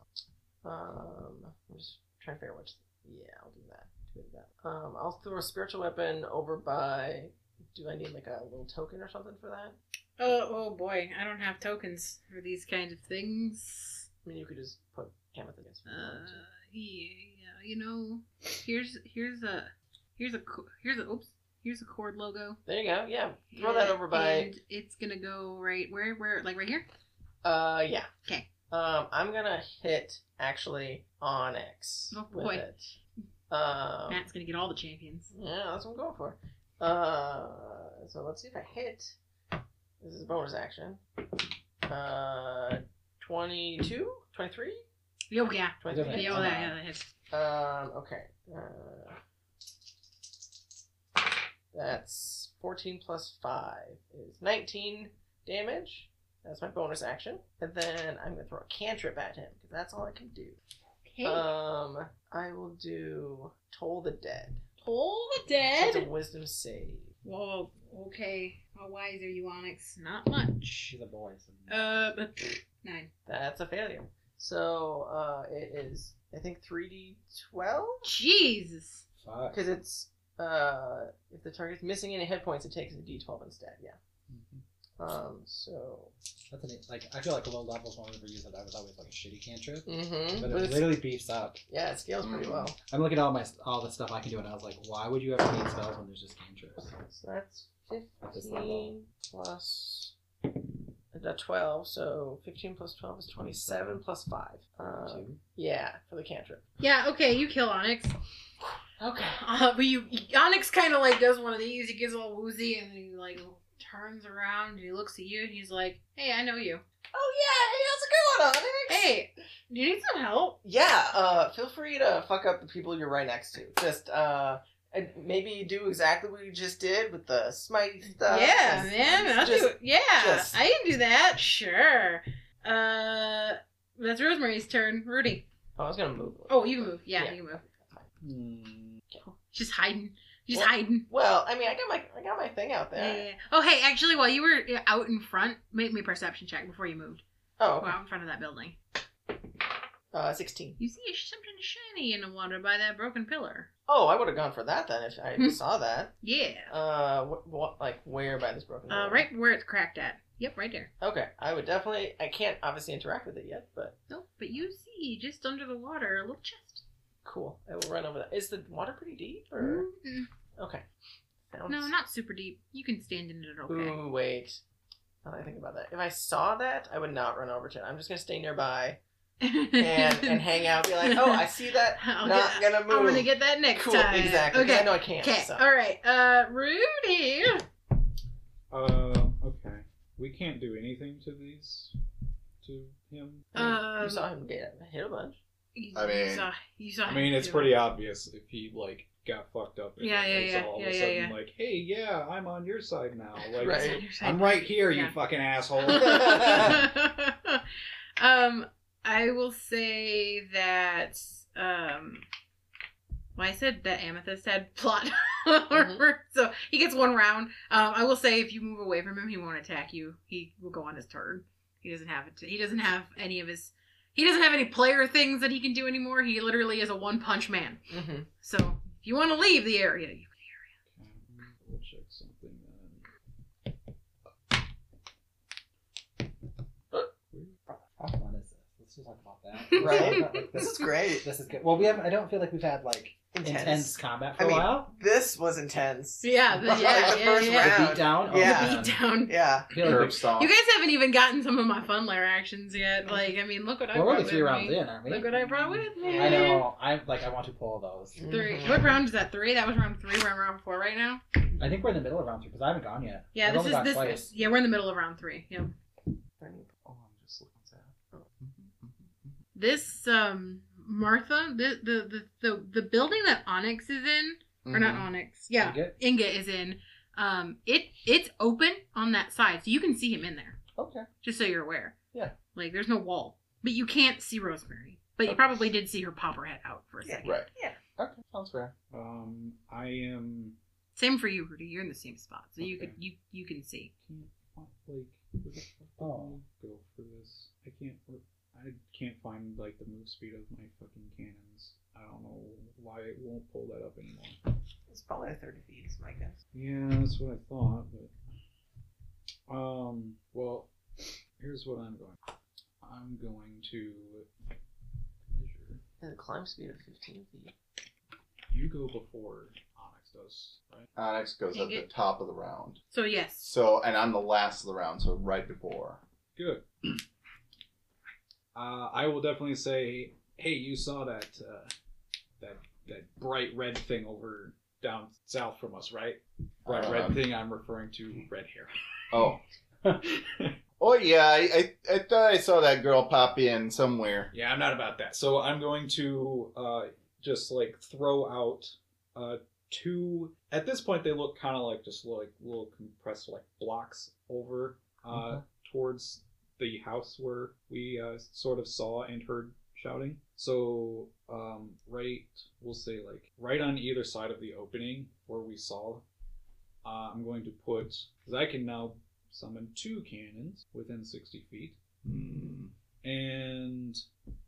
[SPEAKER 5] not. Um, I'm just trying to figure out which. Yeah, I'll do that. Do that. Um, I'll throw a spiritual weapon over by. Do I need like a little token or something for that?
[SPEAKER 2] Oh, oh boy, I don't have tokens for these kinds of things.
[SPEAKER 5] I mean, you could just put Amethyst. against if you
[SPEAKER 2] Uh,
[SPEAKER 5] wanted to.
[SPEAKER 2] yeah, yeah, you know, here's here's a here's a co- here's a oops here's a cord logo.
[SPEAKER 5] There you go. Yeah, throw that over by.
[SPEAKER 2] And it's gonna go right where where like right here.
[SPEAKER 5] Uh, yeah.
[SPEAKER 2] Okay.
[SPEAKER 5] Um, I'm gonna hit actually Onyx.
[SPEAKER 2] Oh,
[SPEAKER 5] with
[SPEAKER 2] boy.
[SPEAKER 5] it. Um,
[SPEAKER 2] Matt's gonna get all the champions.
[SPEAKER 5] yeah, that's what I'm going for. Uh, so let's see if I hit. This is bonus action. Uh, 22? 23?
[SPEAKER 2] Yo, yeah,
[SPEAKER 5] 23.
[SPEAKER 7] Nice.
[SPEAKER 2] yeah, oh, yeah, yeah, that hits.
[SPEAKER 5] Um, okay. Uh, that's 14 plus 5 is 19 damage. That's my bonus action. And then I'm going to throw a cantrip at him because that's all I can do.
[SPEAKER 2] Okay,
[SPEAKER 5] Um, I will do Toll the Dead.
[SPEAKER 2] pull the
[SPEAKER 5] It's a
[SPEAKER 2] dead.
[SPEAKER 5] wisdom save.
[SPEAKER 2] Whoa, okay. How wise are you, Onyx? Not much.
[SPEAKER 7] she's a boy. So
[SPEAKER 2] Uh, but-
[SPEAKER 5] *laughs*
[SPEAKER 2] nine.
[SPEAKER 5] That's a failure. So uh, it is, I think, 3d12?
[SPEAKER 2] Jesus.
[SPEAKER 7] fuck.
[SPEAKER 5] Because it's, uh, if the target's missing any hit points, it takes a d12 instead, yeah.
[SPEAKER 7] Mhm.
[SPEAKER 5] Um, so.
[SPEAKER 7] That's an, like I feel like low levels when we were using it, I was always like a shitty cantrip,
[SPEAKER 5] Mm-hmm.
[SPEAKER 7] but it literally beefs up.
[SPEAKER 5] yeah, it scales pretty
[SPEAKER 3] Mm.
[SPEAKER 5] well.
[SPEAKER 7] I'm looking at all my all the stuff I can do, and I was like, why would you ever need spells when there's just cantrips?
[SPEAKER 5] So Mm-hmm. that's
[SPEAKER 7] At this
[SPEAKER 5] 15
[SPEAKER 7] level.
[SPEAKER 5] plus uh, the 12, so 15 plus 12 is 27 plus 5. Um,
[SPEAKER 7] Two.
[SPEAKER 5] yeah, for the cantrip.
[SPEAKER 2] Yeah. Okay, you kill Onyx.
[SPEAKER 5] Okay.
[SPEAKER 2] Uh, but you, Onyx kind of like does one of these. He gets all woozy and then he like turns around and he looks at you and he's like, "Hey, I know you.
[SPEAKER 5] Oh, yeah, hey, how's it going, Onyx?
[SPEAKER 2] Hey, do you need some help?"
[SPEAKER 5] Yeah, uh, feel free to fuck up the people you're right next to. Just, uh, and maybe do exactly what you just did with the smite stuff.
[SPEAKER 2] yeah,
[SPEAKER 5] Just-
[SPEAKER 2] man. I'll
[SPEAKER 5] just-
[SPEAKER 2] do. Yeah,
[SPEAKER 5] just-
[SPEAKER 2] I can do that. Sure. Uh, that's Rosemary's turn. Rudy.
[SPEAKER 5] Oh, I was gonna move.
[SPEAKER 2] Oh, you can move. Yeah,
[SPEAKER 5] Yeah.
[SPEAKER 2] you can move.
[SPEAKER 6] Hmm.
[SPEAKER 2] Just hiding. Just
[SPEAKER 5] Well-
[SPEAKER 2] hiding.
[SPEAKER 5] Well, I mean, I got my, I got my thing out
[SPEAKER 2] Yeah,
[SPEAKER 5] there.
[SPEAKER 2] yeah, yeah. Oh, hey, actually, while you were uh, out in front, make me a perception check before you moved.
[SPEAKER 5] Oh,
[SPEAKER 2] Well,
[SPEAKER 5] okay.
[SPEAKER 2] out in front of that building.
[SPEAKER 5] uh, sixteen.
[SPEAKER 2] You see something shiny in the water by that broken pillar.
[SPEAKER 5] Oh, I would have gone for that then if I
[SPEAKER 2] *laughs* Hmm.
[SPEAKER 5] saw that.
[SPEAKER 2] Yeah.
[SPEAKER 5] Uh, what, what, like where by this broken?
[SPEAKER 2] Uh,
[SPEAKER 5] door?
[SPEAKER 2] right where it's cracked at. Yep, right there.
[SPEAKER 5] Okay, I would definitely.
[SPEAKER 2] Oh,
[SPEAKER 5] I can't obviously interact with it yet, but
[SPEAKER 2] Nope, but you see just under the water a little chest.
[SPEAKER 5] Cool. I will run over that. Is the water pretty deep? Or
[SPEAKER 2] Mm-mm.
[SPEAKER 5] okay. Sounds-
[SPEAKER 2] Mm-hmm. No, not super deep. You can stand in it okay.
[SPEAKER 5] Ooh, wait. Now that I think about that, if I saw that, I would not run over to it. I'm just gonna stay nearby
[SPEAKER 2] *laughs*
[SPEAKER 5] and and hang out. Be like, oh, I see that.
[SPEAKER 2] I'll
[SPEAKER 5] not
[SPEAKER 2] get-
[SPEAKER 5] gonna move.
[SPEAKER 2] I'm gonna get that *laughs* next
[SPEAKER 5] cool.
[SPEAKER 2] time.
[SPEAKER 5] Exactly. 'cause I
[SPEAKER 2] Okay.
[SPEAKER 5] know I can't.
[SPEAKER 2] Okay.
[SPEAKER 5] so.
[SPEAKER 2] All right. Uh, Rudy.
[SPEAKER 6] Uh,
[SPEAKER 4] Um,
[SPEAKER 6] okay. We can't do anything to these. to him.
[SPEAKER 5] I mean,
[SPEAKER 2] Um,
[SPEAKER 5] Mm-hmm. you saw him get hit a bunch.
[SPEAKER 2] You,
[SPEAKER 3] I mean-
[SPEAKER 2] you saw, you saw
[SPEAKER 6] I mean, it's
[SPEAKER 2] him.
[SPEAKER 6] pretty obvious if he, like, got fucked up.
[SPEAKER 2] Yeah,
[SPEAKER 6] then
[SPEAKER 2] yeah,
[SPEAKER 6] it's
[SPEAKER 2] yeah,
[SPEAKER 6] All
[SPEAKER 2] yeah,
[SPEAKER 6] of a
[SPEAKER 2] yeah,
[SPEAKER 6] sudden,
[SPEAKER 2] yeah.
[SPEAKER 6] like, hey, yeah, I'm on your
[SPEAKER 2] *laughs*
[SPEAKER 6] side now. Like,
[SPEAKER 5] Right.
[SPEAKER 6] I'm right here,
[SPEAKER 2] Yeah.
[SPEAKER 6] you
[SPEAKER 2] *laughs*
[SPEAKER 6] fucking asshole.
[SPEAKER 2] um, I will say that. Um, well, I said that Amethyst had plot *laughs* armor, so he gets one round. Um, I will say if you move away from him, he won't attack you. He will go on his turn. He doesn't have it. He doesn't have any of his. He doesn't have any player things that he can do anymore. He literally is a one punch man.
[SPEAKER 5] Mm-hmm.
[SPEAKER 2] So if you want to leave the area, you
[SPEAKER 6] Okay, we'll check something then.
[SPEAKER 7] How fun is this? Let's just talk about that.
[SPEAKER 5] Right?
[SPEAKER 7] Not *laughs* like
[SPEAKER 5] This is great.
[SPEAKER 7] This is good. Well, we haven't. I don't feel like we've had like
[SPEAKER 5] Intense.
[SPEAKER 7] intense, combat for
[SPEAKER 5] I
[SPEAKER 7] a
[SPEAKER 5] mean,
[SPEAKER 7] while.
[SPEAKER 5] This was intense. *laughs*
[SPEAKER 2] Yeah, the,
[SPEAKER 5] Like
[SPEAKER 2] yeah,
[SPEAKER 5] the
[SPEAKER 2] yeah,
[SPEAKER 5] first
[SPEAKER 2] yeah.
[SPEAKER 5] round.
[SPEAKER 7] The Oh, beat down.
[SPEAKER 5] Yeah.
[SPEAKER 2] The beat down.
[SPEAKER 5] Yeah.
[SPEAKER 7] I feel like
[SPEAKER 3] Curb
[SPEAKER 7] we-
[SPEAKER 3] stomp.
[SPEAKER 2] You guys haven't even gotten some of my fun layer actions yet. Like, I mean, look what I
[SPEAKER 7] We're
[SPEAKER 2] brought
[SPEAKER 7] only three
[SPEAKER 2] with
[SPEAKER 7] rounds
[SPEAKER 2] me.
[SPEAKER 7] in, aren't we?
[SPEAKER 2] Look what I brought with me.
[SPEAKER 7] I know. I like. I want to pull those.
[SPEAKER 2] Three.
[SPEAKER 5] Mhm.
[SPEAKER 2] What round is that? Three. That was round three. We're on round four right now.
[SPEAKER 7] I think we're in the middle of round three because I haven't gone yet.
[SPEAKER 2] Yeah,
[SPEAKER 7] I've
[SPEAKER 2] this
[SPEAKER 7] only
[SPEAKER 2] is
[SPEAKER 7] gone
[SPEAKER 2] this.
[SPEAKER 7] twice.
[SPEAKER 2] Yeah, we're in the middle of round three. Yeah.
[SPEAKER 3] Oh, I'm just looking at
[SPEAKER 2] This um Martha, the the the the, the building that Onyx is in, or
[SPEAKER 3] Mm-hmm.
[SPEAKER 7] Mm-hmm.
[SPEAKER 2] not Onyx. Yeah,
[SPEAKER 7] Ingot?
[SPEAKER 2] Inga is in. Um, it it's open on that side, so you can see him in there.
[SPEAKER 7] Okay.
[SPEAKER 2] Just so you're aware.
[SPEAKER 7] Yeah.
[SPEAKER 2] Like there's no wall, but you can't see Rosemary.
[SPEAKER 7] Oh.
[SPEAKER 2] But you probably did see her pop her head out for a
[SPEAKER 5] Yeah.
[SPEAKER 2] second.
[SPEAKER 3] Right.
[SPEAKER 7] Okay. Sounds fair.
[SPEAKER 6] Um, I am.
[SPEAKER 2] Same for you, Rudy. You're in the same spot, so you
[SPEAKER 6] Okay.
[SPEAKER 2] could you you can see.
[SPEAKER 6] Can't, fi- like, where the fuck did
[SPEAKER 7] Oh.
[SPEAKER 6] I go for this? I can't. I can't find, like, the move speed of my fucking cannons. I don't know why it won't pull that up anymore.
[SPEAKER 5] It's probably 30 feet, is my guess.
[SPEAKER 6] Yeah, that's what I thought, but um well here's what I'm going. I'm going to measure.
[SPEAKER 5] And the climb speed of 15 feet.
[SPEAKER 6] You go before Onyx does, right?
[SPEAKER 3] Onyx goes at the
[SPEAKER 2] Ingot.
[SPEAKER 3] top of the round.
[SPEAKER 2] So yes,
[SPEAKER 3] So, and I'm the last of the round, so right before.
[SPEAKER 6] Good. Uh, I will definitely say, hey, you saw that uh, that that bright red thing over down south from us, right? Bright
[SPEAKER 3] Um,
[SPEAKER 6] red thing. I'm referring to red hair.
[SPEAKER 3] *laughs* Oh. Oh, yeah, I, I, I thought I saw that girl pop in somewhere.
[SPEAKER 6] Yeah, I'm not about that. So I'm going to uh, just like throw out uh, two. At this point, they look kind of like just like little compressed like blocks over uh, towards the house where we uh, sort of saw and heard shouting. So um, right, we'll say like right on either side of the opening where we saw. Uh, I'm going to put because I can now summon two cannons within 60 feet
[SPEAKER 3] Hmm.
[SPEAKER 6] and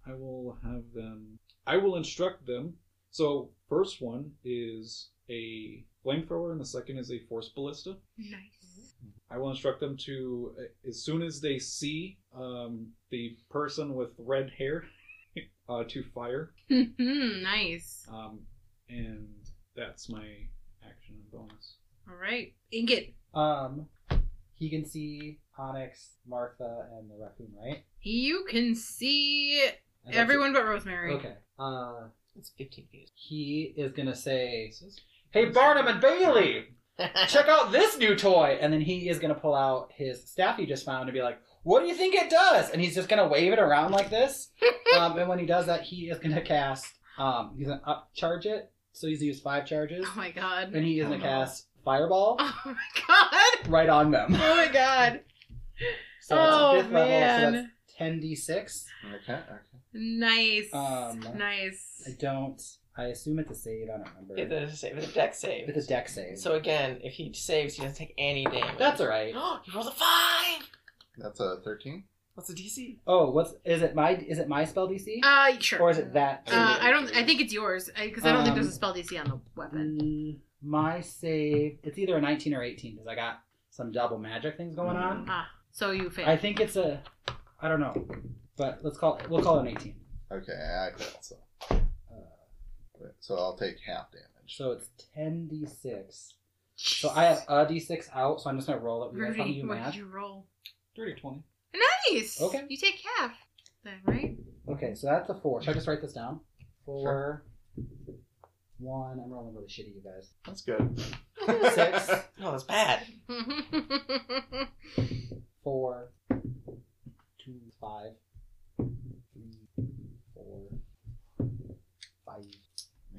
[SPEAKER 6] I will have them. I will instruct them. So first one is a flamethrower, and the second is a force ballista.
[SPEAKER 2] nice.
[SPEAKER 6] I will instruct them to uh, as soon as they see um, the person with red hair *laughs* uh, to fire,
[SPEAKER 7] Mm-hmm.
[SPEAKER 2] Mhm, *laughs* nice.
[SPEAKER 6] um, and that's my action and bonus.
[SPEAKER 2] All right, Ingot.
[SPEAKER 7] Um, he can see Onyx, Martha, and the raccoon, right?
[SPEAKER 2] You can see
[SPEAKER 7] And that's it.
[SPEAKER 2] everyone but Rosemary.
[SPEAKER 7] Okay. Uh,
[SPEAKER 5] It's 15 feet. *laughs*
[SPEAKER 7] he is gonna say,
[SPEAKER 6] It says-
[SPEAKER 7] "Hey, Barnum and Bailey, check out this new toy!" And then he is gonna pull out his staff he just found and be like, "What do you think it does?" And he's just gonna wave it around
[SPEAKER 2] *laughs*
[SPEAKER 7] like this. um, and when he does that, he is gonna cast. Um, he's gonna upcharge it, so he's gonna use five charges,
[SPEAKER 2] Oh my god.
[SPEAKER 7] and he is gonna cast fireball
[SPEAKER 2] *laughs* Oh my god.
[SPEAKER 7] right on them.
[SPEAKER 2] *laughs* Oh my god.
[SPEAKER 7] So that's
[SPEAKER 2] Oh,
[SPEAKER 7] a fifth level, so that's
[SPEAKER 2] man.
[SPEAKER 7] ten d six.
[SPEAKER 3] Okay, okay.
[SPEAKER 2] Nice.
[SPEAKER 7] Um,
[SPEAKER 2] nice.
[SPEAKER 7] I don't. I assume it's a save. I don't remember.
[SPEAKER 5] It is a save. It's a deck save.
[SPEAKER 7] It's a deck save.
[SPEAKER 5] So again, if he saves, he doesn't take any damage.
[SPEAKER 7] that's
[SPEAKER 2] *gasps*
[SPEAKER 7] all right.
[SPEAKER 5] he rolls a 5!
[SPEAKER 3] That's a 13?
[SPEAKER 5] What's the DC?
[SPEAKER 7] Oh, what's is it? My is it my spell DC
[SPEAKER 2] Uh, sure.
[SPEAKER 7] or is it that?
[SPEAKER 2] Uh, I don't. I think it's yours because I don't think there's a
[SPEAKER 7] Um,
[SPEAKER 2] spell DC on the weapon.
[SPEAKER 7] Mm, my save. It's either a nineteen or eighteen because I got some double magic things going on.
[SPEAKER 2] Ah, so you fail.
[SPEAKER 7] I think it's a. I
[SPEAKER 3] Hmm.
[SPEAKER 7] don't know, but let's call it. We'll call it an eighteen.
[SPEAKER 3] Okay, I thought so.
[SPEAKER 7] Uh,
[SPEAKER 3] So I'll take half damage.
[SPEAKER 7] So it's ten d six. So I have a d six out, so I'm just gonna roll it. You guys help me
[SPEAKER 2] Rudy,
[SPEAKER 7] do
[SPEAKER 2] what did
[SPEAKER 7] math.
[SPEAKER 2] you roll?
[SPEAKER 6] Dirty 20.
[SPEAKER 2] Nice.
[SPEAKER 7] Okay.
[SPEAKER 2] You take half then,
[SPEAKER 6] *laughs*
[SPEAKER 2] right?
[SPEAKER 7] Okay, so that's a four. Should I just write this down? Four, one. I'm rolling really shitty, you guys.
[SPEAKER 3] That's good.
[SPEAKER 7] Six,
[SPEAKER 5] *laughs*
[SPEAKER 2] *laughs*
[SPEAKER 5] No, that's *laughs* bad.
[SPEAKER 2] Oh
[SPEAKER 7] four, two, five, three, four, five.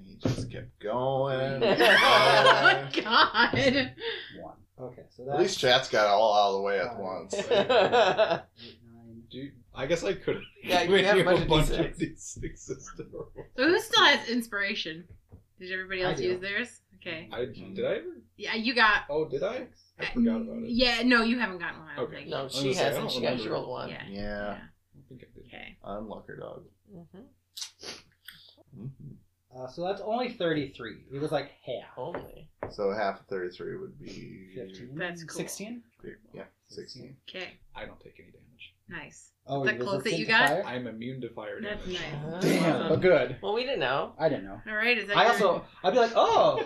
[SPEAKER 3] He just kept going.
[SPEAKER 2] oh
[SPEAKER 3] Uh,
[SPEAKER 7] *laughs*
[SPEAKER 2] my god.
[SPEAKER 7] one. Okay, so
[SPEAKER 3] at
[SPEAKER 7] that's
[SPEAKER 3] least chat's got all out of the way at
[SPEAKER 7] Oh.
[SPEAKER 3] once.
[SPEAKER 5] yeah,
[SPEAKER 7] eight, nine.
[SPEAKER 6] Do you, I guess I could have
[SPEAKER 5] you can have a
[SPEAKER 6] *laughs*
[SPEAKER 5] bunch of D6.
[SPEAKER 6] these sixes. *laughs* to roll.
[SPEAKER 2] So who still has inspiration? Did everybody
[SPEAKER 7] I
[SPEAKER 2] else
[SPEAKER 7] do.
[SPEAKER 2] use theirs? Okay.
[SPEAKER 6] I, did I ever?
[SPEAKER 2] Yeah, you got.
[SPEAKER 6] Oh, did I? I
[SPEAKER 5] Uh,
[SPEAKER 6] forgot about it.
[SPEAKER 2] Yeah, no, you haven't gotten one. I don't
[SPEAKER 6] Okay.
[SPEAKER 2] think.
[SPEAKER 5] No,
[SPEAKER 6] I
[SPEAKER 5] she
[SPEAKER 6] was gonna say, I
[SPEAKER 5] hasn't.
[SPEAKER 6] don't
[SPEAKER 5] She got she
[SPEAKER 6] remember.
[SPEAKER 5] rolled one.
[SPEAKER 2] Yeah.
[SPEAKER 3] Yeah,
[SPEAKER 6] I don't think I did.
[SPEAKER 2] Okay.
[SPEAKER 3] I'm Lucker Dog.
[SPEAKER 5] Mm-hmm.
[SPEAKER 3] Mhm.
[SPEAKER 7] Uh, so that's only thirty-three. It was like
[SPEAKER 2] Oh,
[SPEAKER 7] half.
[SPEAKER 5] Only.
[SPEAKER 3] So half of 33 would be
[SPEAKER 7] Fifteen.
[SPEAKER 2] That's cool.
[SPEAKER 7] Sixteen.
[SPEAKER 3] Yeah, 16.
[SPEAKER 2] Okay.
[SPEAKER 6] I don't take any damage.
[SPEAKER 2] Nice.
[SPEAKER 7] Oh,
[SPEAKER 2] The
[SPEAKER 7] you're
[SPEAKER 2] cloak that
[SPEAKER 7] resistant
[SPEAKER 2] you
[SPEAKER 7] to
[SPEAKER 2] got?
[SPEAKER 7] fire?
[SPEAKER 6] I'm immune to fire
[SPEAKER 2] That's
[SPEAKER 6] damage.
[SPEAKER 2] nice.
[SPEAKER 7] Damn, but good.
[SPEAKER 5] Well, we didn't *laughs* know.
[SPEAKER 7] I didn't know.
[SPEAKER 2] All right. Is that
[SPEAKER 7] I
[SPEAKER 2] your- *laughs*
[SPEAKER 7] also, I'd be like, oh,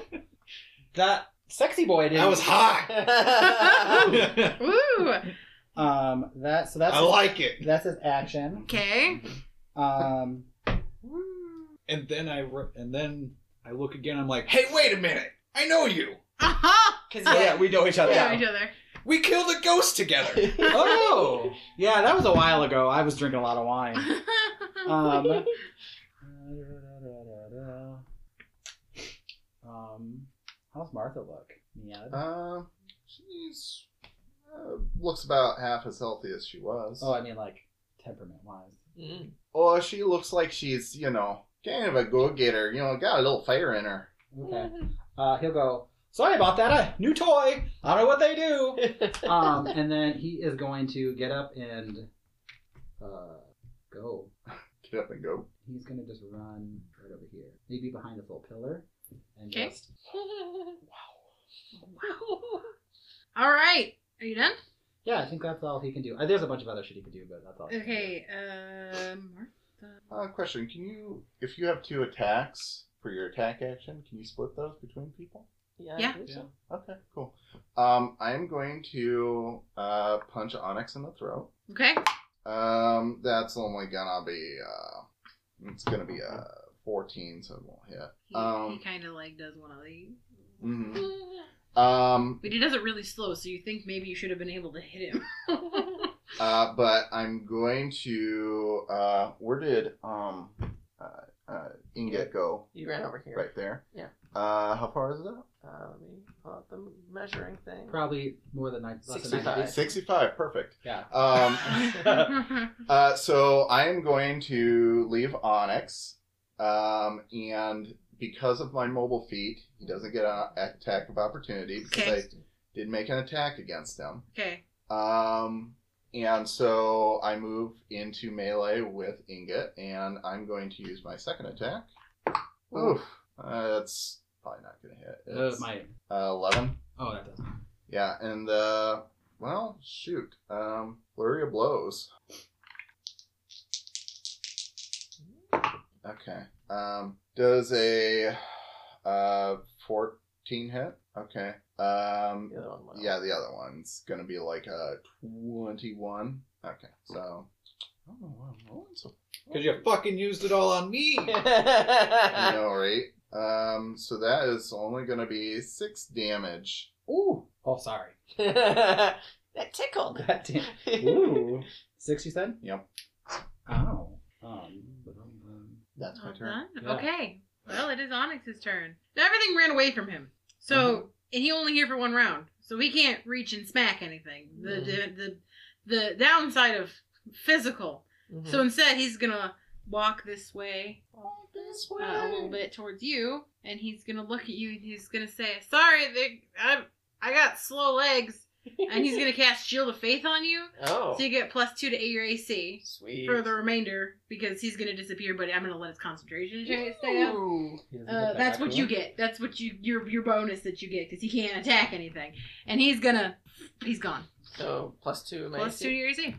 [SPEAKER 7] that sexy boy did.
[SPEAKER 6] That was
[SPEAKER 2] *laughs*
[SPEAKER 6] hot.
[SPEAKER 2] Ooh.
[SPEAKER 7] *laughs* Um, that so that's
[SPEAKER 6] I like it.
[SPEAKER 7] that's his action.
[SPEAKER 2] Okay. *laughs*
[SPEAKER 7] Um,
[SPEAKER 6] And then I re- and then I look again. I'm like, hey, wait a minute. I know you.
[SPEAKER 2] Aha.
[SPEAKER 5] Cause
[SPEAKER 6] Oh,
[SPEAKER 5] yeah, *laughs*
[SPEAKER 6] yeah, we know each other.
[SPEAKER 2] Yeah. Each other.
[SPEAKER 6] We killed a
[SPEAKER 2] *laughs*
[SPEAKER 6] ghost together.
[SPEAKER 7] *laughs* oh, yeah, that was a while ago. I was drinking a lot
[SPEAKER 2] *laughs*
[SPEAKER 7] of wine.
[SPEAKER 5] *laughs*
[SPEAKER 7] Um, um, how's Martha look? Yeah.
[SPEAKER 3] Uh, she's uh, looks about half as healthy as she was.
[SPEAKER 7] Oh, I mean, like temperament wise.
[SPEAKER 5] Mm.
[SPEAKER 3] Or she looks like she's, you know, kind of a go getter. You know, got a little fire in her.
[SPEAKER 7] Okay. Uh, he'll go. Sorry about that. A new toy. I don't know what they do. *laughs* um, and then he is going to get up and uh, go.
[SPEAKER 3] Get up and go.
[SPEAKER 7] He's going to just run right over here, maybe behind this little pillar, and
[SPEAKER 2] Okay.
[SPEAKER 7] just
[SPEAKER 2] Wow. All right. Are you done?
[SPEAKER 7] yeah. I think that's all he can do. Uh, there's a bunch of other shit he could do, but that's all. he can do.
[SPEAKER 2] Okay. Um. Martha.
[SPEAKER 3] Uh, question: Can you, if you have two attacks for your attack action, can you split those between people?
[SPEAKER 5] yeah.
[SPEAKER 2] Yeah.
[SPEAKER 5] I think so.
[SPEAKER 3] Okay, cool. Um, I am going to uh, punch Onyx in the throat.
[SPEAKER 2] Okay.
[SPEAKER 3] Um, that's only gonna be uh, it's gonna be a fourteen, so it won't hit.
[SPEAKER 2] He,
[SPEAKER 3] Um,
[SPEAKER 2] he kind of like does one of these.
[SPEAKER 3] mhm. Um,
[SPEAKER 2] But he does it really slow, so you think maybe you should have been able to hit him. *laughs*
[SPEAKER 3] Uh, but I'm going to. Uh, where did um, uh, uh, Inget go?
[SPEAKER 5] You ran over here.
[SPEAKER 3] Right there.
[SPEAKER 5] Yeah.
[SPEAKER 3] Uh, how far is that?
[SPEAKER 5] Uh, let me pull out the measuring thing.
[SPEAKER 7] Probably more than nine. Less than
[SPEAKER 5] 65.
[SPEAKER 7] nine.
[SPEAKER 3] Sixty-five. Perfect.
[SPEAKER 7] Yeah.
[SPEAKER 3] Um,
[SPEAKER 2] *laughs*
[SPEAKER 3] uh, so I am going to leave Onyx, um, and because of my mobile feat, he doesn't get an attack of opportunity because
[SPEAKER 2] Okay.
[SPEAKER 3] I did make an attack against him.
[SPEAKER 2] okay.
[SPEAKER 3] *laughs* Um, and so I move into melee with Ingot, and I'm going to use my second attack. Oof. Uh, that's probably not going to hit.
[SPEAKER 7] That was
[SPEAKER 3] It's,
[SPEAKER 7] my.
[SPEAKER 3] uh, 11.
[SPEAKER 7] Oh, that does.
[SPEAKER 3] Yeah, and, uh, well, shoot. Um, flurry of blows. Okay. Um, does a uh, 14 hit? Okay. Um,
[SPEAKER 5] The other one went
[SPEAKER 3] yeah,
[SPEAKER 5] off.
[SPEAKER 3] the other one's gonna be like a twenty-one. Okay, so I don't know why I'm rolling so.
[SPEAKER 6] Because you fucking used it all on me.
[SPEAKER 3] *laughs* I know, right? Um, so that is only gonna be six damage.
[SPEAKER 7] Ooh. Oh, sorry.
[SPEAKER 5] *laughs* that tickled.
[SPEAKER 7] *laughs* God
[SPEAKER 5] *laughs*
[SPEAKER 7] damn. Ooh. Six, you said?
[SPEAKER 3] Yep.
[SPEAKER 7] Ow. Um,
[SPEAKER 3] That's my
[SPEAKER 2] All
[SPEAKER 3] turn.
[SPEAKER 2] done?
[SPEAKER 7] Yeah.
[SPEAKER 2] Okay. Well, it is Onyx's turn. Now everything ran away from him. So,
[SPEAKER 3] Mm-hmm.
[SPEAKER 2] and he only here for one round. So he can't reach and smack anything. The
[SPEAKER 3] Mm-hmm.
[SPEAKER 2] the, the the downside of physical.
[SPEAKER 5] Mhm.
[SPEAKER 3] Mm-hmm.
[SPEAKER 2] So instead, he's gonna walk this way, uh, a little bit towards you, and he's gonna look at you and he's gonna say, "Sorry, they, I I got slow legs," and he's gonna cast Shield of Faith on you,
[SPEAKER 5] oh
[SPEAKER 2] so you get plus two to your AC
[SPEAKER 5] sweet.
[SPEAKER 2] for the remainder because he's gonna disappear, but I'm gonna let his concentration check stay up.
[SPEAKER 7] he
[SPEAKER 2] Uh,
[SPEAKER 7] doesn't hit that
[SPEAKER 2] that's
[SPEAKER 7] back
[SPEAKER 2] what
[SPEAKER 7] row.
[SPEAKER 2] you get. That's what you your your bonus that you get because he can't attack anything, and he's gonna he's gone.
[SPEAKER 5] So plus two. my
[SPEAKER 2] Plus two to
[SPEAKER 5] AC.
[SPEAKER 2] your AC.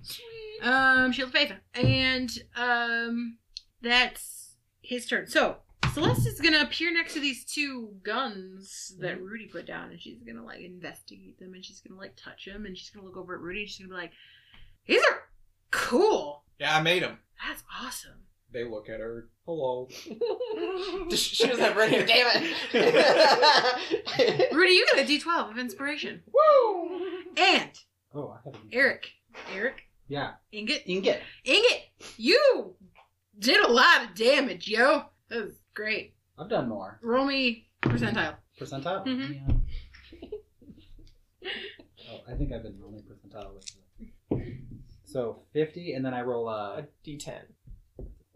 [SPEAKER 2] Um, shield of faith, and um, that's his turn. So Celeste is gonna appear next to these two guns that Rudy put down, and she's gonna like investigate them, and she's gonna like touch them, and she's gonna look over at Rudy, and she's gonna be like, "These are cool.
[SPEAKER 4] Yeah, I made them.
[SPEAKER 2] That's awesome."
[SPEAKER 4] They look at her. Hello.
[SPEAKER 5] *laughs* she doesn't have red hair. Damn it. *laughs*
[SPEAKER 2] Rudy, you got a D twelve of inspiration.
[SPEAKER 5] Woo!
[SPEAKER 2] And
[SPEAKER 7] Oh, I have a
[SPEAKER 2] Eric, Eric,
[SPEAKER 7] Yeah.
[SPEAKER 2] Ingot,
[SPEAKER 7] Ingot.
[SPEAKER 2] Ingot, you did a lot of damage, yo. That was great.
[SPEAKER 7] I've done more.
[SPEAKER 2] Roll me percentile.
[SPEAKER 7] Percentile?
[SPEAKER 2] Mhm.
[SPEAKER 7] Yeah. *laughs* oh, I think I've been rolling percentile with the... So 50, and then I roll
[SPEAKER 5] A
[SPEAKER 7] a.
[SPEAKER 5] D10.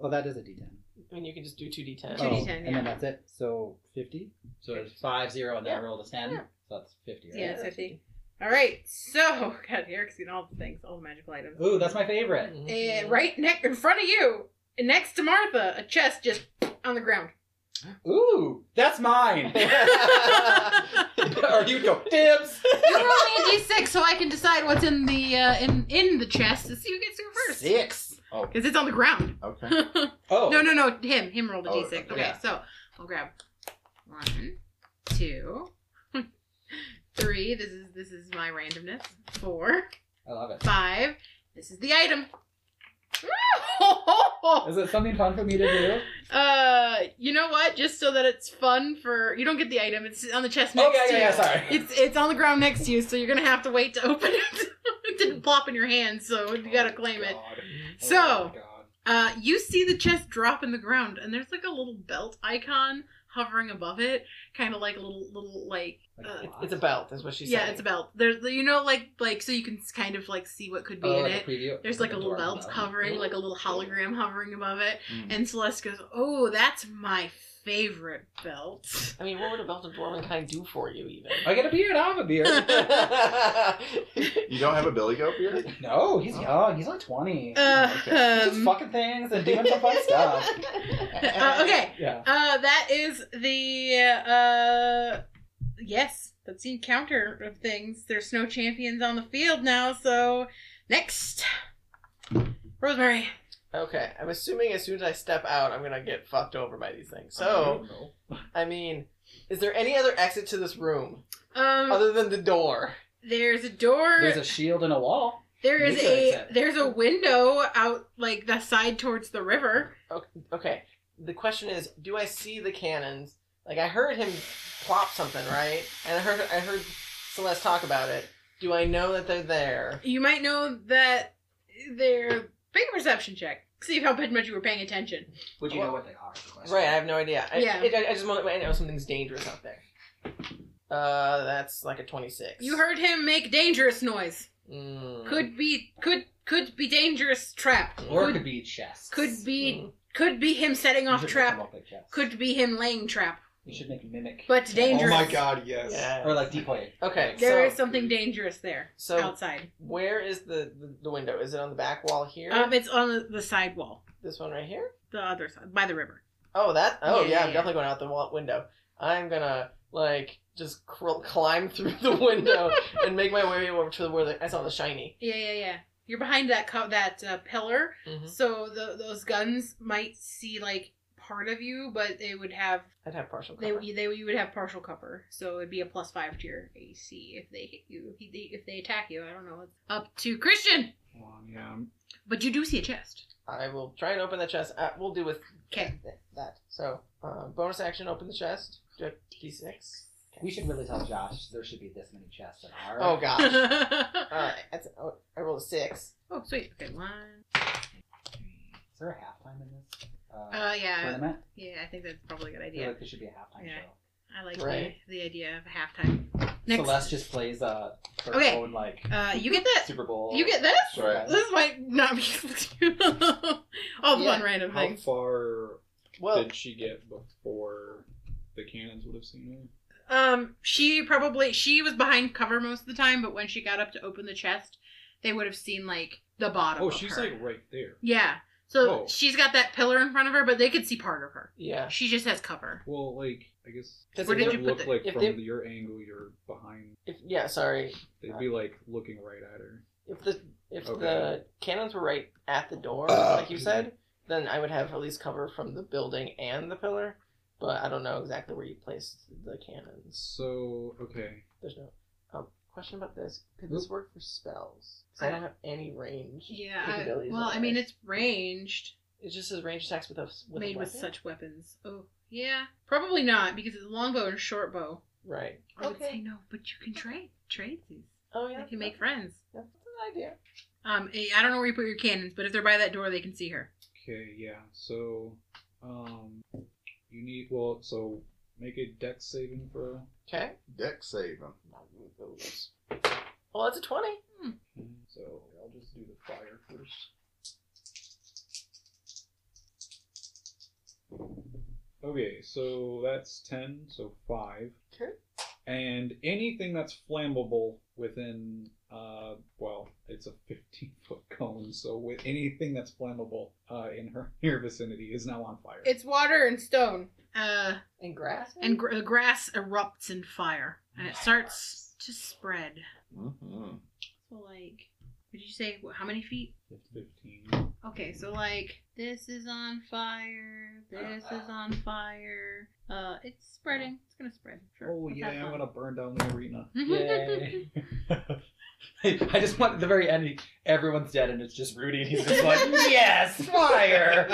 [SPEAKER 7] Oh, that is a d10.
[SPEAKER 5] I mean, you can just do two D10.
[SPEAKER 2] Two
[SPEAKER 7] oh,
[SPEAKER 2] D10,
[SPEAKER 7] And
[SPEAKER 2] yeah.
[SPEAKER 7] then that's it. So 50. So it's 5, 0, and then I
[SPEAKER 5] Yeah.
[SPEAKER 7] rolled a 10.
[SPEAKER 2] Yeah.
[SPEAKER 7] So that's 50, right?
[SPEAKER 2] Yeah, it's 50. All right, so *laughs* God, Eric's getting all the things, all the magical items.
[SPEAKER 7] Ooh, that's my
[SPEAKER 5] Oh.
[SPEAKER 7] favorite.
[SPEAKER 5] Mm-hmm.
[SPEAKER 2] Uh, right neck in front of you, and next to Martha, a chest just on the
[SPEAKER 7] *laughs*
[SPEAKER 2] ground.
[SPEAKER 7] Ooh, that's mine.
[SPEAKER 6] *laughs*
[SPEAKER 5] *laughs*
[SPEAKER 7] or you go, dibs.
[SPEAKER 2] You roll me a d6 so I can decide what's in the uh, in in the chest to see who gets to go first.
[SPEAKER 7] Six.
[SPEAKER 3] Oh,
[SPEAKER 2] Because it's on the ground. *laughs*
[SPEAKER 3] okay.
[SPEAKER 2] no,
[SPEAKER 7] Oh.
[SPEAKER 2] no, no, him. Him rolled a
[SPEAKER 3] Oh,
[SPEAKER 2] d6. Okay,
[SPEAKER 3] okay.
[SPEAKER 7] Yeah.
[SPEAKER 2] so I'll grab one, two, *laughs* three. This is this is my randomness. Four,
[SPEAKER 7] I love it.
[SPEAKER 2] five. This is the
[SPEAKER 7] *laughs*
[SPEAKER 2] item.
[SPEAKER 7] Is it something fun for me to do?
[SPEAKER 2] Uh, you know what? Just so that it's fun for you don't get the item. It's on the chest next
[SPEAKER 7] Oh, yeah,
[SPEAKER 2] to
[SPEAKER 7] yeah,
[SPEAKER 2] you.
[SPEAKER 7] yeah, sorry.
[SPEAKER 2] It's it's on the ground next to you, so you're gonna have to wait to *laughs* open it. it didn't plop in your hand, so you
[SPEAKER 7] Oh,
[SPEAKER 2] gotta claim it.
[SPEAKER 4] God.
[SPEAKER 2] So-
[SPEAKER 4] Oh, God.
[SPEAKER 2] Uh, you see the chest drop in the ground, and there's like a little belt icon hovering above it, kind of like a little little like uh,
[SPEAKER 5] It's a belt, is what she said.
[SPEAKER 2] yeah, it's a belt. There's you know like like so you can kind of like see what could be
[SPEAKER 7] Oh,
[SPEAKER 2] in
[SPEAKER 7] like
[SPEAKER 2] it.
[SPEAKER 7] a preview.
[SPEAKER 2] There's like a little
[SPEAKER 7] door
[SPEAKER 2] belt
[SPEAKER 7] above.
[SPEAKER 2] hovering, like a little hologram hovering above it.
[SPEAKER 3] Mm.
[SPEAKER 2] And Celeste goes, Oh, that's my favorite
[SPEAKER 5] *laughs*
[SPEAKER 2] belt.
[SPEAKER 5] I mean, what would a belt of dwarvenkind do for you, even?
[SPEAKER 7] I get a beard. I have a beard.
[SPEAKER 2] *laughs*
[SPEAKER 5] *laughs*
[SPEAKER 3] You don't have a Billy Goat beard?
[SPEAKER 7] no, he's young. He's only twenty.
[SPEAKER 2] Uh,
[SPEAKER 7] He's just
[SPEAKER 2] um,
[SPEAKER 7] fucking things and doing some fun stuff.
[SPEAKER 2] *laughs* uh, okay.
[SPEAKER 7] Yeah.
[SPEAKER 2] Uh, that is the. Uh, yes, that's the encounter of things. There's no champions on the field now, so next. Rosemary.
[SPEAKER 5] okay, I'm assuming as soon as I step out, I'm gonna get fucked over by these things.
[SPEAKER 4] I
[SPEAKER 5] So,
[SPEAKER 6] Oh
[SPEAKER 4] don't know.
[SPEAKER 5] I mean, is there any other exit to this room
[SPEAKER 2] Um,
[SPEAKER 5] other than the door?
[SPEAKER 2] there's a door.
[SPEAKER 7] There's a shield and a wall.
[SPEAKER 2] there is
[SPEAKER 7] Neither
[SPEAKER 2] a
[SPEAKER 7] exit.
[SPEAKER 2] there's a window out like the side towards the river.
[SPEAKER 5] Okay, the question is, do I see the cannons? Like, I heard him plop something, right? And I heard, I heard Celeste talk about it. Do I know that they're there?
[SPEAKER 2] You might know that they're. Make a perception check. See how much you were paying attention.
[SPEAKER 7] Would
[SPEAKER 5] you know
[SPEAKER 7] what they are? is the question.
[SPEAKER 5] Right, I have no idea. I,
[SPEAKER 2] Yeah.
[SPEAKER 5] I, I just want to I know something's dangerous out there. Uh, that's like a 26.
[SPEAKER 2] You heard him make dangerous noise.
[SPEAKER 5] Mm.
[SPEAKER 2] Could be could could be dangerous trap.
[SPEAKER 7] Or it
[SPEAKER 2] could
[SPEAKER 7] could be chest.
[SPEAKER 2] could be
[SPEAKER 5] Mm.
[SPEAKER 2] could be him setting off trap.
[SPEAKER 7] Could.
[SPEAKER 2] Could be him laying trap.
[SPEAKER 7] You should make mimic. Oh
[SPEAKER 2] But
[SPEAKER 4] Oh
[SPEAKER 2] dangerous.
[SPEAKER 4] my god, yes.
[SPEAKER 5] Yeah.
[SPEAKER 7] Or like decoy.
[SPEAKER 5] Okay.
[SPEAKER 2] There is
[SPEAKER 5] so
[SPEAKER 2] something dangerous there
[SPEAKER 5] So-
[SPEAKER 2] outside.
[SPEAKER 5] where is the, the the window? Is it on the back wall here?
[SPEAKER 2] Um, it's on the, the side wall,
[SPEAKER 5] this one right here?
[SPEAKER 2] the other side, by the river.
[SPEAKER 5] Oh, that. Oh,
[SPEAKER 2] Yeah,
[SPEAKER 5] yeah.
[SPEAKER 2] yeah,
[SPEAKER 5] I'm
[SPEAKER 2] yeah.
[SPEAKER 5] definitely going out the wall- window. I'm gonna like just cr- climb *laughs* through the *laughs* window and make my way over to where the, I saw the shiny.
[SPEAKER 2] Yeah, yeah, yeah. You're behind that co- that uh, pillar,
[SPEAKER 5] Mhm.
[SPEAKER 2] so the, those guns might see like part of you, but they would have
[SPEAKER 5] I'd have partial
[SPEAKER 2] They,
[SPEAKER 5] cover.
[SPEAKER 2] they you would have partial cover, so it'd be a plus five to your AC if they hit you. If they, if they attack you, I don't know. It's up to Christian.
[SPEAKER 4] Well, yeah, I'm-
[SPEAKER 2] But you do see a chest.
[SPEAKER 5] I will try and open the chest. Uh, we'll do with
[SPEAKER 2] 'Kay.
[SPEAKER 5] that. So uh, bonus action, open the chest. Do I have D6.
[SPEAKER 7] We should really tell Josh there should be this many chests in our.
[SPEAKER 5] Oh gosh. *laughs*
[SPEAKER 2] *laughs*
[SPEAKER 5] All
[SPEAKER 2] oh
[SPEAKER 5] right, that's, oh, I rolled a six.
[SPEAKER 2] sweet. Okay, one.
[SPEAKER 7] Is there a halftime in this? Uh,
[SPEAKER 2] Uh, yeah,
[SPEAKER 7] tournament?
[SPEAKER 2] yeah. I think that's probably a good
[SPEAKER 7] I feel
[SPEAKER 2] idea.
[SPEAKER 7] like there should be a halftime
[SPEAKER 2] Yeah.
[SPEAKER 7] show.
[SPEAKER 2] I like
[SPEAKER 5] Right.
[SPEAKER 2] the, the idea of halftime. Next,
[SPEAKER 7] Celeste just plays uh, her
[SPEAKER 2] Okay.
[SPEAKER 7] own like
[SPEAKER 2] uh, you get that.
[SPEAKER 7] Super Bowl.
[SPEAKER 2] You get this.
[SPEAKER 3] Sorry.
[SPEAKER 7] *laughs*
[SPEAKER 2] This might not be *laughs* all
[SPEAKER 5] Yeah.
[SPEAKER 2] the one random
[SPEAKER 4] How
[SPEAKER 2] thing.
[SPEAKER 4] far
[SPEAKER 5] Well,
[SPEAKER 4] did she get before the cannons would have seen her?
[SPEAKER 2] Um, she probably she was behind cover most of the time, but when she got up to open the chest, they would have seen like the bottom.
[SPEAKER 4] Oh,
[SPEAKER 2] of
[SPEAKER 4] she's
[SPEAKER 2] her.
[SPEAKER 4] like right there.
[SPEAKER 2] yeah. So
[SPEAKER 4] Oh.
[SPEAKER 2] she's got that pillar in front of her, but they could see part of her.
[SPEAKER 5] yeah.
[SPEAKER 2] She just has cover.
[SPEAKER 4] Well, like I guess
[SPEAKER 5] Does
[SPEAKER 2] Where
[SPEAKER 5] it
[SPEAKER 2] did
[SPEAKER 5] look-
[SPEAKER 2] you
[SPEAKER 4] it
[SPEAKER 2] put
[SPEAKER 4] look
[SPEAKER 2] the-
[SPEAKER 4] like
[SPEAKER 5] if
[SPEAKER 4] from
[SPEAKER 5] they-
[SPEAKER 4] your angle you're behind.
[SPEAKER 5] If, yeah, sorry.
[SPEAKER 4] They'd be like looking right at her.
[SPEAKER 5] If the if
[SPEAKER 4] Okay.
[SPEAKER 5] the cannons were right at the door, like you said, then I would have at least cover from the building and the pillar. but I don't know exactly where you place the cannons.
[SPEAKER 6] So okay.
[SPEAKER 5] There's no um, question about this. Could this work for spells? 'Cause I don't have any range.
[SPEAKER 2] Yeah. I-
[SPEAKER 5] capabilities
[SPEAKER 2] well,
[SPEAKER 5] on
[SPEAKER 2] I mean,
[SPEAKER 5] this.
[SPEAKER 2] it's ranged,
[SPEAKER 5] it just says range attacks with a with a
[SPEAKER 2] made with
[SPEAKER 5] weapon?
[SPEAKER 2] such weapons. Oh, yeah. Probably not because it's longbow and short bow.
[SPEAKER 5] right.
[SPEAKER 2] I would say no, but you can trade trade these.
[SPEAKER 5] Oh
[SPEAKER 2] You
[SPEAKER 5] yeah,
[SPEAKER 2] can make friends.
[SPEAKER 5] That's an idea.
[SPEAKER 2] Um, I I don't know where you put your cannons, but if they're by that door, they can see her.
[SPEAKER 6] Okay, yeah. So, um, you need well. So make a dex saving throw.
[SPEAKER 5] Okay.
[SPEAKER 3] Deck save him.
[SPEAKER 5] Well, that's a twenty.
[SPEAKER 6] So I'll just do the fire first. Okay, so that's ten. So five.
[SPEAKER 5] Okay.
[SPEAKER 6] And anything that's flammable within, uh, well, it's a 15 *laughs* foot cone, so with anything that's flammable uh, in her *laughs* near vicinity is now on fire.
[SPEAKER 2] It's water and stone. Uh,
[SPEAKER 5] And grass.
[SPEAKER 2] and gr- uh, grass erupts in fire, and it starts to spread.
[SPEAKER 3] Mm-hmm.
[SPEAKER 2] So like, what did you say? What, how many feet?
[SPEAKER 6] It's 15.
[SPEAKER 2] Okay, so like this is on fire. This is on fire. Uh, it's spreading. It's gonna spread. Sure.
[SPEAKER 6] Oh,
[SPEAKER 2] Let's
[SPEAKER 6] yeah,
[SPEAKER 2] have
[SPEAKER 6] I'm
[SPEAKER 2] fun.
[SPEAKER 6] gonna burn down the arena.
[SPEAKER 2] *laughs*
[SPEAKER 7] Yay. I just want at the very end. Everyone's dead, and it's just Rudy, and he's
[SPEAKER 2] *laughs*
[SPEAKER 7] just like, "Yes, fire!"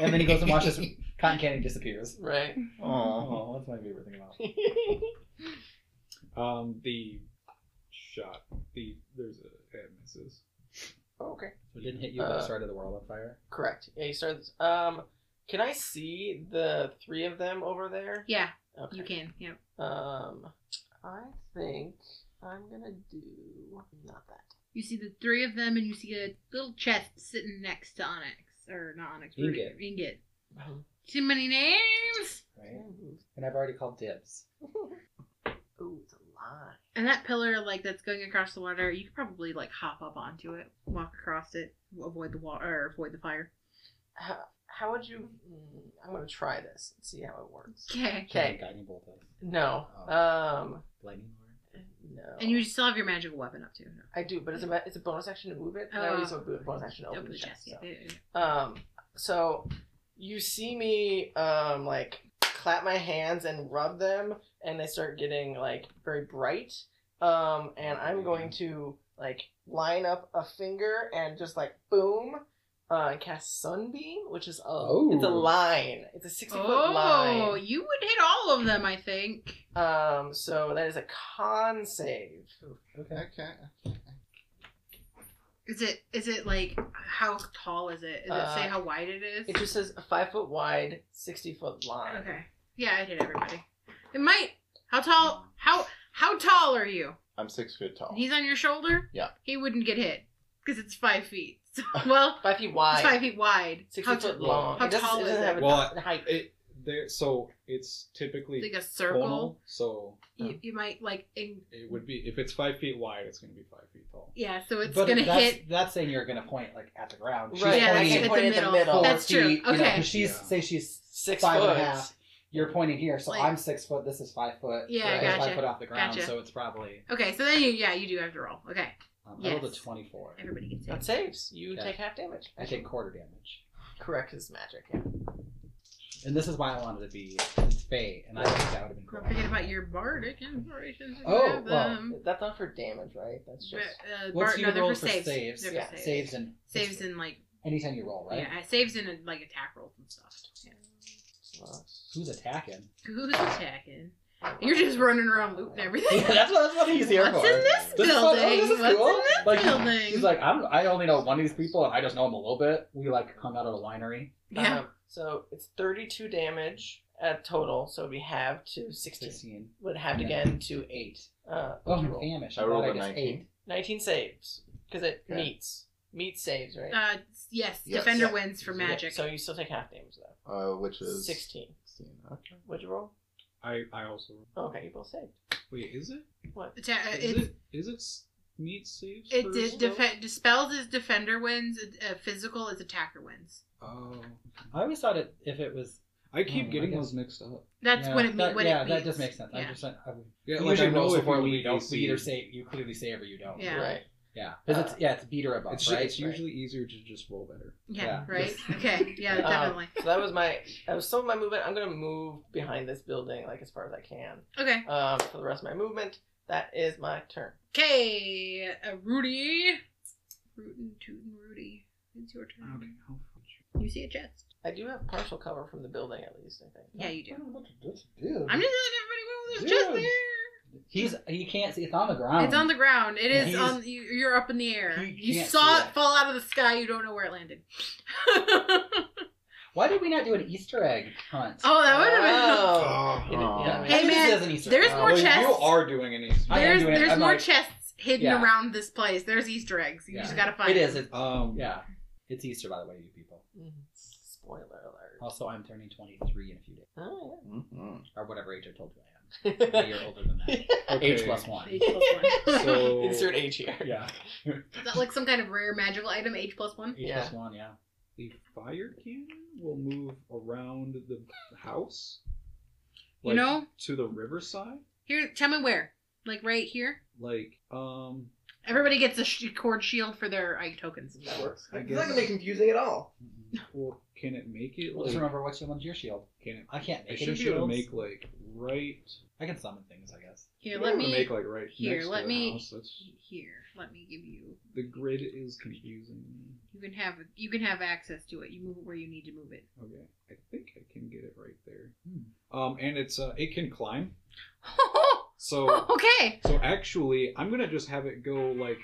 [SPEAKER 7] And then he goes and watches cotton candy disappears.
[SPEAKER 5] Right.
[SPEAKER 3] Aww.
[SPEAKER 7] Oh, that's my favorite thing
[SPEAKER 2] *laughs*
[SPEAKER 7] about.
[SPEAKER 6] Um, the shot. The there's a it misses.
[SPEAKER 5] Oh, okay.
[SPEAKER 7] It didn't hit you,
[SPEAKER 2] Uh,
[SPEAKER 7] but it started the world on fire.
[SPEAKER 5] Correct. Yeah, you started. This. Um, can I see the three of them over there?
[SPEAKER 2] Yeah,
[SPEAKER 5] Okay.
[SPEAKER 2] you can. Yep.
[SPEAKER 5] Um, I think I'm gonna do not that.
[SPEAKER 2] You see the three of them, and you see a little chest sitting next to Onyx, or not Onyx, Rudy,
[SPEAKER 7] Ingot.
[SPEAKER 2] Ingot.
[SPEAKER 5] Mm-hmm.
[SPEAKER 2] Too many names.
[SPEAKER 7] Right? And I've already called dibs.
[SPEAKER 5] Ooh, it's a lie.
[SPEAKER 2] And that pillar, like that's going across the water, you could probably like hop up onto it, walk across it, avoid the water, or avoid the fire. *laughs*
[SPEAKER 5] How, how would you? mm, I'm gonna try this and see how it works.
[SPEAKER 2] Okay.
[SPEAKER 5] Okay.
[SPEAKER 7] Guiding bolt of
[SPEAKER 5] No. Um.
[SPEAKER 7] lightning lord.
[SPEAKER 5] No.
[SPEAKER 2] And you still have your magic weapon up too.
[SPEAKER 5] I do, but it's a ma- it's a bonus action to move it,
[SPEAKER 2] Uh,
[SPEAKER 5] and I always have a bo- bonus action to open,
[SPEAKER 2] Open the chest.
[SPEAKER 5] so.
[SPEAKER 2] Yeah. yeah, yeah.
[SPEAKER 5] Um, so you see me um like clap my hands and rub them, and they start getting like very bright. Um, and I'm going to like line up a finger and just like boom, uh, and cast sunbeam, which is a
[SPEAKER 7] Oh.
[SPEAKER 5] it's a line. It's a sixty foot
[SPEAKER 2] Oh,
[SPEAKER 5] line.
[SPEAKER 2] you would hit all of them, I think.
[SPEAKER 5] Um, so that is a con save.
[SPEAKER 7] Okay.
[SPEAKER 3] Okay.
[SPEAKER 2] Is it is it like how tall is it? Does
[SPEAKER 5] Uh,
[SPEAKER 2] it say how wide it is?
[SPEAKER 5] It just says a five foot wide, sixty foot line.
[SPEAKER 2] okay. Yeah, I hit everybody. It might. How tall? How how tall are you?
[SPEAKER 3] I'm six foot tall.
[SPEAKER 2] He's on your shoulder.
[SPEAKER 3] Yeah.
[SPEAKER 2] He wouldn't get hit because it's
[SPEAKER 5] *laughs*
[SPEAKER 2] five feet. *laughs* So, well,
[SPEAKER 5] Five feet wide.
[SPEAKER 2] it's five feet wide.
[SPEAKER 5] Sixty
[SPEAKER 2] How t-
[SPEAKER 5] foot long.
[SPEAKER 2] how
[SPEAKER 5] it doesn't,
[SPEAKER 2] tall
[SPEAKER 5] it
[SPEAKER 2] is
[SPEAKER 5] doesn't
[SPEAKER 2] it?
[SPEAKER 5] have a
[SPEAKER 6] Well,
[SPEAKER 5] t- height.
[SPEAKER 6] It there so it's typically
[SPEAKER 2] Like a circle.
[SPEAKER 6] Circle. So
[SPEAKER 2] You, you might like. In,
[SPEAKER 6] it would be if it's five feet wide, it's gonna be five feet tall.
[SPEAKER 2] yeah. So it's
[SPEAKER 7] But
[SPEAKER 2] gonna
[SPEAKER 7] that's,
[SPEAKER 2] hit.
[SPEAKER 7] That's saying you're gonna point like at the ground. She's
[SPEAKER 5] Right, I
[SPEAKER 2] yeah,
[SPEAKER 7] pointing
[SPEAKER 2] that's
[SPEAKER 5] can't
[SPEAKER 2] at
[SPEAKER 5] point
[SPEAKER 2] the
[SPEAKER 5] at the
[SPEAKER 2] middle.
[SPEAKER 5] middle.
[SPEAKER 7] four
[SPEAKER 2] That's true.
[SPEAKER 7] feet, you know, 'cause
[SPEAKER 2] Okay.
[SPEAKER 7] she's
[SPEAKER 6] Yeah.
[SPEAKER 7] say she's
[SPEAKER 5] Six
[SPEAKER 7] five
[SPEAKER 5] foot.
[SPEAKER 7] and a half. You're pointing here, so
[SPEAKER 2] Like-
[SPEAKER 7] I'm six foot. This is five foot.
[SPEAKER 2] Yeah,
[SPEAKER 7] it's
[SPEAKER 2] gotcha,
[SPEAKER 7] Five foot off the ground,
[SPEAKER 2] gotcha.
[SPEAKER 7] so it's probably.
[SPEAKER 2] Okay. So then you yeah you do have to roll. Okay.
[SPEAKER 7] Um, I
[SPEAKER 2] Yes.
[SPEAKER 7] rolled a twenty-four.
[SPEAKER 2] Everybody gets
[SPEAKER 5] That
[SPEAKER 2] it.
[SPEAKER 5] saves. You
[SPEAKER 7] Okay.
[SPEAKER 5] take half damage.
[SPEAKER 7] I take quarter damage,
[SPEAKER 5] Correct his magic. Yeah.
[SPEAKER 7] and this is why I wanted to be it's Faye, and I think that would have been cool.
[SPEAKER 2] Don't forget about your bardic inspirations. if you
[SPEAKER 7] Oh,
[SPEAKER 2] have
[SPEAKER 7] well,
[SPEAKER 2] them.
[SPEAKER 5] That's not for damage, Mm-hmm. right? That's just.
[SPEAKER 2] Uh,
[SPEAKER 7] What's
[SPEAKER 2] bar-
[SPEAKER 7] your
[SPEAKER 2] no, they're
[SPEAKER 7] roll
[SPEAKER 2] for
[SPEAKER 7] for
[SPEAKER 2] saves.
[SPEAKER 7] saves?
[SPEAKER 2] They're for
[SPEAKER 5] Yeah,
[SPEAKER 2] saves.
[SPEAKER 7] Saves and
[SPEAKER 2] Saves in like
[SPEAKER 7] anytime you roll, right?
[SPEAKER 2] yeah, saves in like attack rolls and stuff. Yeah.
[SPEAKER 7] Who's attacking?
[SPEAKER 2] Who's attacking? You're just running around looting
[SPEAKER 7] *laughs*
[SPEAKER 2] everything.
[SPEAKER 7] that's what that's what he's here
[SPEAKER 2] What's
[SPEAKER 7] for.
[SPEAKER 2] in this
[SPEAKER 7] This is what-
[SPEAKER 2] building?
[SPEAKER 7] oh, this is
[SPEAKER 2] What's
[SPEAKER 7] cool.
[SPEAKER 2] in this *laughs*
[SPEAKER 7] Like,
[SPEAKER 2] building?
[SPEAKER 7] He's like, I'm, I only know one of these people, and I just know him a little bit. We like hung out at a winery.
[SPEAKER 2] yeah.
[SPEAKER 5] Um, so it's 32 damage at total. So we have to 16.
[SPEAKER 7] Sixteen.
[SPEAKER 5] Would have
[SPEAKER 7] Yeah.
[SPEAKER 5] again to.
[SPEAKER 7] Eight.
[SPEAKER 5] Uh,
[SPEAKER 7] Oh,
[SPEAKER 5] what'd you
[SPEAKER 7] I'm
[SPEAKER 5] roll?
[SPEAKER 7] famished.
[SPEAKER 3] I rolled
[SPEAKER 7] thought
[SPEAKER 3] a
[SPEAKER 7] just
[SPEAKER 3] 19.
[SPEAKER 7] ate.
[SPEAKER 5] 19 saves. Because it
[SPEAKER 3] Okay.
[SPEAKER 5] meets. Meets saves, right?
[SPEAKER 2] Uh, yes,
[SPEAKER 3] Yes.
[SPEAKER 2] defender
[SPEAKER 3] Yeah.
[SPEAKER 2] wins for
[SPEAKER 3] Yeah,
[SPEAKER 2] magic.
[SPEAKER 5] So you still take half damage, though.
[SPEAKER 3] Uh, which is
[SPEAKER 5] 16.
[SPEAKER 3] 16. Okay.
[SPEAKER 5] What'd you roll? Oh,
[SPEAKER 6] I I also
[SPEAKER 5] Okay, you both saved.
[SPEAKER 6] wait. Is it?
[SPEAKER 5] What?
[SPEAKER 2] Atta- uh,
[SPEAKER 6] Is
[SPEAKER 2] it's,
[SPEAKER 6] it? Is it s- meat saves?
[SPEAKER 2] it
[SPEAKER 6] for
[SPEAKER 2] did
[SPEAKER 6] spell?
[SPEAKER 2] def- dispels is defender wins. Uh, physical is attacker wins.
[SPEAKER 6] Oh,
[SPEAKER 7] I always thought it if it was.
[SPEAKER 6] I keep
[SPEAKER 7] Oh, I
[SPEAKER 6] getting
[SPEAKER 7] guess.
[SPEAKER 6] those mixed up.
[SPEAKER 2] That's
[SPEAKER 7] yeah,
[SPEAKER 2] what it means.
[SPEAKER 7] that-
[SPEAKER 2] What
[SPEAKER 7] yeah,
[SPEAKER 2] it
[SPEAKER 7] that
[SPEAKER 2] means.
[SPEAKER 7] just makes sense. I'm
[SPEAKER 2] Yeah.
[SPEAKER 7] just. I,
[SPEAKER 6] Yeah,
[SPEAKER 7] usually
[SPEAKER 6] I know
[SPEAKER 7] rolls
[SPEAKER 6] if
[SPEAKER 7] before
[SPEAKER 6] you
[SPEAKER 7] we
[SPEAKER 6] leave
[SPEAKER 7] don't.
[SPEAKER 6] AC.
[SPEAKER 7] We either say you clearly save or you don't.
[SPEAKER 2] Yeah.
[SPEAKER 5] Right.
[SPEAKER 7] Yeah, 'Cause it's yeah, it's beat or above,
[SPEAKER 6] It's,
[SPEAKER 7] right?
[SPEAKER 6] it's usually easier to just roll better.
[SPEAKER 2] Yeah,
[SPEAKER 7] Yeah. *laughs* Uh,
[SPEAKER 2] right? Okay, yeah,
[SPEAKER 5] Um,
[SPEAKER 2] definitely.
[SPEAKER 5] So that was my that was some of my movement. I'm gonna move behind this building like as far as I can.
[SPEAKER 2] Okay.
[SPEAKER 5] Um, for the rest of my movement, that is my turn.
[SPEAKER 2] Okay, uh, Rudy. Rootin' tootin' Rudy. It's your turn. You see a chest.
[SPEAKER 5] I do have partial cover from the building at least. I think.
[SPEAKER 2] Yeah, you do.
[SPEAKER 7] I don't know what to just do.
[SPEAKER 2] I'm just telling everybody, well, there's a chest
[SPEAKER 7] Dude.
[SPEAKER 2] there.
[SPEAKER 7] He's he can't see. It's on the ground.
[SPEAKER 2] it's on the ground. It is
[SPEAKER 7] Um, He's-
[SPEAKER 2] on. You, you're up in the air.
[SPEAKER 7] He
[SPEAKER 2] You
[SPEAKER 7] can't
[SPEAKER 2] saw
[SPEAKER 7] see
[SPEAKER 2] it
[SPEAKER 7] that.
[SPEAKER 2] fall out of the sky. You don't know where it landed.
[SPEAKER 7] Why did we not do an Easter egg hunt?
[SPEAKER 2] oh, that would have been. *laughs*
[SPEAKER 5] Oh. It- yeah.
[SPEAKER 7] Yeah.
[SPEAKER 2] Hey,
[SPEAKER 7] This
[SPEAKER 2] man,
[SPEAKER 7] is an Easter
[SPEAKER 2] there's
[SPEAKER 7] egg.
[SPEAKER 2] more
[SPEAKER 7] Well,
[SPEAKER 6] Ah, you
[SPEAKER 2] chests.
[SPEAKER 6] are doing an easy.
[SPEAKER 7] I am
[SPEAKER 2] There's
[SPEAKER 7] doing it.
[SPEAKER 2] there's
[SPEAKER 7] I'm
[SPEAKER 2] more
[SPEAKER 7] like-
[SPEAKER 2] chests hidden
[SPEAKER 7] Yeah.
[SPEAKER 2] around this place. There's Easter eggs. You
[SPEAKER 7] Yeah.
[SPEAKER 2] just gotta find
[SPEAKER 7] It is. It,
[SPEAKER 6] Um,
[SPEAKER 7] yeah, it's Easter, by the way, you people.
[SPEAKER 5] Mhm. Spoiler alert.
[SPEAKER 7] Also, I'm turning 23 in a few days,
[SPEAKER 5] Oh,
[SPEAKER 3] Mhm.
[SPEAKER 7] or whatever age I told you I
[SPEAKER 2] *laughs*
[SPEAKER 7] am. A
[SPEAKER 5] yeah.
[SPEAKER 7] year older than that.
[SPEAKER 6] Okay.
[SPEAKER 7] Age plus one.
[SPEAKER 2] H plus
[SPEAKER 5] *laughs*
[SPEAKER 2] one.
[SPEAKER 6] So
[SPEAKER 5] Insert age here.
[SPEAKER 7] Yeah.
[SPEAKER 2] Is that like some kind of rare magical item? H plus one.
[SPEAKER 7] Age
[SPEAKER 5] Yeah.
[SPEAKER 7] plus one. Yeah.
[SPEAKER 6] the fire cannon will move around the house.
[SPEAKER 2] You know?
[SPEAKER 6] to the riverside.
[SPEAKER 2] Here, tell me where. Like right here.
[SPEAKER 6] Like, um,
[SPEAKER 2] Everybody gets a sh- cord shield for their Ike tokens.
[SPEAKER 5] That works.
[SPEAKER 6] I
[SPEAKER 5] It's
[SPEAKER 6] guess-
[SPEAKER 5] not gonna be confusing at all.
[SPEAKER 7] Mhm.
[SPEAKER 6] well, can it make it?
[SPEAKER 7] Well,
[SPEAKER 6] Like,
[SPEAKER 7] just remember what's your one's your shield.
[SPEAKER 6] can it?
[SPEAKER 7] I can't
[SPEAKER 6] I
[SPEAKER 7] make
[SPEAKER 6] should
[SPEAKER 7] any
[SPEAKER 6] be able to
[SPEAKER 7] shields.
[SPEAKER 6] make like right.
[SPEAKER 7] I can summon things, I guess.
[SPEAKER 2] Here,
[SPEAKER 6] I'm
[SPEAKER 2] let
[SPEAKER 6] able to
[SPEAKER 2] me.
[SPEAKER 6] make like right
[SPEAKER 2] here,
[SPEAKER 6] next
[SPEAKER 2] let
[SPEAKER 6] to the
[SPEAKER 2] me-
[SPEAKER 6] House. That's,
[SPEAKER 2] Here, let me give you.
[SPEAKER 6] the grid is confusing me.
[SPEAKER 2] You can have you can have access to it. You move it where you need to
[SPEAKER 6] *laughs*
[SPEAKER 2] move it.
[SPEAKER 6] Okay, I think I can get it right there. Um, and it's uh, it can climb. So
[SPEAKER 2] *laughs* okay.
[SPEAKER 6] so actually, I'm gonna just have it go like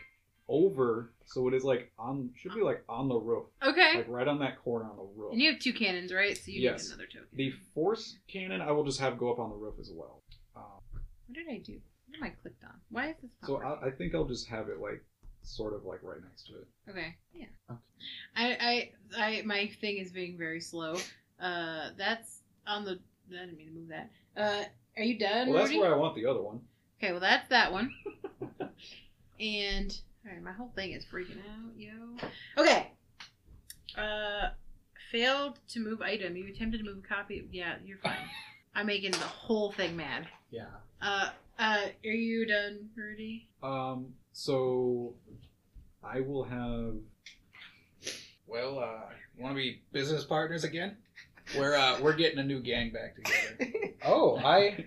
[SPEAKER 6] over, so it is like on should be like on the roof,
[SPEAKER 2] Okay.
[SPEAKER 6] like right on that corner on the roof.
[SPEAKER 2] And you have two cannons, right? So you
[SPEAKER 6] Yes.
[SPEAKER 2] need another token.
[SPEAKER 6] The force cannon I will just have go up on the roof as well. Um,
[SPEAKER 2] What did I do? What am I clicked on? Why is this? Not
[SPEAKER 6] so
[SPEAKER 2] working?
[SPEAKER 6] I, I think I'll just have it like sort of like right next to it.
[SPEAKER 2] Okay. Yeah.
[SPEAKER 3] Okay.
[SPEAKER 2] I, I I my thing is being very slow. Uh, that's on the. I didn't mean to move that. Uh, are you done?
[SPEAKER 6] Well, that's
[SPEAKER 2] Rudy?
[SPEAKER 6] where I want the other one.
[SPEAKER 2] Okay, well that's that one. and all right, my whole thing is freaking out, yo. Okay. Uh, failed to move item. You attempted to move a copy. Yeah, you're fine. I'm making the whole thing mad.
[SPEAKER 7] Yeah.
[SPEAKER 2] Uh, uh, are you done, Rudy?
[SPEAKER 6] Um, so I will have.
[SPEAKER 4] Well, uh, want to be business partners again? We're uh, we're getting a new gang back together.
[SPEAKER 6] *laughs*
[SPEAKER 7] Oh, I.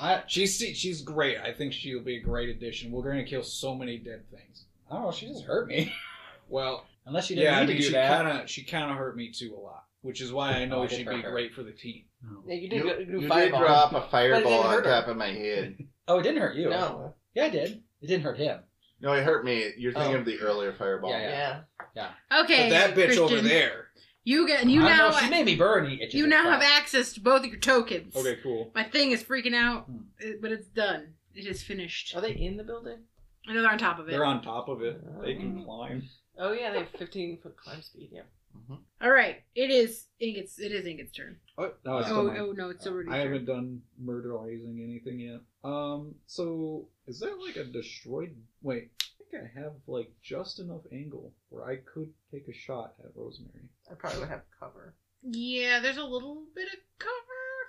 [SPEAKER 7] I.
[SPEAKER 4] She's she's great. I think she'll be a great addition. We're gonna kill so many dead things.
[SPEAKER 7] I don't know. She just hurt me. *laughs*
[SPEAKER 4] Well,
[SPEAKER 7] Unless she didn't
[SPEAKER 4] yeah, I
[SPEAKER 7] need
[SPEAKER 4] mean,
[SPEAKER 7] to do
[SPEAKER 4] she
[SPEAKER 7] that.
[SPEAKER 4] kind of she kind of hurt me too a lot, which is why I know
[SPEAKER 7] Oh, I did
[SPEAKER 4] she'd
[SPEAKER 7] hurt
[SPEAKER 4] be
[SPEAKER 7] her.
[SPEAKER 4] great for the team.
[SPEAKER 5] Yeah, you did
[SPEAKER 3] You,
[SPEAKER 5] go-
[SPEAKER 3] you
[SPEAKER 5] do
[SPEAKER 3] did
[SPEAKER 5] fireball.
[SPEAKER 3] drop a fireball on
[SPEAKER 5] hurt her.
[SPEAKER 3] top of my *laughs* head.
[SPEAKER 7] Oh, it didn't hurt you.
[SPEAKER 5] No.
[SPEAKER 7] Yeah, it did. It didn't hurt him.
[SPEAKER 3] No, it hurt me. You're thinking
[SPEAKER 7] Oh.
[SPEAKER 3] of the earlier fireball.
[SPEAKER 7] Yeah,
[SPEAKER 5] Yeah.
[SPEAKER 2] Okay,
[SPEAKER 4] but that bitch
[SPEAKER 2] Christian,
[SPEAKER 4] over there.
[SPEAKER 2] You get. You
[SPEAKER 7] I don't
[SPEAKER 2] now.
[SPEAKER 7] know, she made me burn. He itches
[SPEAKER 2] you
[SPEAKER 7] his
[SPEAKER 2] now
[SPEAKER 7] butt.
[SPEAKER 2] have access to both of your tokens.
[SPEAKER 6] Okay, cool.
[SPEAKER 2] My thing is freaking out,
[SPEAKER 7] Hmm.
[SPEAKER 2] it- but it's done. It is finished.
[SPEAKER 5] Are they in the building?
[SPEAKER 2] I know they're on top of it.
[SPEAKER 6] Oh, They're on top of it. They
[SPEAKER 7] Mm.
[SPEAKER 6] can climb.
[SPEAKER 5] Oh yeah, they have 15 foot climb speed. Yeah.
[SPEAKER 3] Mm-hmm.
[SPEAKER 2] All right, it is Ingot's. It is Ingot's turn.
[SPEAKER 6] Oh, no, it's still
[SPEAKER 2] oh,
[SPEAKER 6] mine.
[SPEAKER 2] oh no, it's still Rudy's
[SPEAKER 6] I
[SPEAKER 2] turn.
[SPEAKER 6] haven't done murderizing anything yet. Um, so is that like a destroyed? Wait, I think I have like just enough angle where I could take a shot at Rosemary.
[SPEAKER 5] I probably would have cover.
[SPEAKER 2] Yeah, there's a little bit of cover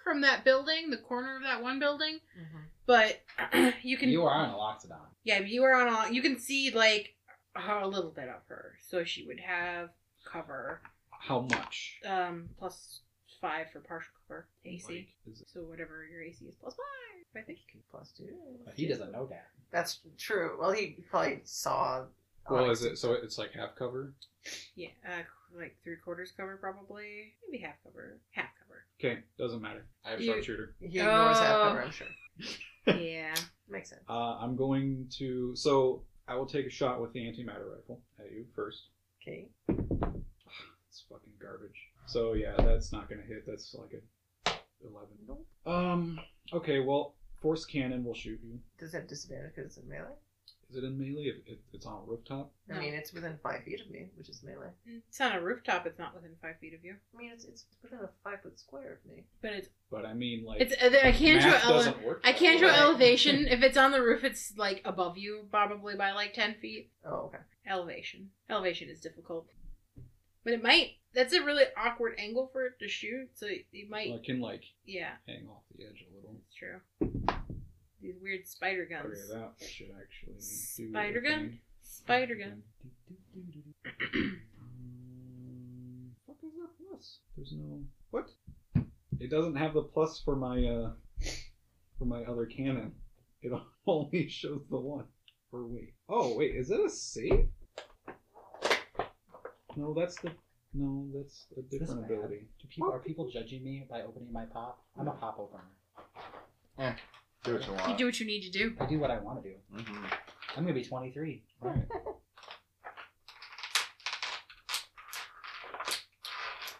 [SPEAKER 2] from that building, the corner of that one building,
[SPEAKER 5] Mm-hmm.
[SPEAKER 2] but *clears throat* you can.
[SPEAKER 7] You are on Eloxodon.
[SPEAKER 2] Yeah, you are on. A, you can see like a little bit of her, so she would have cover.
[SPEAKER 6] How much?
[SPEAKER 2] Um, plus five for partial cover AC.
[SPEAKER 6] Like, is it-
[SPEAKER 2] So whatever your AC is plus five, I think.
[SPEAKER 5] Plus two.
[SPEAKER 7] But he doesn't know that.
[SPEAKER 5] That's true. Well, he probably saw.
[SPEAKER 7] Oh,
[SPEAKER 6] well, is it so? It's like half cover.
[SPEAKER 2] Yeah, uh, like three quarters cover probably, maybe half cover, half cover.
[SPEAKER 6] *laughs* Okay, doesn't matter. I have
[SPEAKER 2] You-
[SPEAKER 6] sharpshooter.
[SPEAKER 5] He ignores half
[SPEAKER 2] Oh.
[SPEAKER 5] cover. I'm sure.
[SPEAKER 2] yeah.
[SPEAKER 5] Makes sense.
[SPEAKER 6] Uh, I'm going to. So I will take a shot with the antimatter rifle at you first.
[SPEAKER 5] Okay.
[SPEAKER 6] It's fucking garbage. So yeah, that's not gonna hit. That's like a eleven. Um. Okay. Well, force cannon will shoot you.
[SPEAKER 5] Does it have disadvantage because it's in melee?
[SPEAKER 6] Is it in melee? If if it's on a rooftop.
[SPEAKER 2] No.
[SPEAKER 5] I mean, it's within five feet of me, which is melee.
[SPEAKER 2] It's on a rooftop. It's not within five feet of you,
[SPEAKER 5] I mean, it's, it's within a five foot square of me.
[SPEAKER 2] but it's
[SPEAKER 6] But I mean, like,
[SPEAKER 2] it's. uh, I can't show
[SPEAKER 6] math
[SPEAKER 2] ele-
[SPEAKER 6] doesn't work.
[SPEAKER 2] I
[SPEAKER 6] that
[SPEAKER 2] can't show
[SPEAKER 6] way.
[SPEAKER 5] Right.
[SPEAKER 6] *laughs*
[SPEAKER 2] elevation. if it's on the roof, it's like above you, probably by like ten feet.
[SPEAKER 5] Oh, okay.
[SPEAKER 2] Elevation. Elevation is difficult, but it might. That's a really awkward angle for it to shoot. So it, it might.
[SPEAKER 6] I can like
[SPEAKER 2] yeah,
[SPEAKER 6] hang off the edge a little.
[SPEAKER 2] it's true. These weird spider guns.
[SPEAKER 6] Oh, Okay, that should actually do. the
[SPEAKER 2] Spider gun?
[SPEAKER 6] thing.
[SPEAKER 2] Spider
[SPEAKER 6] *clears throat*
[SPEAKER 2] gun.
[SPEAKER 6] Um, What is that plus? There's no what? It doesn't have the plus for my uh for my other cannon. It *laughs* only shows the one. Or wait. Oh wait, is that a save? No, that's the no, that's a
[SPEAKER 7] this
[SPEAKER 6] different
[SPEAKER 7] bad?
[SPEAKER 6] ability.
[SPEAKER 7] Do people are people judging me by opening my pop? I'm a pop opener.
[SPEAKER 3] Do what you want.
[SPEAKER 2] You do what you need to do.
[SPEAKER 7] I do what I want to do.
[SPEAKER 3] Mhm.
[SPEAKER 7] I'm gonna be 23.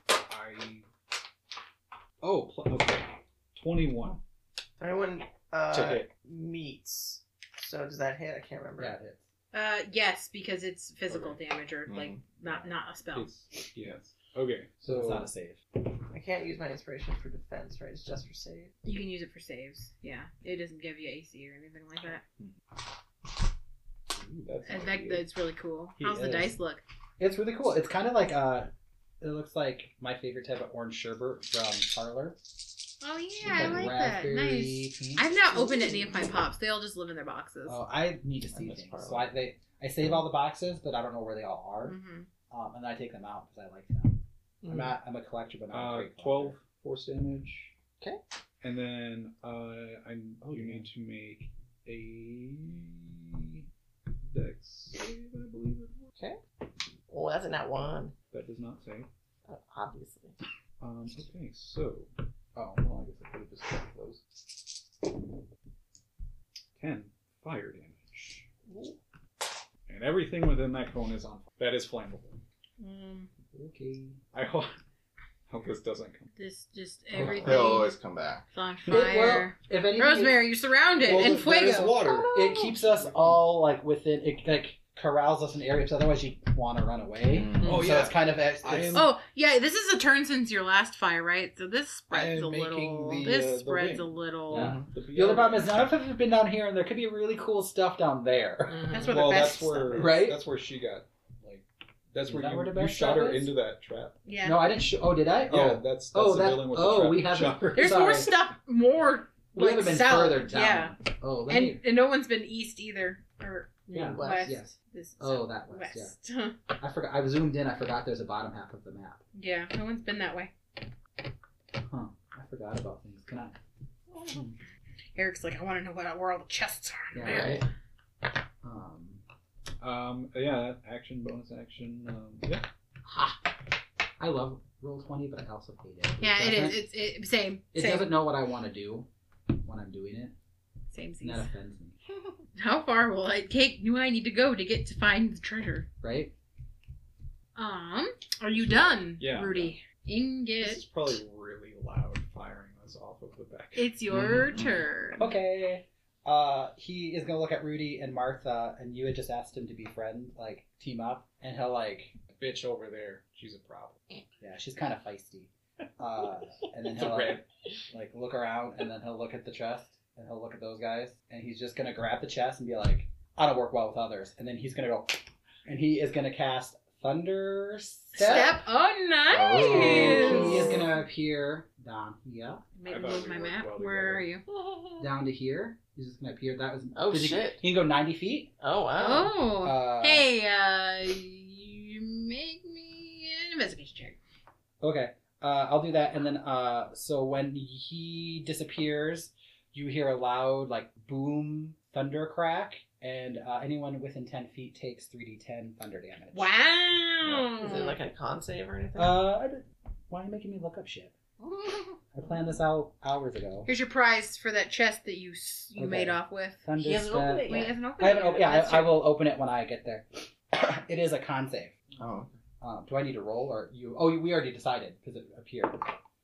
[SPEAKER 6] I Oh, pl- okay. 21.
[SPEAKER 5] Twenty-one uh,
[SPEAKER 6] Ticket.
[SPEAKER 5] meets. So does that hit? I can't remember.
[SPEAKER 7] Yeah, it hits.
[SPEAKER 2] Uh, yes, because it's physical damage or like not not a spell.
[SPEAKER 6] It's, Mm. yes. Okay.
[SPEAKER 7] So it's not
[SPEAKER 6] So
[SPEAKER 7] a save.
[SPEAKER 5] I can't use my inspiration for defense, right? It's just for save.
[SPEAKER 2] You can use it for saves. Yeah, it doesn't give you AC or anything like that.
[SPEAKER 6] Ooh, that's
[SPEAKER 2] In
[SPEAKER 6] not
[SPEAKER 2] fact,
[SPEAKER 6] good.
[SPEAKER 2] that's really cool.
[SPEAKER 7] He
[SPEAKER 2] How's the
[SPEAKER 7] is.
[SPEAKER 2] dice look?
[SPEAKER 7] It's really cool. It's kind of like uh, it looks like my favorite type of orange sherbet from Parlor.
[SPEAKER 2] Oh
[SPEAKER 7] It's
[SPEAKER 2] yeah, I like that. Nice. I've not opened any of my pops. They all just live in their boxes.
[SPEAKER 7] Oh, I need to
[SPEAKER 5] I
[SPEAKER 7] see
[SPEAKER 5] miss
[SPEAKER 7] things.
[SPEAKER 5] Parlor.
[SPEAKER 7] So I they I save all the boxes, but I don't know where they all are.
[SPEAKER 2] hmm
[SPEAKER 7] Um, and then I take them out because I like them.
[SPEAKER 5] Mm.
[SPEAKER 7] I'm
[SPEAKER 5] Mm-hmm.
[SPEAKER 7] not. I'm a collector, but not a
[SPEAKER 6] Uh,
[SPEAKER 7] great collector.
[SPEAKER 6] 12 force damage.
[SPEAKER 5] 'Kay.
[SPEAKER 6] And then uh, I oh, you need to make a dex save, I believe it was.
[SPEAKER 5] Well, that's not one,
[SPEAKER 6] That does not save.
[SPEAKER 5] uh, obviously.
[SPEAKER 6] Um, okay, so. Oh, well, I guess I could have just kept those. 10 fire damage. And everything within that cone is on fire. That is flammable.
[SPEAKER 2] Um,
[SPEAKER 6] Okay. I hope, *laughs* hope this doesn't come.
[SPEAKER 2] this just
[SPEAKER 6] Oh,
[SPEAKER 2] everything
[SPEAKER 3] They'll always come back.
[SPEAKER 2] is on
[SPEAKER 7] It- well,
[SPEAKER 2] fire.
[SPEAKER 7] if anything,
[SPEAKER 2] Rosemary, you're surrounded
[SPEAKER 7] Well,
[SPEAKER 2] in
[SPEAKER 7] there- there is
[SPEAKER 2] fuego. Oh.
[SPEAKER 6] water.
[SPEAKER 7] it keeps us all like within it like corrals us in areas otherwise you want to run away
[SPEAKER 3] Mm.
[SPEAKER 6] Oh,
[SPEAKER 7] so
[SPEAKER 6] yeah.
[SPEAKER 7] it's kind of it's,
[SPEAKER 6] I am-
[SPEAKER 2] Oh yeah, this is a turn since your last fire, right? So this spreads
[SPEAKER 6] am
[SPEAKER 2] a
[SPEAKER 6] making
[SPEAKER 2] little.
[SPEAKER 6] the,
[SPEAKER 2] this
[SPEAKER 6] uh, the
[SPEAKER 2] spreads a
[SPEAKER 6] wing.
[SPEAKER 2] little.
[SPEAKER 7] Yeah.
[SPEAKER 6] Uh, The
[SPEAKER 7] the other
[SPEAKER 6] BR.
[SPEAKER 7] problem is none of us have been down here and there could be really cool stuff down there
[SPEAKER 2] That's
[SPEAKER 5] Mhm.
[SPEAKER 2] where
[SPEAKER 6] well,
[SPEAKER 2] the best
[SPEAKER 6] that's where
[SPEAKER 2] stuff is.
[SPEAKER 7] Right?
[SPEAKER 6] That's where she got like. That's
[SPEAKER 7] Is
[SPEAKER 6] where
[SPEAKER 7] that
[SPEAKER 6] you,
[SPEAKER 7] where the
[SPEAKER 6] you
[SPEAKER 7] best
[SPEAKER 6] shot
[SPEAKER 7] shot
[SPEAKER 6] her
[SPEAKER 7] is?
[SPEAKER 6] into that trap.
[SPEAKER 2] Yeah.
[SPEAKER 7] no i didn't sh- oh did i
[SPEAKER 6] Yeah,
[SPEAKER 7] oh
[SPEAKER 6] that's that's
[SPEAKER 7] oh,
[SPEAKER 6] the
[SPEAKER 7] that-
[SPEAKER 6] dealing with
[SPEAKER 7] oh,
[SPEAKER 6] the trap.
[SPEAKER 7] we haven't-
[SPEAKER 6] Shot her.
[SPEAKER 2] There's more
[SPEAKER 7] Sorry.
[SPEAKER 2] stuff, more
[SPEAKER 7] we
[SPEAKER 2] like
[SPEAKER 7] haven't been
[SPEAKER 2] south.
[SPEAKER 7] further down
[SPEAKER 2] Yeah,
[SPEAKER 7] oh let me
[SPEAKER 2] and, and no one's been east either or
[SPEAKER 7] Yeah,
[SPEAKER 2] west.
[SPEAKER 5] west,
[SPEAKER 7] yes.
[SPEAKER 2] This is
[SPEAKER 7] oh that was yeah
[SPEAKER 2] west. *laughs* Yeah.
[SPEAKER 7] i forgot i zoomed in i forgot there's a bottom half of the map
[SPEAKER 2] no one's been that way.
[SPEAKER 7] huh i forgot about things can i Hmm.
[SPEAKER 2] Eric's like, I want to know what where all the chests are.
[SPEAKER 7] yeah right um
[SPEAKER 6] Um, yeah, action, bonus action. Um, yeah,
[SPEAKER 7] ha. i love roll 20 but i also hate it
[SPEAKER 2] Yeah, it
[SPEAKER 7] doesn't-
[SPEAKER 2] is. It's it, same.
[SPEAKER 7] Uh-huh. it
[SPEAKER 2] same.
[SPEAKER 7] doesn't know what i want to do when i'm doing it
[SPEAKER 2] Same
[SPEAKER 7] and that
[SPEAKER 2] season.
[SPEAKER 7] offends me
[SPEAKER 2] How far will it take? Do I need to go to get to find the treasure?
[SPEAKER 7] right
[SPEAKER 2] Um, are you done,
[SPEAKER 6] Yeah, I'm
[SPEAKER 2] Rudy? Ingot.
[SPEAKER 6] this is probably really loud firing this off of the back.
[SPEAKER 2] It's your turn.
[SPEAKER 7] Mm-hmm. Okay. Uh, he is gonna look at Rudy and Martha, and you had just asked him to be friend, like team up, and he'll like,
[SPEAKER 6] Bitch over there, she's a problem.
[SPEAKER 7] yeah, she's kind of feisty. Uh,
[SPEAKER 6] *laughs*
[SPEAKER 7] and then
[SPEAKER 6] It's a
[SPEAKER 7] he'll like,
[SPEAKER 6] red.
[SPEAKER 7] like look around, and then he'll look at the chest, and he'll look at those guys, and he's just gonna grab the chest and be like, I don't work well with others, and then he's gonna go, and he is gonna cast thunder step.
[SPEAKER 2] Step. Oh, nice.
[SPEAKER 3] Oh.
[SPEAKER 7] He is gonna appear down here,
[SPEAKER 2] Maybe
[SPEAKER 6] I thought
[SPEAKER 2] move
[SPEAKER 6] we
[SPEAKER 2] my
[SPEAKER 6] worked
[SPEAKER 2] map.
[SPEAKER 6] well
[SPEAKER 2] Where are
[SPEAKER 6] together.
[SPEAKER 2] you?
[SPEAKER 7] down to here. He's just gonna appear. That was
[SPEAKER 5] Oh,
[SPEAKER 7] did he-
[SPEAKER 5] shit.
[SPEAKER 7] He can go ninety feet.
[SPEAKER 5] Oh wow.
[SPEAKER 2] Oh.
[SPEAKER 7] Uh,
[SPEAKER 2] hey, uh, you make me an investigation check.
[SPEAKER 7] Okay, uh, I'll do that, and then uh, so when he disappears, you hear a loud like boom, thunder crack, and uh, anyone within ten feet takes three d ten thunder damage.
[SPEAKER 2] Wow.
[SPEAKER 5] Is it
[SPEAKER 2] *laughs*
[SPEAKER 5] like a con save or anything?
[SPEAKER 7] Uh, I don't- why are you making me look up shit? I planned this out hours ago.
[SPEAKER 2] Here's your prize for that chest that you s- you
[SPEAKER 7] Okay.
[SPEAKER 2] made off with.
[SPEAKER 7] Thunder
[SPEAKER 5] He hasn't opened
[SPEAKER 7] step-
[SPEAKER 5] it
[SPEAKER 2] Wait,
[SPEAKER 5] yet.
[SPEAKER 2] hasn't opened
[SPEAKER 7] I haven't.
[SPEAKER 2] it
[SPEAKER 7] Op-
[SPEAKER 2] yet.
[SPEAKER 7] yeah,
[SPEAKER 2] That's
[SPEAKER 7] I, I
[SPEAKER 2] your-
[SPEAKER 7] will open it when I get there. *coughs* it is a con save.
[SPEAKER 3] Oh,
[SPEAKER 7] Um, do I need to roll or you? Oh, we already decided because it appeared.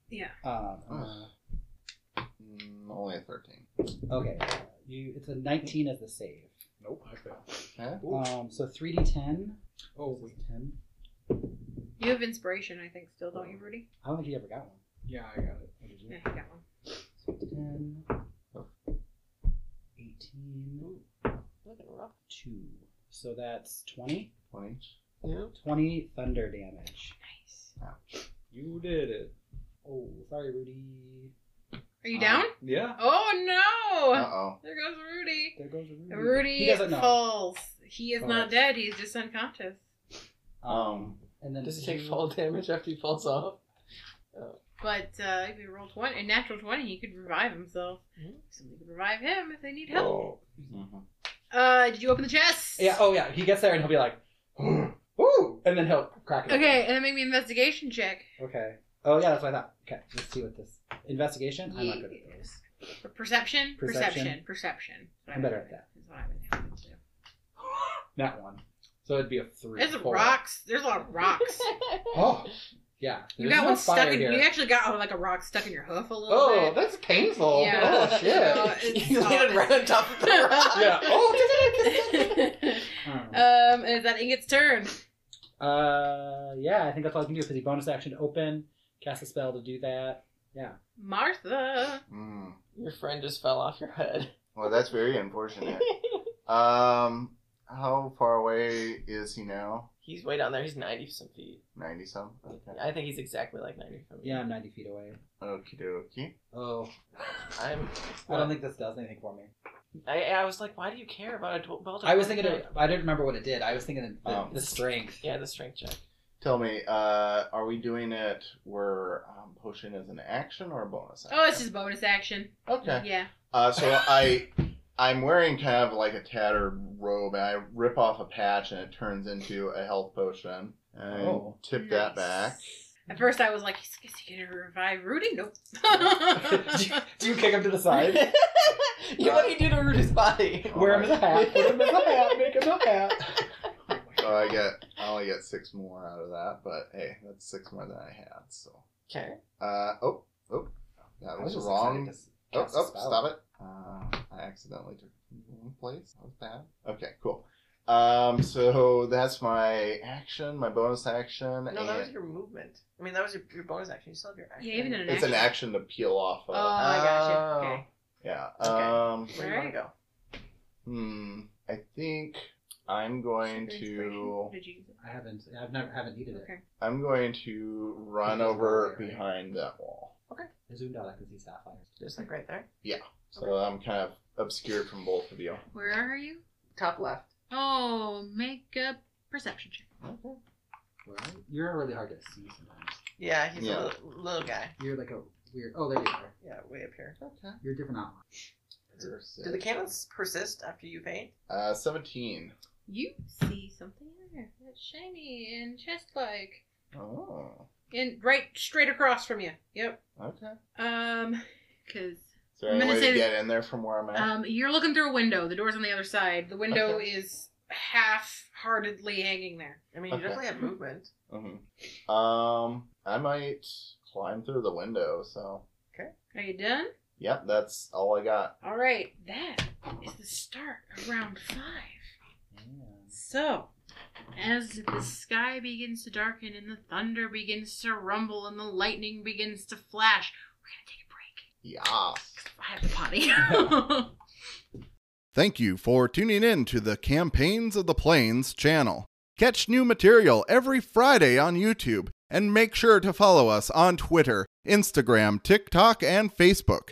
[SPEAKER 2] Yeah.
[SPEAKER 7] Um,
[SPEAKER 3] Ugh. mm, only a 13.
[SPEAKER 7] okay. You. It's a nineteen as the save.
[SPEAKER 6] Nope, I failed.
[SPEAKER 3] Huh?
[SPEAKER 7] Um, so three d ten.
[SPEAKER 6] Oh wait,
[SPEAKER 7] ten.
[SPEAKER 2] You have inspiration, I think, still, don't you, Rudy?
[SPEAKER 7] I don't think he ever got one.
[SPEAKER 6] yeah, I got it.
[SPEAKER 2] Yeah, you got one.
[SPEAKER 7] 10,
[SPEAKER 5] Oh.
[SPEAKER 7] 18,
[SPEAKER 5] Look at Rob.
[SPEAKER 7] 2. So that's 20.
[SPEAKER 3] 20.
[SPEAKER 5] Yep.
[SPEAKER 7] 20 thunder damage.
[SPEAKER 6] You did it.
[SPEAKER 7] Oh, sorry, Rudy.
[SPEAKER 2] Are
[SPEAKER 7] Um,
[SPEAKER 2] you down?
[SPEAKER 6] Yeah.
[SPEAKER 2] oh no!
[SPEAKER 3] Uh oh.
[SPEAKER 2] there goes Rudy.
[SPEAKER 7] There goes Rudy.
[SPEAKER 2] Rudy
[SPEAKER 7] He doesn't know.
[SPEAKER 2] falls. He is
[SPEAKER 7] Oh.
[SPEAKER 2] not dead. He's just unconscious.
[SPEAKER 3] Um,
[SPEAKER 7] and then
[SPEAKER 5] Does he take
[SPEAKER 7] two-
[SPEAKER 5] fall damage after he falls off?
[SPEAKER 2] But uh, if he roll twenty, a natural twenty, he could revive himself.
[SPEAKER 7] Hmm?
[SPEAKER 5] Mhm.
[SPEAKER 2] Somebody could revive him if they need help.
[SPEAKER 5] Oh. *laughs*
[SPEAKER 3] mhm.
[SPEAKER 2] Uh, did you open the chest?
[SPEAKER 7] Yeah. Oh yeah. He gets there and he'll be like, *gasps* "Ooh," and then he'll crack it. open.
[SPEAKER 2] Okay, and then make me an investigation check.
[SPEAKER 7] Okay. Oh yeah, that's what I thought. Okay, let's see what this investigation. I'm not good at those.
[SPEAKER 2] Yes. Per- Perception, perception,
[SPEAKER 7] Perception.
[SPEAKER 2] perception.
[SPEAKER 7] I'm better at that.
[SPEAKER 2] That's what I've been having to do.
[SPEAKER 7] Not one. So it'd be a three.
[SPEAKER 2] There's
[SPEAKER 7] four.
[SPEAKER 2] rocks. There's a lot of
[SPEAKER 7] *laughs*
[SPEAKER 2] rocks.
[SPEAKER 6] *laughs*
[SPEAKER 7] Oh, yeah.
[SPEAKER 2] You
[SPEAKER 7] There's
[SPEAKER 2] got
[SPEAKER 7] no
[SPEAKER 2] one stuck
[SPEAKER 7] fire
[SPEAKER 2] in.
[SPEAKER 7] here.
[SPEAKER 2] You actually got oh, like a rock stuck in your hoof a little
[SPEAKER 5] Oh,
[SPEAKER 2] bit.
[SPEAKER 5] that's painful.
[SPEAKER 2] Yeah.
[SPEAKER 5] Oh,
[SPEAKER 7] *laughs*
[SPEAKER 5] *laughs* shit. Oh,
[SPEAKER 2] So it's
[SPEAKER 5] you landed
[SPEAKER 2] all-
[SPEAKER 5] right on top of *laughs* the rock.
[SPEAKER 7] Yeah.
[SPEAKER 5] *laughs*
[SPEAKER 2] *laughs* um, and is that Ingot's turn?
[SPEAKER 7] Uh, yeah. I think that's all I can do because the bonus action to open, cast a spell to do that.
[SPEAKER 2] Martha.
[SPEAKER 3] Mm.
[SPEAKER 5] Your friend just fell off your head. *laughs*
[SPEAKER 3] Well, that's
[SPEAKER 2] *laughs*
[SPEAKER 3] very unfortunate. um, how far away is he now?
[SPEAKER 5] He's way down there. He's 90 some feet.
[SPEAKER 3] Ninety some. Okay.
[SPEAKER 5] I think he's exactly like 90 from me.
[SPEAKER 7] Yeah, I'm 90 feet away.
[SPEAKER 3] Okie dokie.
[SPEAKER 7] Oh,
[SPEAKER 5] I'm. uh,
[SPEAKER 7] I don't think this does anything for me.
[SPEAKER 5] I, I was like, why do you care about a dw- build?
[SPEAKER 7] I was thinking. Of, I didn't remember what it did. I was thinking of the,
[SPEAKER 3] Oh.
[SPEAKER 7] the strength.
[SPEAKER 5] Yeah, the strength check.
[SPEAKER 3] Tell me, uh, are we doing it where um, potion is an action or a bonus? Action?
[SPEAKER 2] Oh, it's just bonus action.
[SPEAKER 3] okay.
[SPEAKER 2] Yeah.
[SPEAKER 3] Uh, so I, I'm wearing kind of like a tattered robe, and I rip off a patch, and it turns into a health potion, and I
[SPEAKER 7] Oh.
[SPEAKER 3] tip
[SPEAKER 2] Nice.
[SPEAKER 3] that back.
[SPEAKER 2] At first, I was like, "Is is he gonna revive Rudy?" Nope. *laughs*
[SPEAKER 7] do, you, do you kick him to
[SPEAKER 5] *laughs*
[SPEAKER 7] the side? *laughs*
[SPEAKER 5] you know what he did to Rudy's body?
[SPEAKER 7] Wear him as a hat. Put him *laughs* as a hat. Make him a hat.
[SPEAKER 3] So I get, I only get six more out of that, but hey, that's six more than I had. So,
[SPEAKER 5] Okay.
[SPEAKER 3] uh, oh, oh, that was wrong. Oh, oh, stop it. Uh, I accidentally took it from the wrong place. That was bad. Okay, cool. Um, so that's my action, my bonus action,
[SPEAKER 5] *laughs* No,
[SPEAKER 3] and
[SPEAKER 5] that was your movement. I mean, that was your, your bonus action. You still have your Oh. action.
[SPEAKER 2] Yeah, even in an
[SPEAKER 3] it's an action to peel off.
[SPEAKER 2] Oh,
[SPEAKER 3] Of.
[SPEAKER 2] I gotcha. Okay.
[SPEAKER 3] Yeah.
[SPEAKER 5] Okay.
[SPEAKER 3] Um.
[SPEAKER 5] Where do you want to go?
[SPEAKER 3] Hmm. I think I'm *laughs* going to.
[SPEAKER 2] Did you use it?
[SPEAKER 7] I haven't. I've never haven't needed it.
[SPEAKER 2] Okay.
[SPEAKER 3] I'm going to run over behind that wall.
[SPEAKER 7] I zoomed out. I can see sapphires.
[SPEAKER 5] Just like right there.
[SPEAKER 3] So I'm kind of obscured from both of you.
[SPEAKER 2] Where are you?
[SPEAKER 5] Top left.
[SPEAKER 2] Oh, make a perception check.
[SPEAKER 7] Right? You're really hard to see sometimes.
[SPEAKER 5] Yeah, he's a
[SPEAKER 3] Yeah.
[SPEAKER 5] little, little guy.
[SPEAKER 7] You're like a weird. Oh, there you are.
[SPEAKER 5] Yeah, way up here. Okay.
[SPEAKER 7] You're a different outline.
[SPEAKER 5] Do the cannons persist after you faint?
[SPEAKER 3] Uh, 17.
[SPEAKER 2] You see something there that's shiny and chest-like,
[SPEAKER 3] Oh.
[SPEAKER 2] and right straight across from you. Yep.
[SPEAKER 3] Okay.
[SPEAKER 2] Um, because
[SPEAKER 3] Is there
[SPEAKER 2] I'm
[SPEAKER 3] any
[SPEAKER 2] gonna
[SPEAKER 3] way
[SPEAKER 2] say-
[SPEAKER 3] to get in there from where I'm at?
[SPEAKER 2] um, you're looking through a window. The door's on the other side. The window is half-heartedly hanging there.
[SPEAKER 5] I mean, you
[SPEAKER 3] Okay.
[SPEAKER 5] definitely have movement.
[SPEAKER 3] Mhm. um, I might climb through the window. So,
[SPEAKER 2] Are you done?
[SPEAKER 3] yep, that's all I got.
[SPEAKER 2] All right. That is the start of round five. So, as the sky begins to darken and the thunder begins to rumble and the lightning begins to flash, we're gonna take a break.
[SPEAKER 3] Yeah.
[SPEAKER 2] I have to potty.
[SPEAKER 9] Thank you for tuning in to the Campaigns of the Plains channel. Catch new material every Friday on YouTube and make sure to follow us on Twitter, Instagram, TikTok, and Facebook.